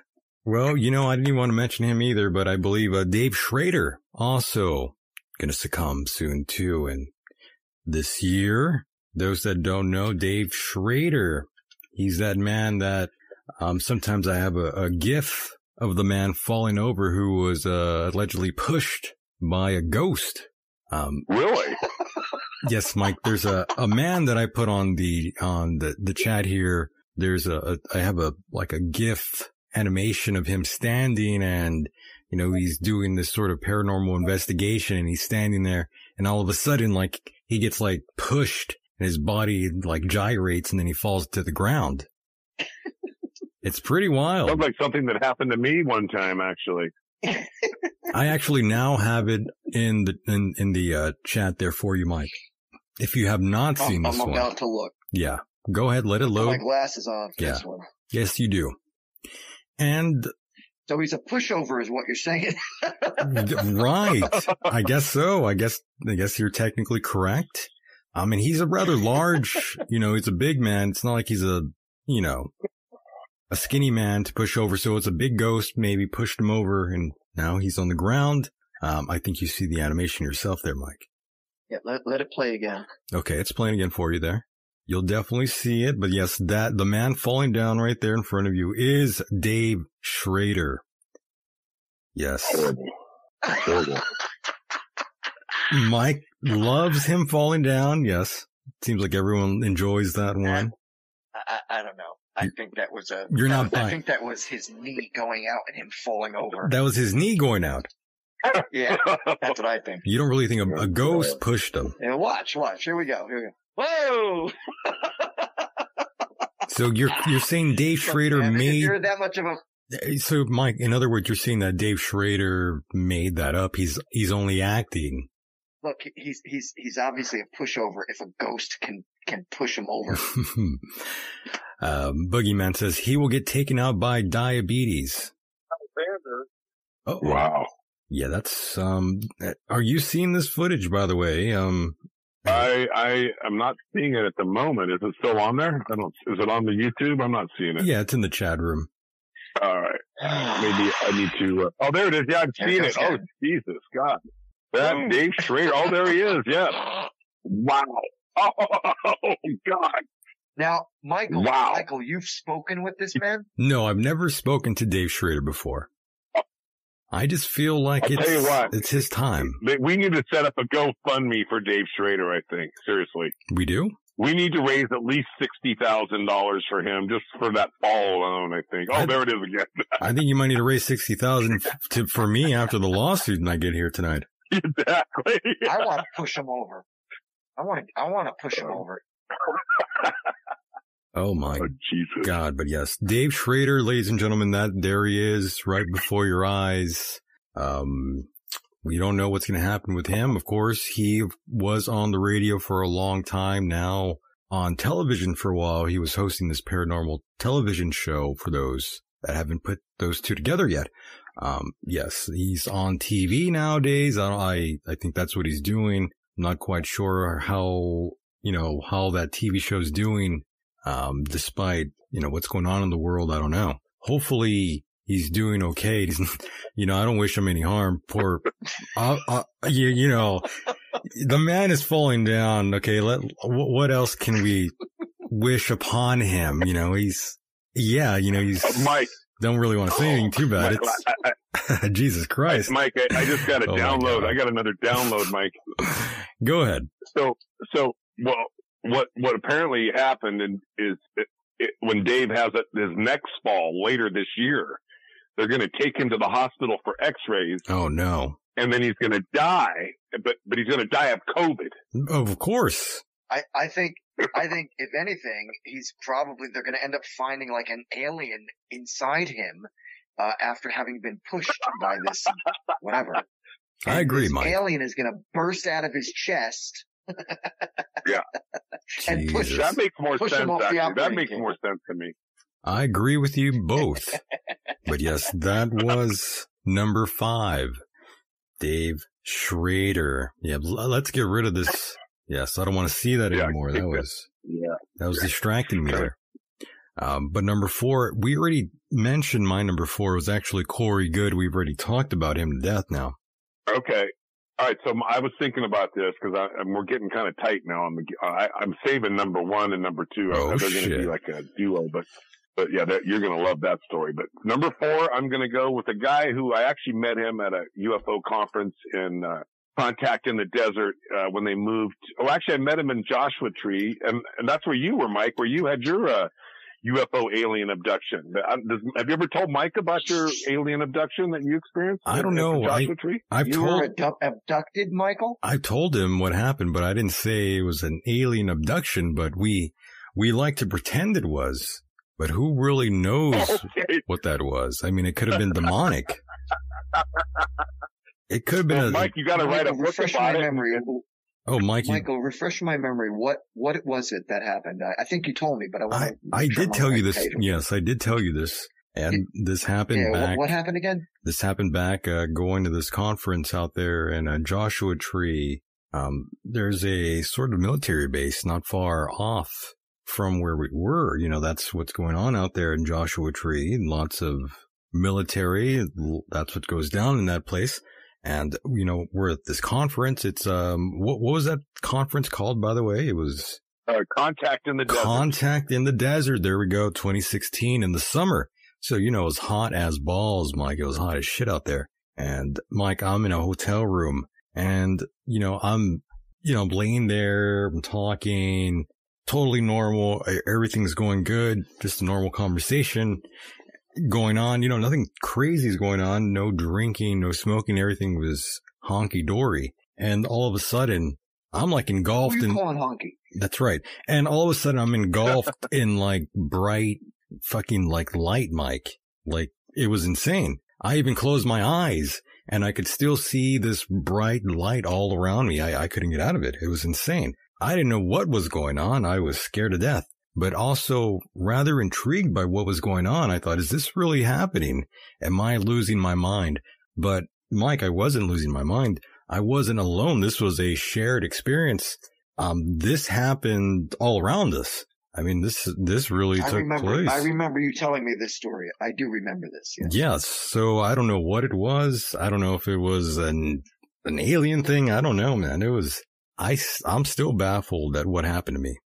A: Well, you know, I didn't even want to mention him either, but I believe uh, Dave Schrader also going to succumb soon too. And this year, those that don't know, Dave Schrader, he's that man that um, sometimes I have a, a gif of the man falling over who was uh, allegedly pushed by a ghost. Um,
H: Really?
A: Yes, Mike. There's a, a man that I put on the on the, the chat here. There's a, a I have a like a GIF animation of him standing, and you know he's doing this sort of paranormal investigation, and he's standing there, and all of a sudden, like he gets like pushed, and his body like gyrates, and then he falls to the ground. It's pretty wild.
H: Sounds like something that happened to me one time, actually.
A: I actually now have it in the in, in the uh, chat there for you, Mike. If you have not
B: I'm,
A: seen this
B: I'm
A: one,
B: about to look.
A: yeah, go ahead, let it
B: Put
A: load.
B: My glasses on for
A: Yeah.
B: this one.
A: Yes, you do. And
B: So he's a pushover, is what you're saying.
A: right, I guess so. I guess I guess you're technically correct. I mean, he's a rather large, you know, he's a big man. It's not like he's a, you know, a skinny man to push over. So it's a big ghost maybe pushed him over, and now he's on the ground. Um, I think you see the animation yourself there, Mike.
B: yeah, let, let it play again.
A: Okay, it's playing again for you there. You'll definitely see it, but yes, that the man falling down right there in front of you is Dave Schrader. Yes.
H: Horrible. Horrible.
A: Mike loves him falling down. Yes. Seems like everyone enjoys that one.
B: I, I, I don't know. I think that was a.
A: You're not
B: I
A: buying.
B: think that was his knee going out and him falling over.
A: That was his knee going out.
B: yeah, that's what I think.
A: You don't really think a, a ghost pushed him.
B: Yeah, watch, watch. Here we go. Here we go. Whoa!
A: So you're you're saying Dave Schrader
B: Man, If
A: made
B: you're that much of a
A: so Mike, in other words, you're saying that Dave Schrader made that up. He's he's only acting.
B: look, he's he's he's obviously a pushover. If a ghost can can push him over,
A: um, Boogeyman says he will get taken out by diabetes.
C: Alexander,
A: Oh
H: Wow.
A: yeah, that's um. Are you seeing this footage by the way? Um,
H: I I am not seeing it at the moment. Is it still on there? I don't. Is it on the YouTube? I'm not seeing it.
A: yeah, it's in the chat room.
H: All right. Maybe I need to. Uh, oh, there it is. Yeah, I've
B: There it
H: seen it.
B: goes
H: Oh,
B: again.
H: Jesus God. That
B: Boom.
H: Dave Schrader. Oh, there he is. Yeah. Wow. Oh, God.
B: now Michael,
H: Wow.
B: Michael, you've spoken with this man.
A: No, I've never spoken to Dave Schrader before. I just feel like
H: I'll
A: it's
H: tell you what.
A: it's his time.
H: They- We need to set up a GoFundMe for Dave Schrader, I think. Seriously.
A: We do.
H: We need to raise at least $60,000 for him just for that fall alone, I think. Oh,
A: I-
H: there it is again.
A: I think you might need to raise sixty thousand to for me after the lawsuit and I get here tonight.
H: exactly.
B: I want to push him over. I want to I want to push him
A: Uh.
B: over.
A: Oh my
H: Oh, Jesus.
A: God! But yes, Dave Schrader, ladies and gentlemen, that there he is, right before your eyes. Um, we don't know what's going to happen with him. Of course, he was on the radio for a long time now. On television for a while, he was hosting this paranormal television show for those that haven't put those two together yet. Um, yes, he's on TV nowadays. I, I, I think that's what he's doing. not quite sure how, you know, how that TV show's doing, um, despite, you know, what's going on in the world. I don't know. Hopefully he's doing okay. He's, you know, I don't wish him any harm. Poor, uh, uh, you, you know, the man is falling down. Okay. Let, wh- what else can we wish upon him? You know, he's, yeah, you know, he's,
H: Mike,
A: don't really want to say anything too bad.
H: Michael, I, I,
A: It's, Jesus Christ.
H: Mike, I, I just got a
A: Oh my
H: download.
A: God.
H: I got another download, Mike.
A: Go ahead.
H: So, so, well, what, what apparently happened and is it, it, when Dave has a, his next fall later this year, they're going to take him to the hospital for x-rays
A: Oh no.
H: and then he's going to die, but, but he's going to die of COVID.
A: Of course.
B: I, I think I think if anything, he's probably they're going to end up finding like an alien inside him uh, after having been pushed by this whatever.
A: I agree,
B: this
A: Mike.
B: Alien is going to burst out of his chest. and push
A: Jesus.
H: That makes more
B: Push him
H: sense,
B: off the
H: actually. That
B: operating
H: makes
B: table.
H: more sense to me.
A: I agree with you both. but yes, that was number five. Dave Schrader. Yeah, l- let's get rid of this. Yes, I don't want to see that
H: Yeah, I
A: anymore.
H: think
A: That
H: that-
A: was
H: Yeah.
A: that was distracting me
H: Okay.
A: there. Um, but number four, we already mentioned my number four was actually Corey Good. We've already talked about him to death now.
H: Okay. All right. So m- I was thinking about this because I'm we're getting kind of tight now. I'm I, I'm saving number one and number two. I-
A: Oh,
H: they're going to be
A: shit.
H: like a duo, but but yeah, that, you're going to love that story. But number four, I'm going to go with a guy who I actually met him at a UFO conference in uh, Contact in the Desert uh, when they moved. Oh, actually, I met him in Joshua Tree, and, and that's where you were, Mike, where you had your. Uh, UFO alien abduction. But, um, does- Have you ever told Mike about your alien abduction that you experienced?
A: I don't
H: at- at the
A: know. I-
H: Joshua Tree?
A: I've
B: you
A: told
B: were abdu- abducted, Michael.
A: I told him what happened, but I didn't say it was an alien abduction, but we we like to pretend it was. But who really knows
H: Okay.
A: what that was? I mean, it could have been demonic. It could have been
H: Well,
A: a,
H: Mike, you got to write a
B: Michael,
H: book
B: refresh my
H: about it.
B: memory.
A: Oh, Mike, you,
B: Michael, refresh my memory. What what was it that happened? I, I think you told me, but I
A: I
B: want to.
A: I did tell you this. Yes, I did tell you this. And this happened
B: Yeah,
A: back.
B: what, what happened again?
A: this happened back uh, going to this conference out there in uh, Joshua Tree. Um, there's a sort of military base not far off from where we were. You know, that's what's going on out there in Joshua Tree. Lots of military. That's what goes down in that place. And you know, we're at this conference. It's um, what, what was that conference called? By the way, it was
H: Uh, contact in the desert.
A: Contact in the Desert. There we go. 2016 in the summer. So, you know, it was hot as balls, Mike. It was hot as shit out there. And Mike, I'm in a hotel room and, you know, I'm, you know, I'm laying there, I'm talking, totally normal. e- Everything's going good. Just a normal conversation going on. You know, nothing crazy is going on. No drinking, no smoking. Everything was honky dory. And all of a sudden, I'm like
B: Who
A: engulfed
B: are you
A: in,
B: calling honky?
A: that's right. And all of a sudden I'm engulfed in like bright fucking like light, Mike. Like it was insane. I even closed my eyes and I could still see this bright light all around me. I, I couldn't get out of it. It was insane. I didn't know what was going on. I was scared to death, but also rather intrigued by what was going on. I thought, is this really happening? Am I losing my mind? But Mike, I wasn't losing my mind. I wasn't alone. This was a shared experience um, this happened all around us. I mean, this this really
B: I
A: took
B: remember.
A: place.
B: I remember you telling me this story. I do remember this. Yes.
A: yes. So I don't know what it was. I don't know if it was an an alien thing. I don't know, man. It was. I s- I'm still baffled at what happened to me.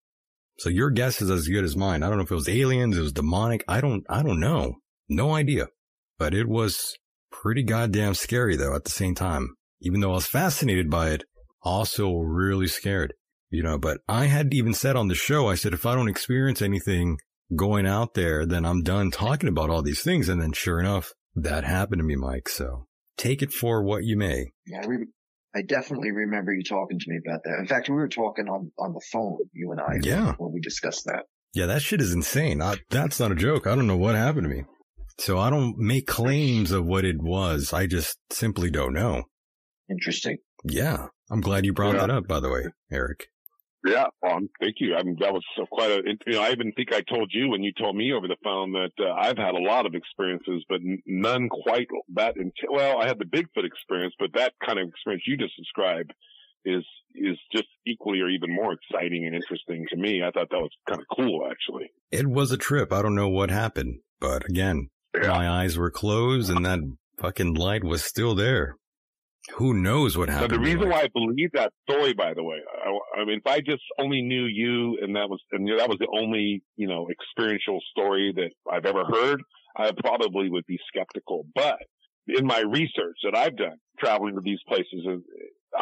A: So your guess is as good as mine. I don't know if it was aliens, it was demonic. I don't. I don't know. No idea. But it was pretty goddamn scary though. At the same time, even though I was fascinated by it, also really scared. You know, but I had even said on the show, I said, if I don't experience anything going out there, then I'm done talking about all these things. And then sure enough, that happened to me, Mike. So take it for what you may.
B: Yeah, I, rem I definitely remember you talking to me about that. In fact, we were talking on, on the phone, you and I,
A: Yeah.
B: when we discussed that.
A: Yeah, that shit is insane. I, that's not a joke. I don't know what happened to me. So I don't make claims of what it was. I just simply don't know.
B: Interesting.
A: Yeah. I'm glad you brought
H: Yeah.
A: that up, by the way, Eric.
H: Yeah. Um, thank you. I mean, that was so quite a, you know, I even think I told you when you told me over the phone that uh, I've had a lot of experiences, but n- none quite that. Int- well, I had the Bigfoot experience, but that kind of experience you just described is is just equally or even more exciting and interesting to me. I thought that was kind of cool, actually.
A: It was a trip. I don't know what happened, but again, my eyes were closed and that fucking light was still there. Who knows what
H: Now,
A: happened?
H: the reason
A: Like,
H: why I believe that story, by the way, I, I mean, if I just only knew you and that was, and that was the only, you know, experiential story that I've ever heard, I probably would be skeptical. But in my research that I've done traveling to these places, uh,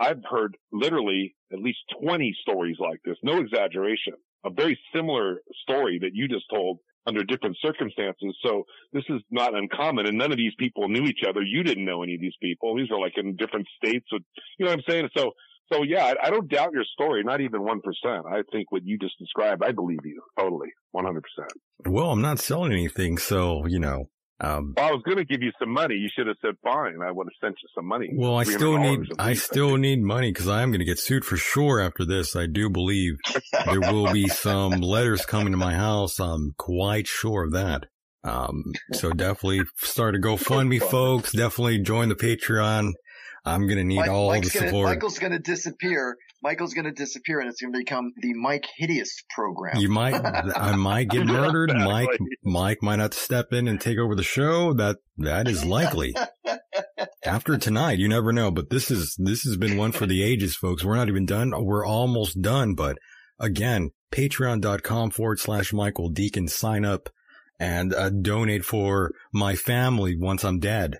H: I've heard literally at least 20 stories like this. No exaggeration. A very similar story that you just told under different circumstances. So this is not uncommon. And none of these people knew each other. You didn't know any of these people. These are like in different states with you know what I'm saying? So, so yeah, I, I don't doubt your story, not even 1%. I think what you just described, I believe you totally, 100%.
A: well, I'm not selling anything, so you know. Um,
H: Well, I was going to give you some money. You should have said fine. I would have sent you some money.
A: well, I still
H: $300
A: need
H: at
A: I
H: least.
A: still need money because I am going to get sued for sure after this. I do believe there will be some letters coming to my house. I'm quite sure of that. Um, so definitely start a GoFundMe, folks. Definitely join the Patreon. I'm going to need
B: Mike-
A: all
B: Mike's
A: the
B: gonna,
A: support.
B: Michael's going to disappear. Michael's going to disappear, and it's going to become the Mike Hideous program.
A: You might, I might get murdered. Mike, Mike might have to step in and take over the show. That, that is likely. After tonight, you never know, but this is, this has been one for the ages, folks. We're not even done. We're almost done, but again, patreon.com forward slash Michael Deacon, sign up and uh, donate for my family once I'm dead.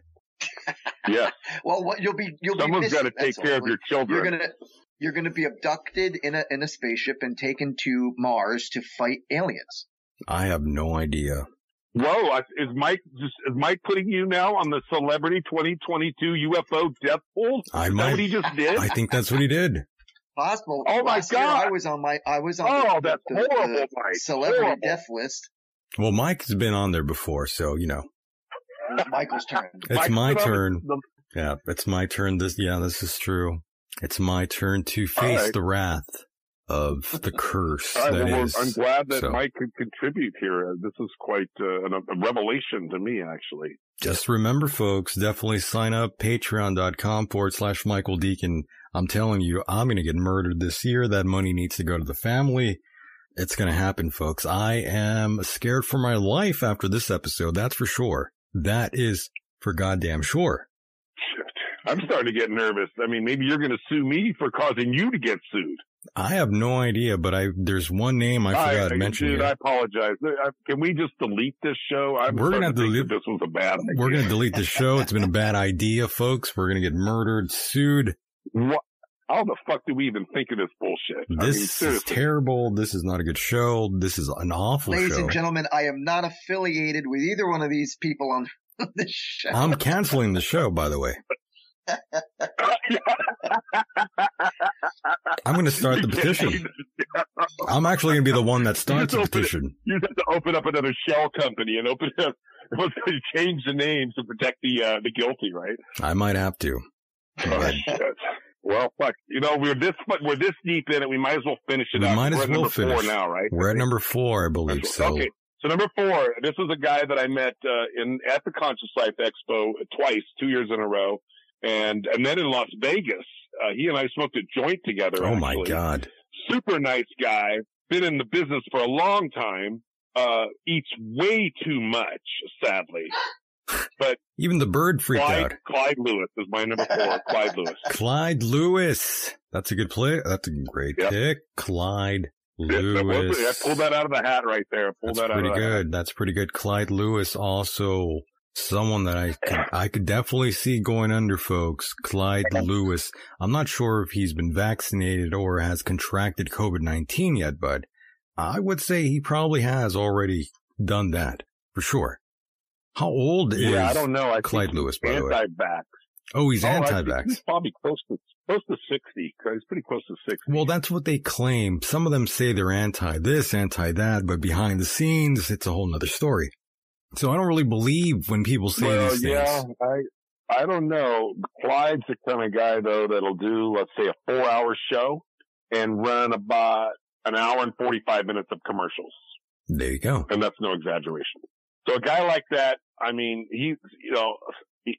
H: Yeah.
B: well, what you'll be you'll be
H: Someone's
B: missing,
H: got to
B: that's
H: take care
B: all.
H: of your children.
B: You're gonna you're gonna be abducted in a in a spaceship and taken to Mars to fight aliens.
A: I have no idea.
H: Whoa, I, is Mike just, is Mike putting you now on the celebrity 2022 UFO death pool?
A: I
H: Is that what
A: might,
H: he just did?
A: I think that's what he did.
B: Possible.
H: Oh my
B: Last year
H: God.
B: I was on my I was on
H: Oh,
B: the,
H: that's
B: the- the
H: horrible, Mike.
B: celebrity
H: Horrible.
B: death list.
A: Well, Mike's been on there before, so you know,
B: Michael's turn.
A: it's
H: Mike's
A: my
H: been on the-
A: turn.
H: the-
A: Yeah, it's my turn. This, yeah, this is true. It's my turn to face
H: right.
A: the wrath of the curse
H: All right,
A: that
H: well,
A: is-
H: I'm glad that
A: so-
H: Mike could contribute here. Uh, This is quite uh, an, a revelation to me, actually.
A: Just remember, folks, definitely sign up patreon.com forward slash Michael Deacon. I'm telling you, I'm going to get murdered this year. That money needs to go to the family. It's going to happen, folks. I am scared for my life after this episode. That's for sure. That is for goddamn sure.
H: I'm starting to get nervous. I mean, maybe you're going to sue me for causing you to get sued.
A: I have no idea, but I there's one name I forgot to mention.
H: dude,
A: here.
H: I apologize. I- Can we just delete this show? I'm
A: We're gonna
H: starting to think
A: delete-
H: that this was a bad. Idea.
A: We're going to delete the show. It's been a bad idea, folks. We're going to get murdered, sued.
H: What? How the fuck do we even think of this bullshit? I mean,
A: This is
H: seriously.
A: terrible. This is not a good show. This is an awful
B: Ladies
A: show.
B: and gentlemen, I am not affiliated with either one of these people on this show.
A: I'm canceling the show, by the way. I'm going to start the petition. I'm actually going to be the one that starts the petition.
H: You have to open up another shell company and open up. Change the names to protect the uh, the guilty, right?
A: I might have to.
H: Oh, shit. Well, fuck. You know, we're this fu- we're this deep in it. We might as well finish it
A: We
H: up.
A: might
H: we're
A: as
H: at
A: well
H: number four
A: finish.
H: now, right?
A: We're at number four, I believe. So
H: Okay. So number four, this is a guy that I met uh, in at the Conscious Life Expo uh, twice, two years in a row, and and then in Las Vegas, uh, he and I smoked a joint together.
A: oh my
H: actually
A: God.
H: super nice guy, been in the business for a long time, uh, eats way too much, sadly.
A: Even the bird freaked out.
H: Clyde, Clyde Lewis is my number four, Clyde Lewis.
A: Clyde Lewis. That's a good play. That's a great
H: Yep.
A: pick. Clyde
H: Yeah, that
A: Lewis.
H: was- I pulled that out of the hat right there. I Pulled
A: That's
H: that out
A: pretty
H: of the hat.
A: good. That's pretty good. Clyde Lewis also someone that I could, I could definitely see going under, folks. Clyde Lewis. I'm not sure if he's been vaccinated or has contracted COVID nineteen yet, but I would say he probably has already done that for sure. How old is?
H: Yeah, I don't know. I
A: Clyde
H: think
A: Lewis, by
H: he's
A: the way.
H: anti-vax.
A: Oh, he's
H: Oh, I think
A: anti-vax.
H: He's probably close to close to sixty. 'cause He's pretty close to sixty.
A: Well, that's what they claim. Some of them say they're anti this, anti that, but behind the scenes, it's a whole nother story. So I don't really believe when people say
H: well,
A: these things.
H: yeah, I I don't know. Clyde's the kind of guy though that'll do let's say a four hour show and run about an hour and forty five minutes of commercials,
A: There you go.
H: and that's no exaggeration. So a guy like that, I mean, he's you know, he,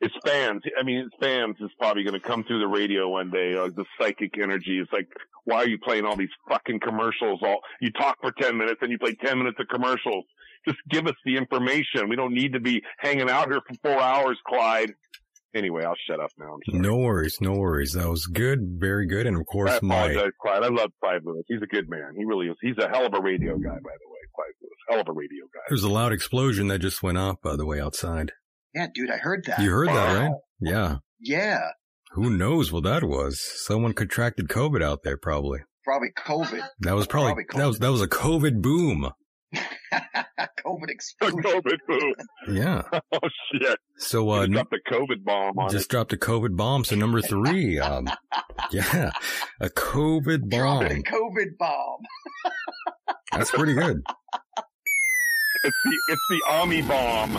H: it's fans. I mean, his fans is probably going to come through the radio one day. Like the psychic energy is like, why are you playing all these fucking commercials? All you talk for ten minutes and you play ten minutes of commercials. Just give us the information. We don't need to be hanging out here for four hours, Clyde. Anyway, I'll shut up now. I'm sorry.
A: No worries, no worries. That was good, very good. And of
H: I
A: course, my
H: apologize, Clyde. I love Clyde Lewis. He's a good man. He really is. He's a hell of a radio guy, by the way. Clyde Lewis, hell of a radio guy.
A: there's a loud explosion that just went off by the way outside.
B: Yeah, dude, I heard that.
A: You heard that, right?
B: Wow.
A: Yeah.
B: Yeah,
A: Who knows what that was? Someone contracted COVID out there, probably.
B: probably COVID.
A: That was probably,
B: Probably
A: that was that was a COVID boom.
B: COVID explosion.
H: COVID boom.
A: Yeah.
H: Oh shit!
A: So
H: Well,
A: uh,
H: he dropped the COVID bomb on
A: just dropped a COVID bomb. So number three, um, yeah, a COVID
H: Oh.
B: Dropped
A: bomb.
B: a COVID bomb.
A: That's pretty good.
H: it. It's the it's the Omni bomb.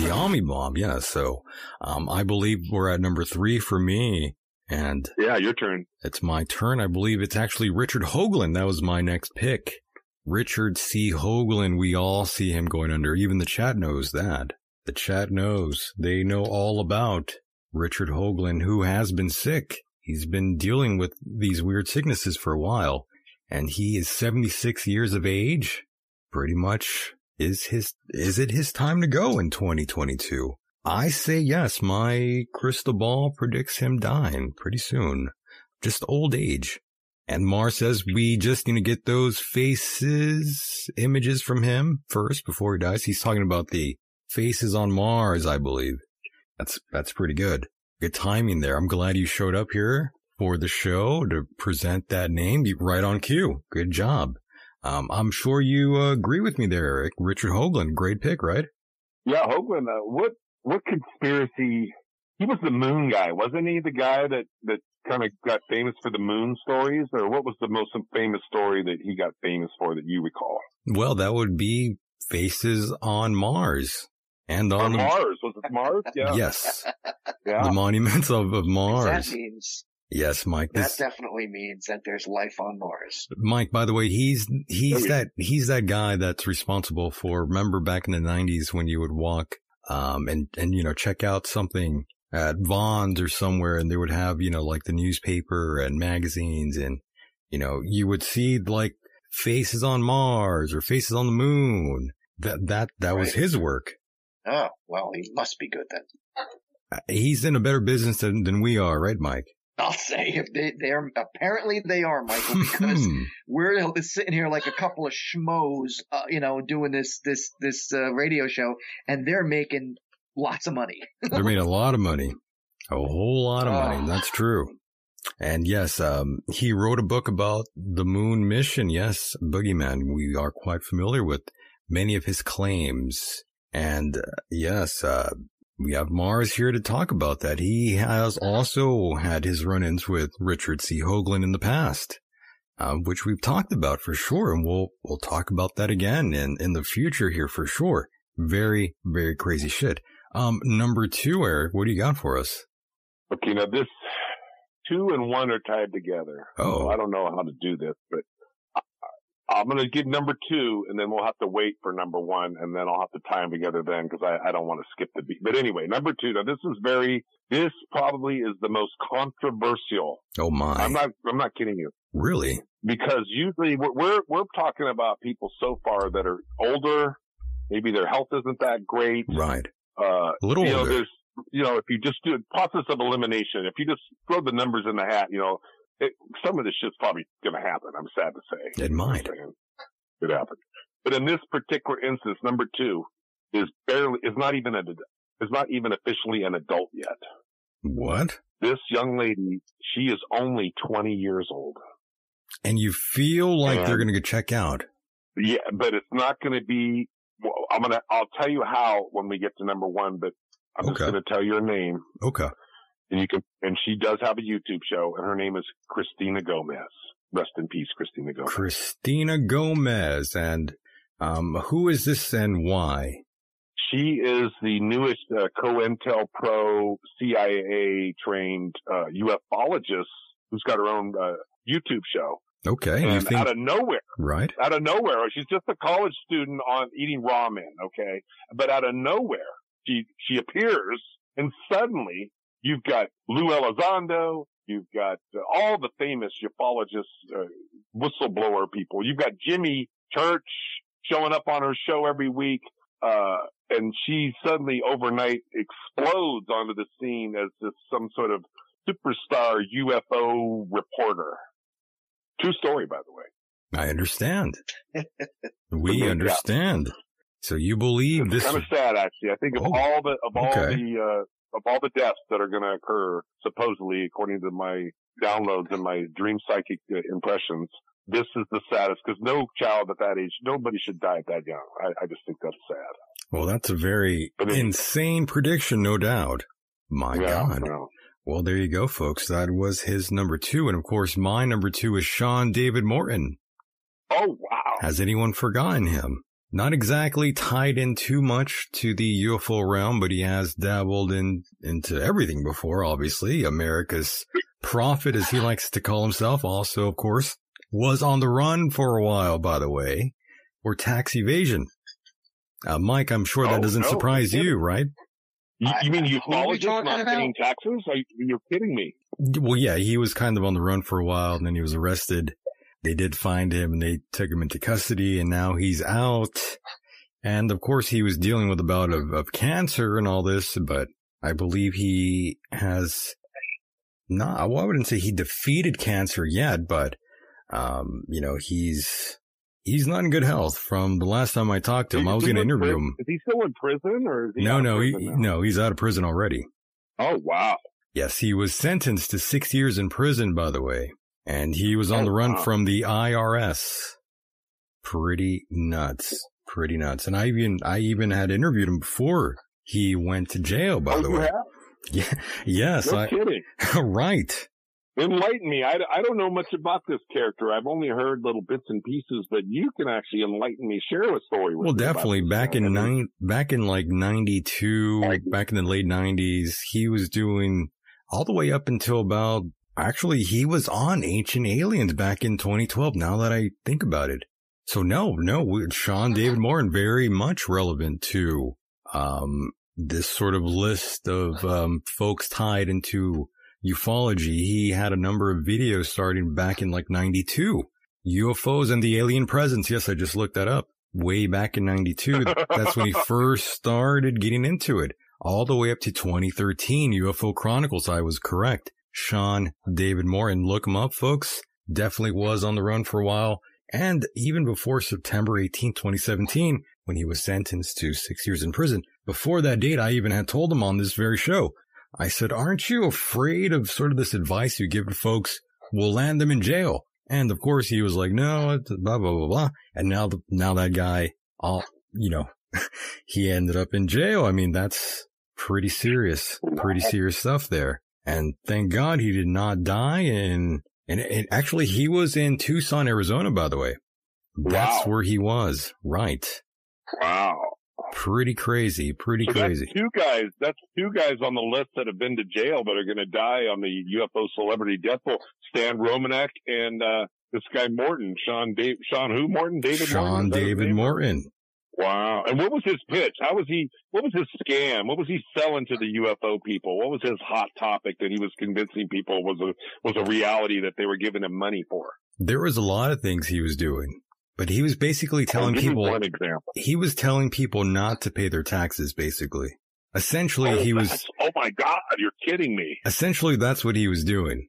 A: The Omni bomb, yeah. So um, I believe we're at number three for me, and
H: Yeah, your turn.
A: it's my turn. I believe it's actually Richard Hoagland. That was my next pick. Richard C. Hoagland. We all see him going under. Even the chat knows that. The chat knows. They know all about Richard Hoagland, who has been sick. He's been dealing with these weird sicknesses for a while, and he is 76 years of age. Pretty much is his, is it his time to go in 2022? I say yes. My crystal ball predicts him dying pretty soon just old age. And Mar says we just need to get those faces images from him first before he dies. He's talking about the faces on Mars, I believe. That's that's pretty good. Good timing there. I'm glad you showed up here for the show to present that name You- right on cue. Good job. Um, I'm sure you uh, agree with me there, Eric. Richard Hoagland, great pick, right?
H: Yeah, Hoagland. Uh, what what conspiracy? He was the moon guy, wasn't he? The guy that that kind of got famous for the moon stories, or what was the most famous story that he got famous for that you recall?
A: Well, that would be faces on Mars and on,
H: On
A: the-
H: Mars was it Mars? Um, Yeah,
A: yes,
H: yeah.
A: the monuments of, of Mars.
B: That means
A: Yes, Mike.
B: that
H: uh,
A: This,
B: definitely means that there's life on Mars.
A: Mike, by the way, he's he's
H: Oh, yeah.
A: that he's that guy that's responsible for. Remember back in the '90s when you would walk um and and you know check out something at Vons or somewhere, and they would have you know like the newspaper and magazines, and you know you would see like faces on Mars or faces on the moon. That that that was
B: Right.
A: his work.
B: Oh, well, he must be good then.
A: Uh, He's in a better business than than we are, right, Mike?
B: I'll say if they, they're apparently they are Michael because
A: Hmm.
B: we're sitting here like a couple of schmoes, uh, you know, doing this this this uh, radio show, and they're making lots of money.
A: They made a lot of money, a whole lot of money.
B: Oh.
A: That's true. And yes, um, he wrote a book about the moon mission. Yes, Boogeyman, we are quite familiar with many of his claims. And uh, yes, uh, we have Mars here to talk about that. He has also had his run-ins with Richard C. Hoagland in the past, um, which we've talked about for sure, and we'll we'll talk about that again in in the future here for sure. Very very crazy shit. Um, number two, Eric, what do you got for us?
H: Okay, now this two and one are tied together.
A: Oh.
H: So I don't know how to do this, but I, I'm going to give number two, and then we'll have to wait for number one, and then I'll have to tie them together then because I, I don't want to skip the beat. But anyway, number two. Now this is very. This probably is the most controversial.
A: Oh my,
H: I'm not. I'm not kidding you
A: really?
H: because usually we're, we're we're talking about people so far that are older. Maybe their health isn't that great.
A: Right,
H: Uh,
A: a little
H: you know,
A: older.
H: there's, you know, if you just do a process of elimination, if you just throw the numbers in the hat, you know, it, some of this shit's probably going to happen. I'm sad to say.
A: It might.
H: It happened. But in this particular instance, number two is barely, is not even an, is not even officially an adult yet.
A: What?
H: This young lady, she is only 20 years old.
A: And you feel like
H: Yeah.
A: they're gonna get check out?
H: Yeah, but it's not going to be, well, I'm going to, I'll tell you how when we get to number one, but I'm just
A: Okay.
H: going to tell your name.
A: Okay,
H: and you can and she does have a YouTube show, and her name is Christina Gomez. Rest in peace, Christina Gomez.
A: Christina Gomez, and um, who is this and why?
H: she is the newest uh, COINTELPRO CIA trained uh, ufologist who's got her own uh, YouTube show.
A: Okay, you
H: and
A: think
H: out of nowhere,
A: right?
H: out of nowhere, she's just a college student on eating ramen, okay? But out of nowhere, she she appears And suddenly you've got Lou Elizondo, you've got uh, all the famous ufologists, uh, whistleblower people. You've got Jimmy Church showing up on her show every week. Uh, and she suddenly overnight explodes onto the scene as this, some sort of superstar UFO reporter. True story, by the way.
A: I understand. we understand. So you believe
H: It's
A: this?
H: kind of sad, actually. I think of
A: Oh,
H: all the of all
A: okay.
H: the uh, of all the deaths that are going to occur, supposedly according to my downloads and my dream psychic uh, impressions. This is the saddest because no child at that age, nobody should die at that young. I, I just think that's sad.
A: Well, that's a very
H: But it-
A: insane prediction, no doubt. My
H: Yeah,
A: God.
H: well,
A: Well, there you go, folks. That was his number two. And of course, my number two is Sean David Morton.
H: Oh wow.
A: Has anyone forgotten him? Not exactly tied in too much to the UFO realm, but he has dabbled in into everything before, obviously. America's prophet, as he likes to call himself, also, of course, was on the run for a while, by the way, or tax evasion. Uh, Mike, I'm sure that
H: Oh,
A: doesn't
H: no,
A: surprise
H: it didn't.
A: you, right?
H: You, you mean
B: Who are we
H: ufologists
B: talking
H: not
B: about?
H: paying taxes? Are you, you're kidding me.
A: Well, yeah, he was kind of on the run for a while, and then he was arrested. They did find him, and they took him into custody, and now he's out. And of course, he was dealing with a bout of, of cancer and all this, but I believe he has not. Well, I wouldn't say he defeated cancer yet, but um, you know, he's he's not in good health. From the last time I talked to him, I was
H: Is he
A: going to
H: in
A: interview
H: prison?
A: him.
H: Is he still in prison or is he
A: No,
H: out of
A: no, he,
H: prison now?
A: no, he's out of prison already.
H: Oh wow.
A: Yes, he was sentenced to six years in prison, by the way. And he was on
H: Oh,
A: the run
H: wow.
A: from the IRS. Pretty nuts. Pretty nuts. And I even I even had interviewed him before he went to jail, by
H: oh,
A: the
H: you
A: way.
H: have?
A: Yeah, yes,
H: No
A: I,
H: kidding.
A: right.
H: Enlighten me. I, I don't know much about this character. I've only heard little bits and pieces, but you can actually enlighten me. Share a story with
A: Well,
H: me. about
A: definitely
H: this
A: back
H: guy.
A: in
H: I mean,
A: nine, back in like '92,
H: Ninety.
A: back in the late '90s, he was doing all the way up until about. Actually, he was on Ancient Aliens back in 2012. Now that I think about it, so no, no, we- Sean David Morin very much relevant to um, this sort of list of um, folks tied into ufology. He had a number of videos starting back in like '92. UFOs and the alien presence. Yes, I just looked that up way back in 92. That's when he first started getting into it. All the way up to 2013, UFO Chronicles. I was correct. Sean David Morin. Look him up, folks. Definitely was on the run for a while. And even before September 18, 2017, when he was sentenced to six years in prison, before that date, I even had told him on this very show. I said, aren't you afraid of sort of this advice you give to folks will land them in jail? And of course, he was like, no, it's blah, blah, blah, blah. And now, the, now that guy, all, you know, he ended up in jail. I mean, that's pretty serious, pretty serious stuff there. And thank God he did not die. And, and, and actually, he was in Tucson, Arizona, by the way. That's
H: Wow.
A: where he was. Right.
H: Wow.
A: Pretty crazy. Pretty
H: So
A: crazy.
H: that's two guys. That's two guys on the list that have been to jail but are going to die on the UFO celebrity death roll. Stan Romanek and uh, this guy Morton, Sean Dave, Sean who Morton, David
A: Sean
H: Morton? Is that his
A: David
H: name?
A: Morton.
H: Wow. And what was his pitch? How was he? What was his scam? What was he selling to the UFO people? What was his hot topic that he was convincing people was a was a reality that they were giving him money for?
A: There was a lot of things he was doing, but he was basically telling
H: Give me
A: people
H: one example.
A: he was telling people not to pay their taxes basically essentially
H: oh,
A: he was
H: that's- Oh my God! You're kidding me.
A: essentially that's what he was doing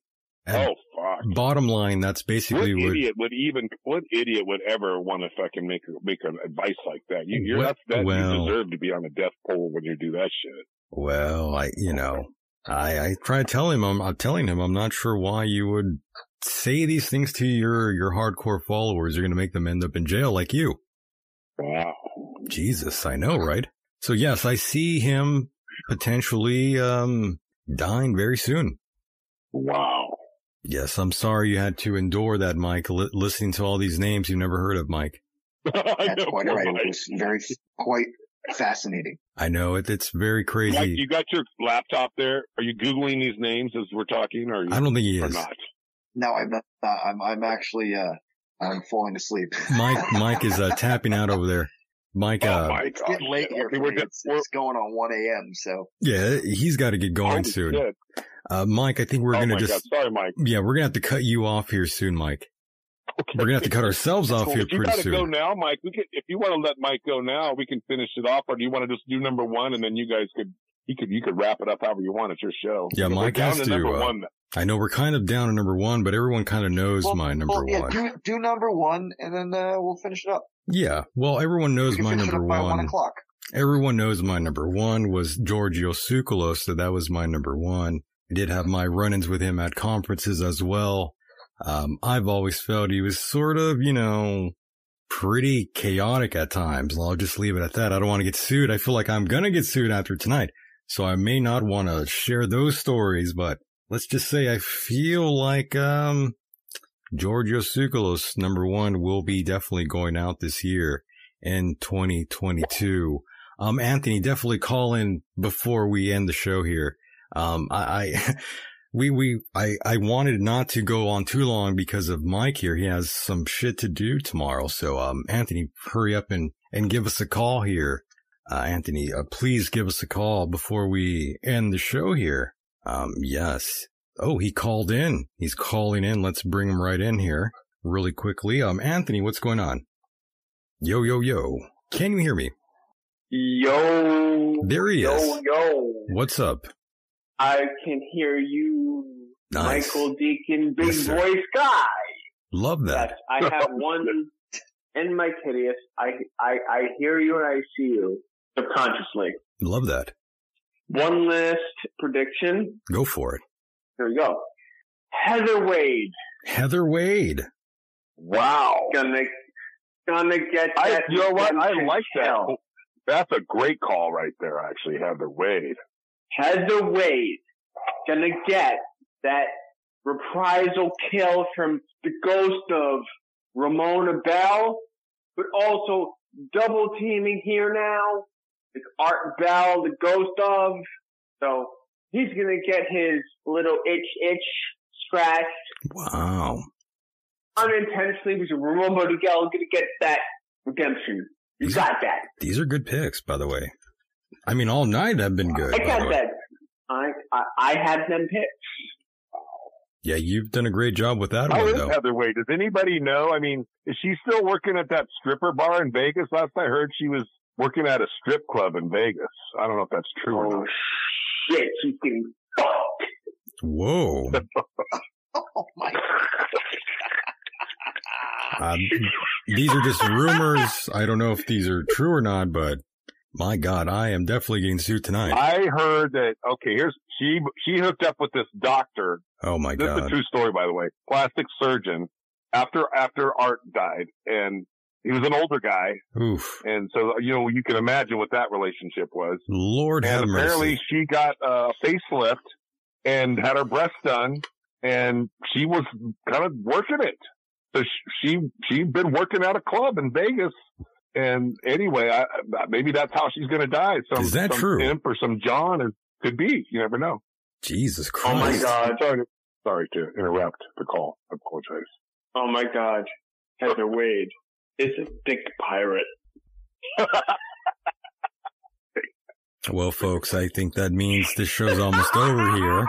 A: and
H: Oh fuck.
A: bottom line that's
H: What
A: basically what,
H: idiot would even? What idiot would ever want to fucking make make an advice like that? You, you're
A: Well-
H: that's that
A: well-
H: you deserve to be on a death pole when you do that shit.
A: well i you know i i try to tell him I'm, I'm telling him i'm not sure why you would say these things to your your hardcore followers you're going to make them end up in jail like you
H: Wow.
A: Jesus, I know, right? So yes, I see him potentially um dying very soon.
H: Wow.
A: Yes, I'm sorry you had to endure that, Mike. Li- listening to all these names you've never heard of, Mike.
H: I
B: That's
H: know,
B: quite all right.
H: right?
B: It was very, quite fascinating.
A: I know it, it's very crazy.
H: Mike, you got your laptop there? Are you googling these names as we're talking, or are you,
A: I don't think he
H: or
A: is.
H: not?
B: No, I'm, uh, I'm, I'm actually, uh, I'm falling asleep.
A: Mike, Mike is uh, tapping out over there. Mike, uh,
H: Oh my
B: It's getting late here.
H: Okay,
B: For
H: we're
B: me.
H: good.
B: It's, it's going on 1 a.m. So
A: yeah, he's got to get
H: Holy
A: going soon.
H: shit.
A: Uh, Mike, I think we're
H: oh
A: gonna
H: my
A: just,
H: God. Sorry, Mike.
A: yeah, we're gonna have to cut you off here soon, Mike.
H: Okay.
A: We're gonna have to cut ourselves off
H: Well,
A: here
H: if you
A: pretty
H: gotta
A: soon.
H: go now, Mike, we could, if you want to let Mike go now, we can finish it off, or do you want to just do number one and then you guys could, you could, you could wrap it up however you want. It's your show.
A: Yeah,
H: We're
A: Mike
H: down
A: has
H: to
A: to,
H: number
A: uh,
H: one.
A: I know we're kind of down to number one, but everyone kind of knows
B: Well,
A: my number
B: well, yeah,
A: one.
B: Do, do number one, and then uh, we'll finish it up.
A: yeah, well, everyone knows
B: we can
A: my
B: finish
A: number
B: it up by one
A: one.
B: o'clock.
A: Everyone knows my number one was Giorgio Tsoukalos, so that was my number one. I did have my run-ins with him at conferences as well. Um, I've always felt he was sort of, you know, pretty chaotic at times. I'll just leave it at that. I don't want to get sued. I feel like I'm gonna get sued after tonight, so I may not want to share those stories. But let's just say I feel like um, Giorgio Tsoukalos, number one, will be definitely going out this year in 2022. Um, Anthony, definitely call in before we end the show here. Um, I, I we, we, I, I wanted not to go on too long because of Mike here. He has some shit to do tomorrow. So, um, Anthony, hurry up and, and give us a call here. Uh, Anthony, uh, please give us a call before we end the show here. Um, yes. Oh, he called in. He's calling in. Let's bring him right in here really quickly. Um, Anthony, what's going on? Yo, yo, yo. Can you hear me?
C: Yo,
A: There he
C: yo,
A: is.
C: yo.
A: What's up?
C: I can hear you,
A: Nice.
C: Michael Deacon, big
A: Yes, sir. Uh,
C: boy Sky.
A: Love
C: Yes,
A: that.
C: I have one in my kittiest. I, I, I hear you and I see you subconsciously.
A: Love that.
C: One last prediction.
A: Go for it.
C: Here we go. Heather Wade.
A: Heather Wade.
H: Wow.
C: Gonna, gonna get that.
H: I, you know what? I
C: redemption
H: like that.
C: hell.
H: That's a great call right there, actually, Heather Wade.
C: Heather Wade. Gonna get that reprisal kill from the ghost of Ramona Bell, but also double teaming here now is Art Bell, the ghost of. So he's gonna get his little itch, itch, scratch,
A: Wow.
C: unintentionally, because Ramona Miguel gonna get that redemption. You
A: These-
C: got that.
A: These are good picks, by the way. I mean, all night have been good. by
C: I
A: the
C: got
A: way.
C: that. I, I, I had them picked.
A: Yeah, you've done a great job with
C: Oh,
A: that
H: How
A: one,
H: is
A: though.
H: Heather Wade? Does anybody know? I mean, is she still working at that stripper bar in Vegas? Last I heard, she was working at a strip club in Vegas. I don't know if that's true or
C: Oh
H: not.
C: shit, she's getting fucked.
A: Whoa.
B: Oh my!
A: Um, these are just rumors. I don't know if these are true or not, but my God, I am definitely getting sued tonight.
H: I heard that. Okay, here's she. She hooked up with this doctor.
A: Oh, my
H: this is a
A: God.
H: true story, by the way. Plastic surgeon. After after Art died, and he was an older guy,
A: Oof.
H: and so you know you can imagine what that relationship was.
A: Lord have
H: and apparently
A: mercy.
H: she got a facelift and had her breast done and she was kind of working it so sh- she she'd been working at a club in vegas and anyway I, I- maybe that's how she's going to die some,
A: Is that
H: some
A: true?
H: imp or some john and could be you never know
A: Jesus
C: Oh
A: Christ.
C: my God.
H: sorry to, sorry to interrupt the call i apologize
C: Oh my god. Heather Wade is a dick pirate.
A: Well, folks, I think that means this show's almost over here.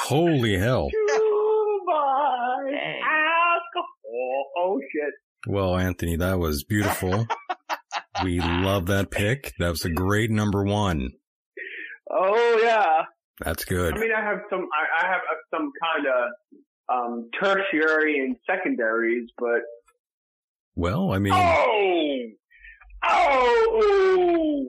A: Holy hell.
C: Too much alcohol. Oh shit.
A: Well, Anthony, that was beautiful. We love that pick. That was a great number one.
C: Oh yeah.
A: That's good.
C: I mean, I have some. I, I have uh, some kind of um, tertiary and secondaries, but
A: Well, I mean,
C: oh, oh,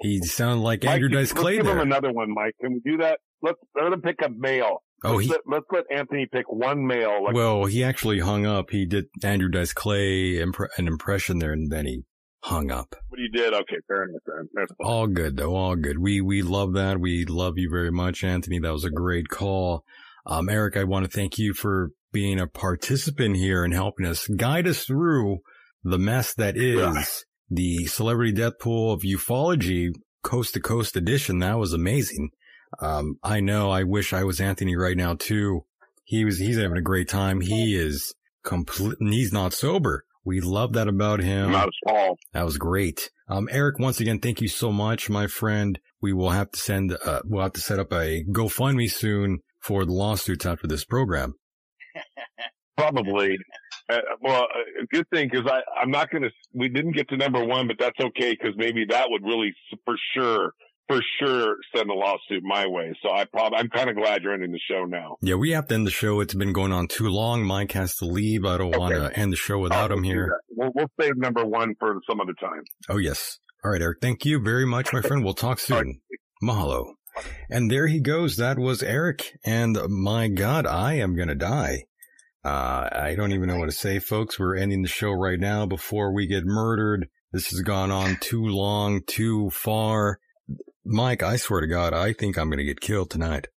A: he sounded like
H: Mike,
A: Andrew
H: you-
A: Dice
H: let's
A: Clay
H: give him
A: there.
H: another one mike can we do that let's let him pick a male
A: Oh, he,
H: let, let's let anthony pick one male like
A: well, he actually hung up. He did Andrew Dice Clay impre- an impression there and then he hung up.
H: what he did okay fair enough then. That's
A: All good though. All good. We, we love that. We love you very much, Anthony. That was a great call. Um, Eric, I want to thank you for being a participant here and helping us guide us through the mess that is the celebrity death pool of ufology coast to coast edition. That was amazing. Um, I know I wish I was Anthony right now too. He was, he's having a great time. He is complete, he's not sober. We love that about him.
H: Not at all.
A: That was great. Um, Eric, once again, thank you so much, my friend. We will have to send, uh, we'll have to set up a GoFundMe soon for the lawsuits after this program.
H: Probably. Uh, well, a good thing because I I'm not gonna. We didn't get to number one, but that's okay because maybe that would really for sure for sure send a lawsuit my way. So I probably I'm kind of glad you're ending the show now.
A: Yeah, we have to end the show. It's been going on too long. Mike has to leave. I don't want to
H: Okay.
A: end the show without him here.
H: We'll, we'll save number one for some other time.
A: Oh, yes. All right, Eric. Thank you very much, my friend. We'll talk soon. Mahalo. And there he goes. That was Eric. And my God, I am going to die. Uh, I don't even know what to say, folks. We're ending the show right now before we get murdered. This has gone on too long, too far. Mike, I swear to God, I think I'm going to get killed tonight.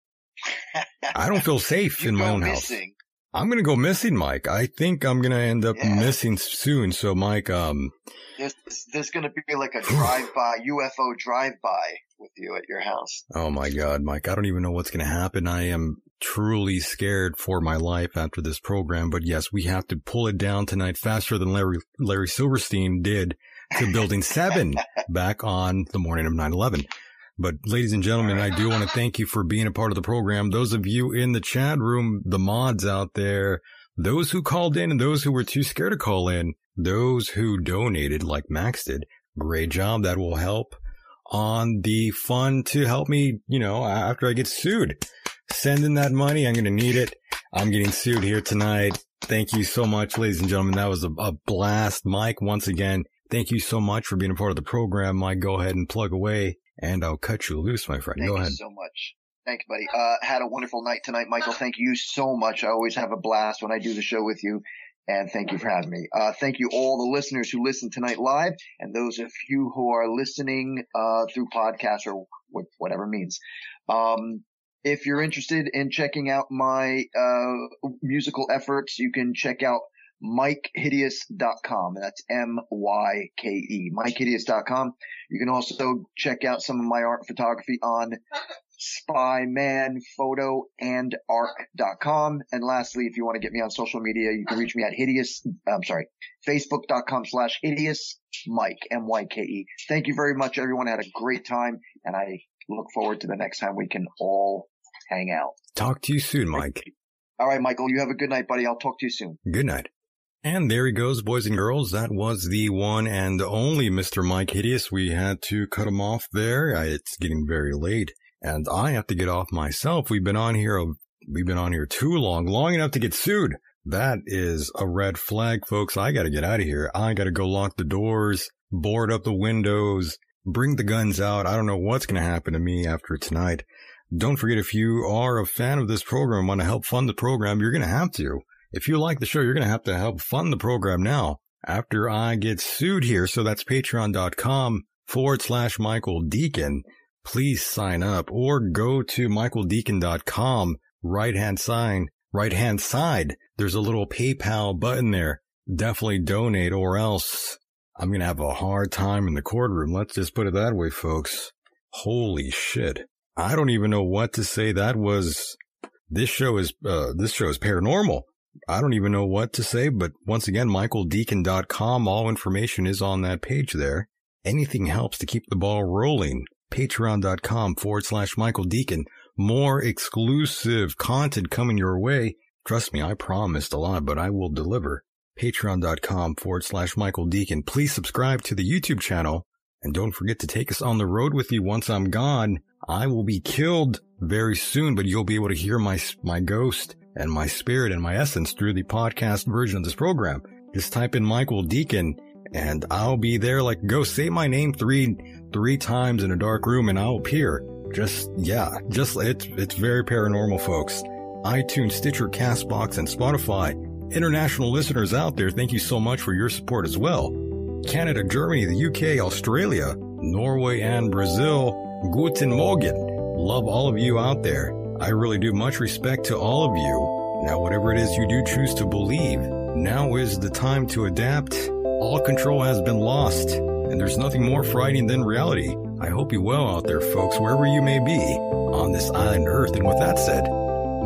A: I don't feel safe
B: You
A: in my
B: go
A: own house.
B: missing.
A: I'm going to go missing, Mike. I think I'm going to end up
B: Yeah.
A: missing soon. So, Mike, um,
B: There's there's gonna be like a drive by UFO drive by with you at your house.
A: Oh my God, Mike, I don't even know what's going to happen. I am truly scared for my life after this program. But yes, we have to pull it down tonight faster than Larry, Larry Silverstein did to building seven back on the morning of 9 11. But ladies and gentlemen, I do want to thank you for being a part of the program. Those of you in the chat room, the mods out there, those who called in and those who were too scared to call in, those who donated like Max did. Great job. That will help on the fund to help me, you know, after I get sued. Send in that money. I'm going to need it. I'm getting sued here tonight. Thank you so much, ladies and gentlemen. That was a, a blast. Mike, once again, thank you so much for being a part of the program. Mike, go ahead and plug away and I'll cut you loose, my friend.
B: Thank
A: go
B: you
A: ahead.
B: so much. Thanks, buddy. Uh, had a wonderful night tonight, Michael.
A: Ah.
B: Thank you so much. I always have a blast when I do the show with you, and thank you for having me. Uh, thank you all the listeners who listened tonight live, and those of you who are listening uh, through podcast or wh- whatever means. Um, if you're interested in checking out my uh, musical efforts, you can check out mikehideous.com. That's M-Y-K-E, mikehideous.com. You can also check out some of my art and photography on spymanphotoandarc.com. And lastly, if you want to get me on social media, you can reach me at hideous, I'm sorry, facebook.com slash hideous Mike, M-Y-K-E. E. Thank you very much. Everyone had a great time and I look forward to the next time we can all hang out.
A: Talk to you soon, Mike.
B: All right, Michael, you have a good night, buddy. I'll talk to you soon.
A: Good night. And there he goes, boys and girls. That was the one and only Mr. Mike Hideous. We had to cut him off there. I, it's getting very late and I have to get off myself. We've been on here. A, we've been on here too long, long enough to get sued. That is a red flag, folks. I got to get out of here. I got to go lock the doors, board up the windows, bring the guns out. I don't know what's going to happen to me after tonight. Don't forget, if you are a fan of this program, want to help fund the program, you're going to have to. If you like the show, you're going to have to help fund the program now after I get sued here. So that's patreon.com forward slash Michael Deacon. Please sign up or go to michaeldeacon.com right hand sign, right hand side. There's a little PayPal button there. Definitely donate or else I'm going to have a hard time in the courtroom. Let's just put it that way, folks. Holy shit. I don't even know what to say. That was, this show is, uh, this show is paranormal. I don't even know what to say, but once again, michaeldeacon.com, all information is on that page there. Anything helps to keep the ball rolling. Patreon.com forward slash Michael Deacon. More exclusive content coming your way. Trust me, I promised a lot, but I will deliver. Patreon.com forward slash Michael Deacon. Please subscribe to the YouTube channel and don't forget to take us on the road with you once I'm gone. I will be killed very soon, but you'll be able to hear my, my ghost and my spirit and my essence through the podcast version of this program. Just type in Michael Deacon and I'll be there like go say my name three, three times in a dark room and I'll appear. Just, yeah, just, it's, it's very paranormal, folks. iTunes, Stitcher, Castbox, and Spotify. International listeners out there, thank you so much for your support as well. Canada, Germany, the UK, Australia, Norway, and Brazil. Guten Morgen. Love all of you out there. I really do much respect to all of you. Now, whatever it is you do choose to believe, now is the time to adapt. All control has been lost, and there's nothing more frightening than reality. I hope you well out there, folks, wherever you may be on this island earth. And with that said,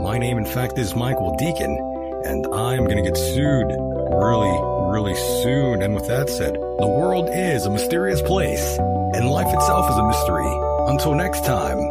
A: my name, in fact, is Michael Deacon, and I'm going to get sued really, really soon. And with that said, the world is a mysterious place, and life itself is a mystery. Until next time.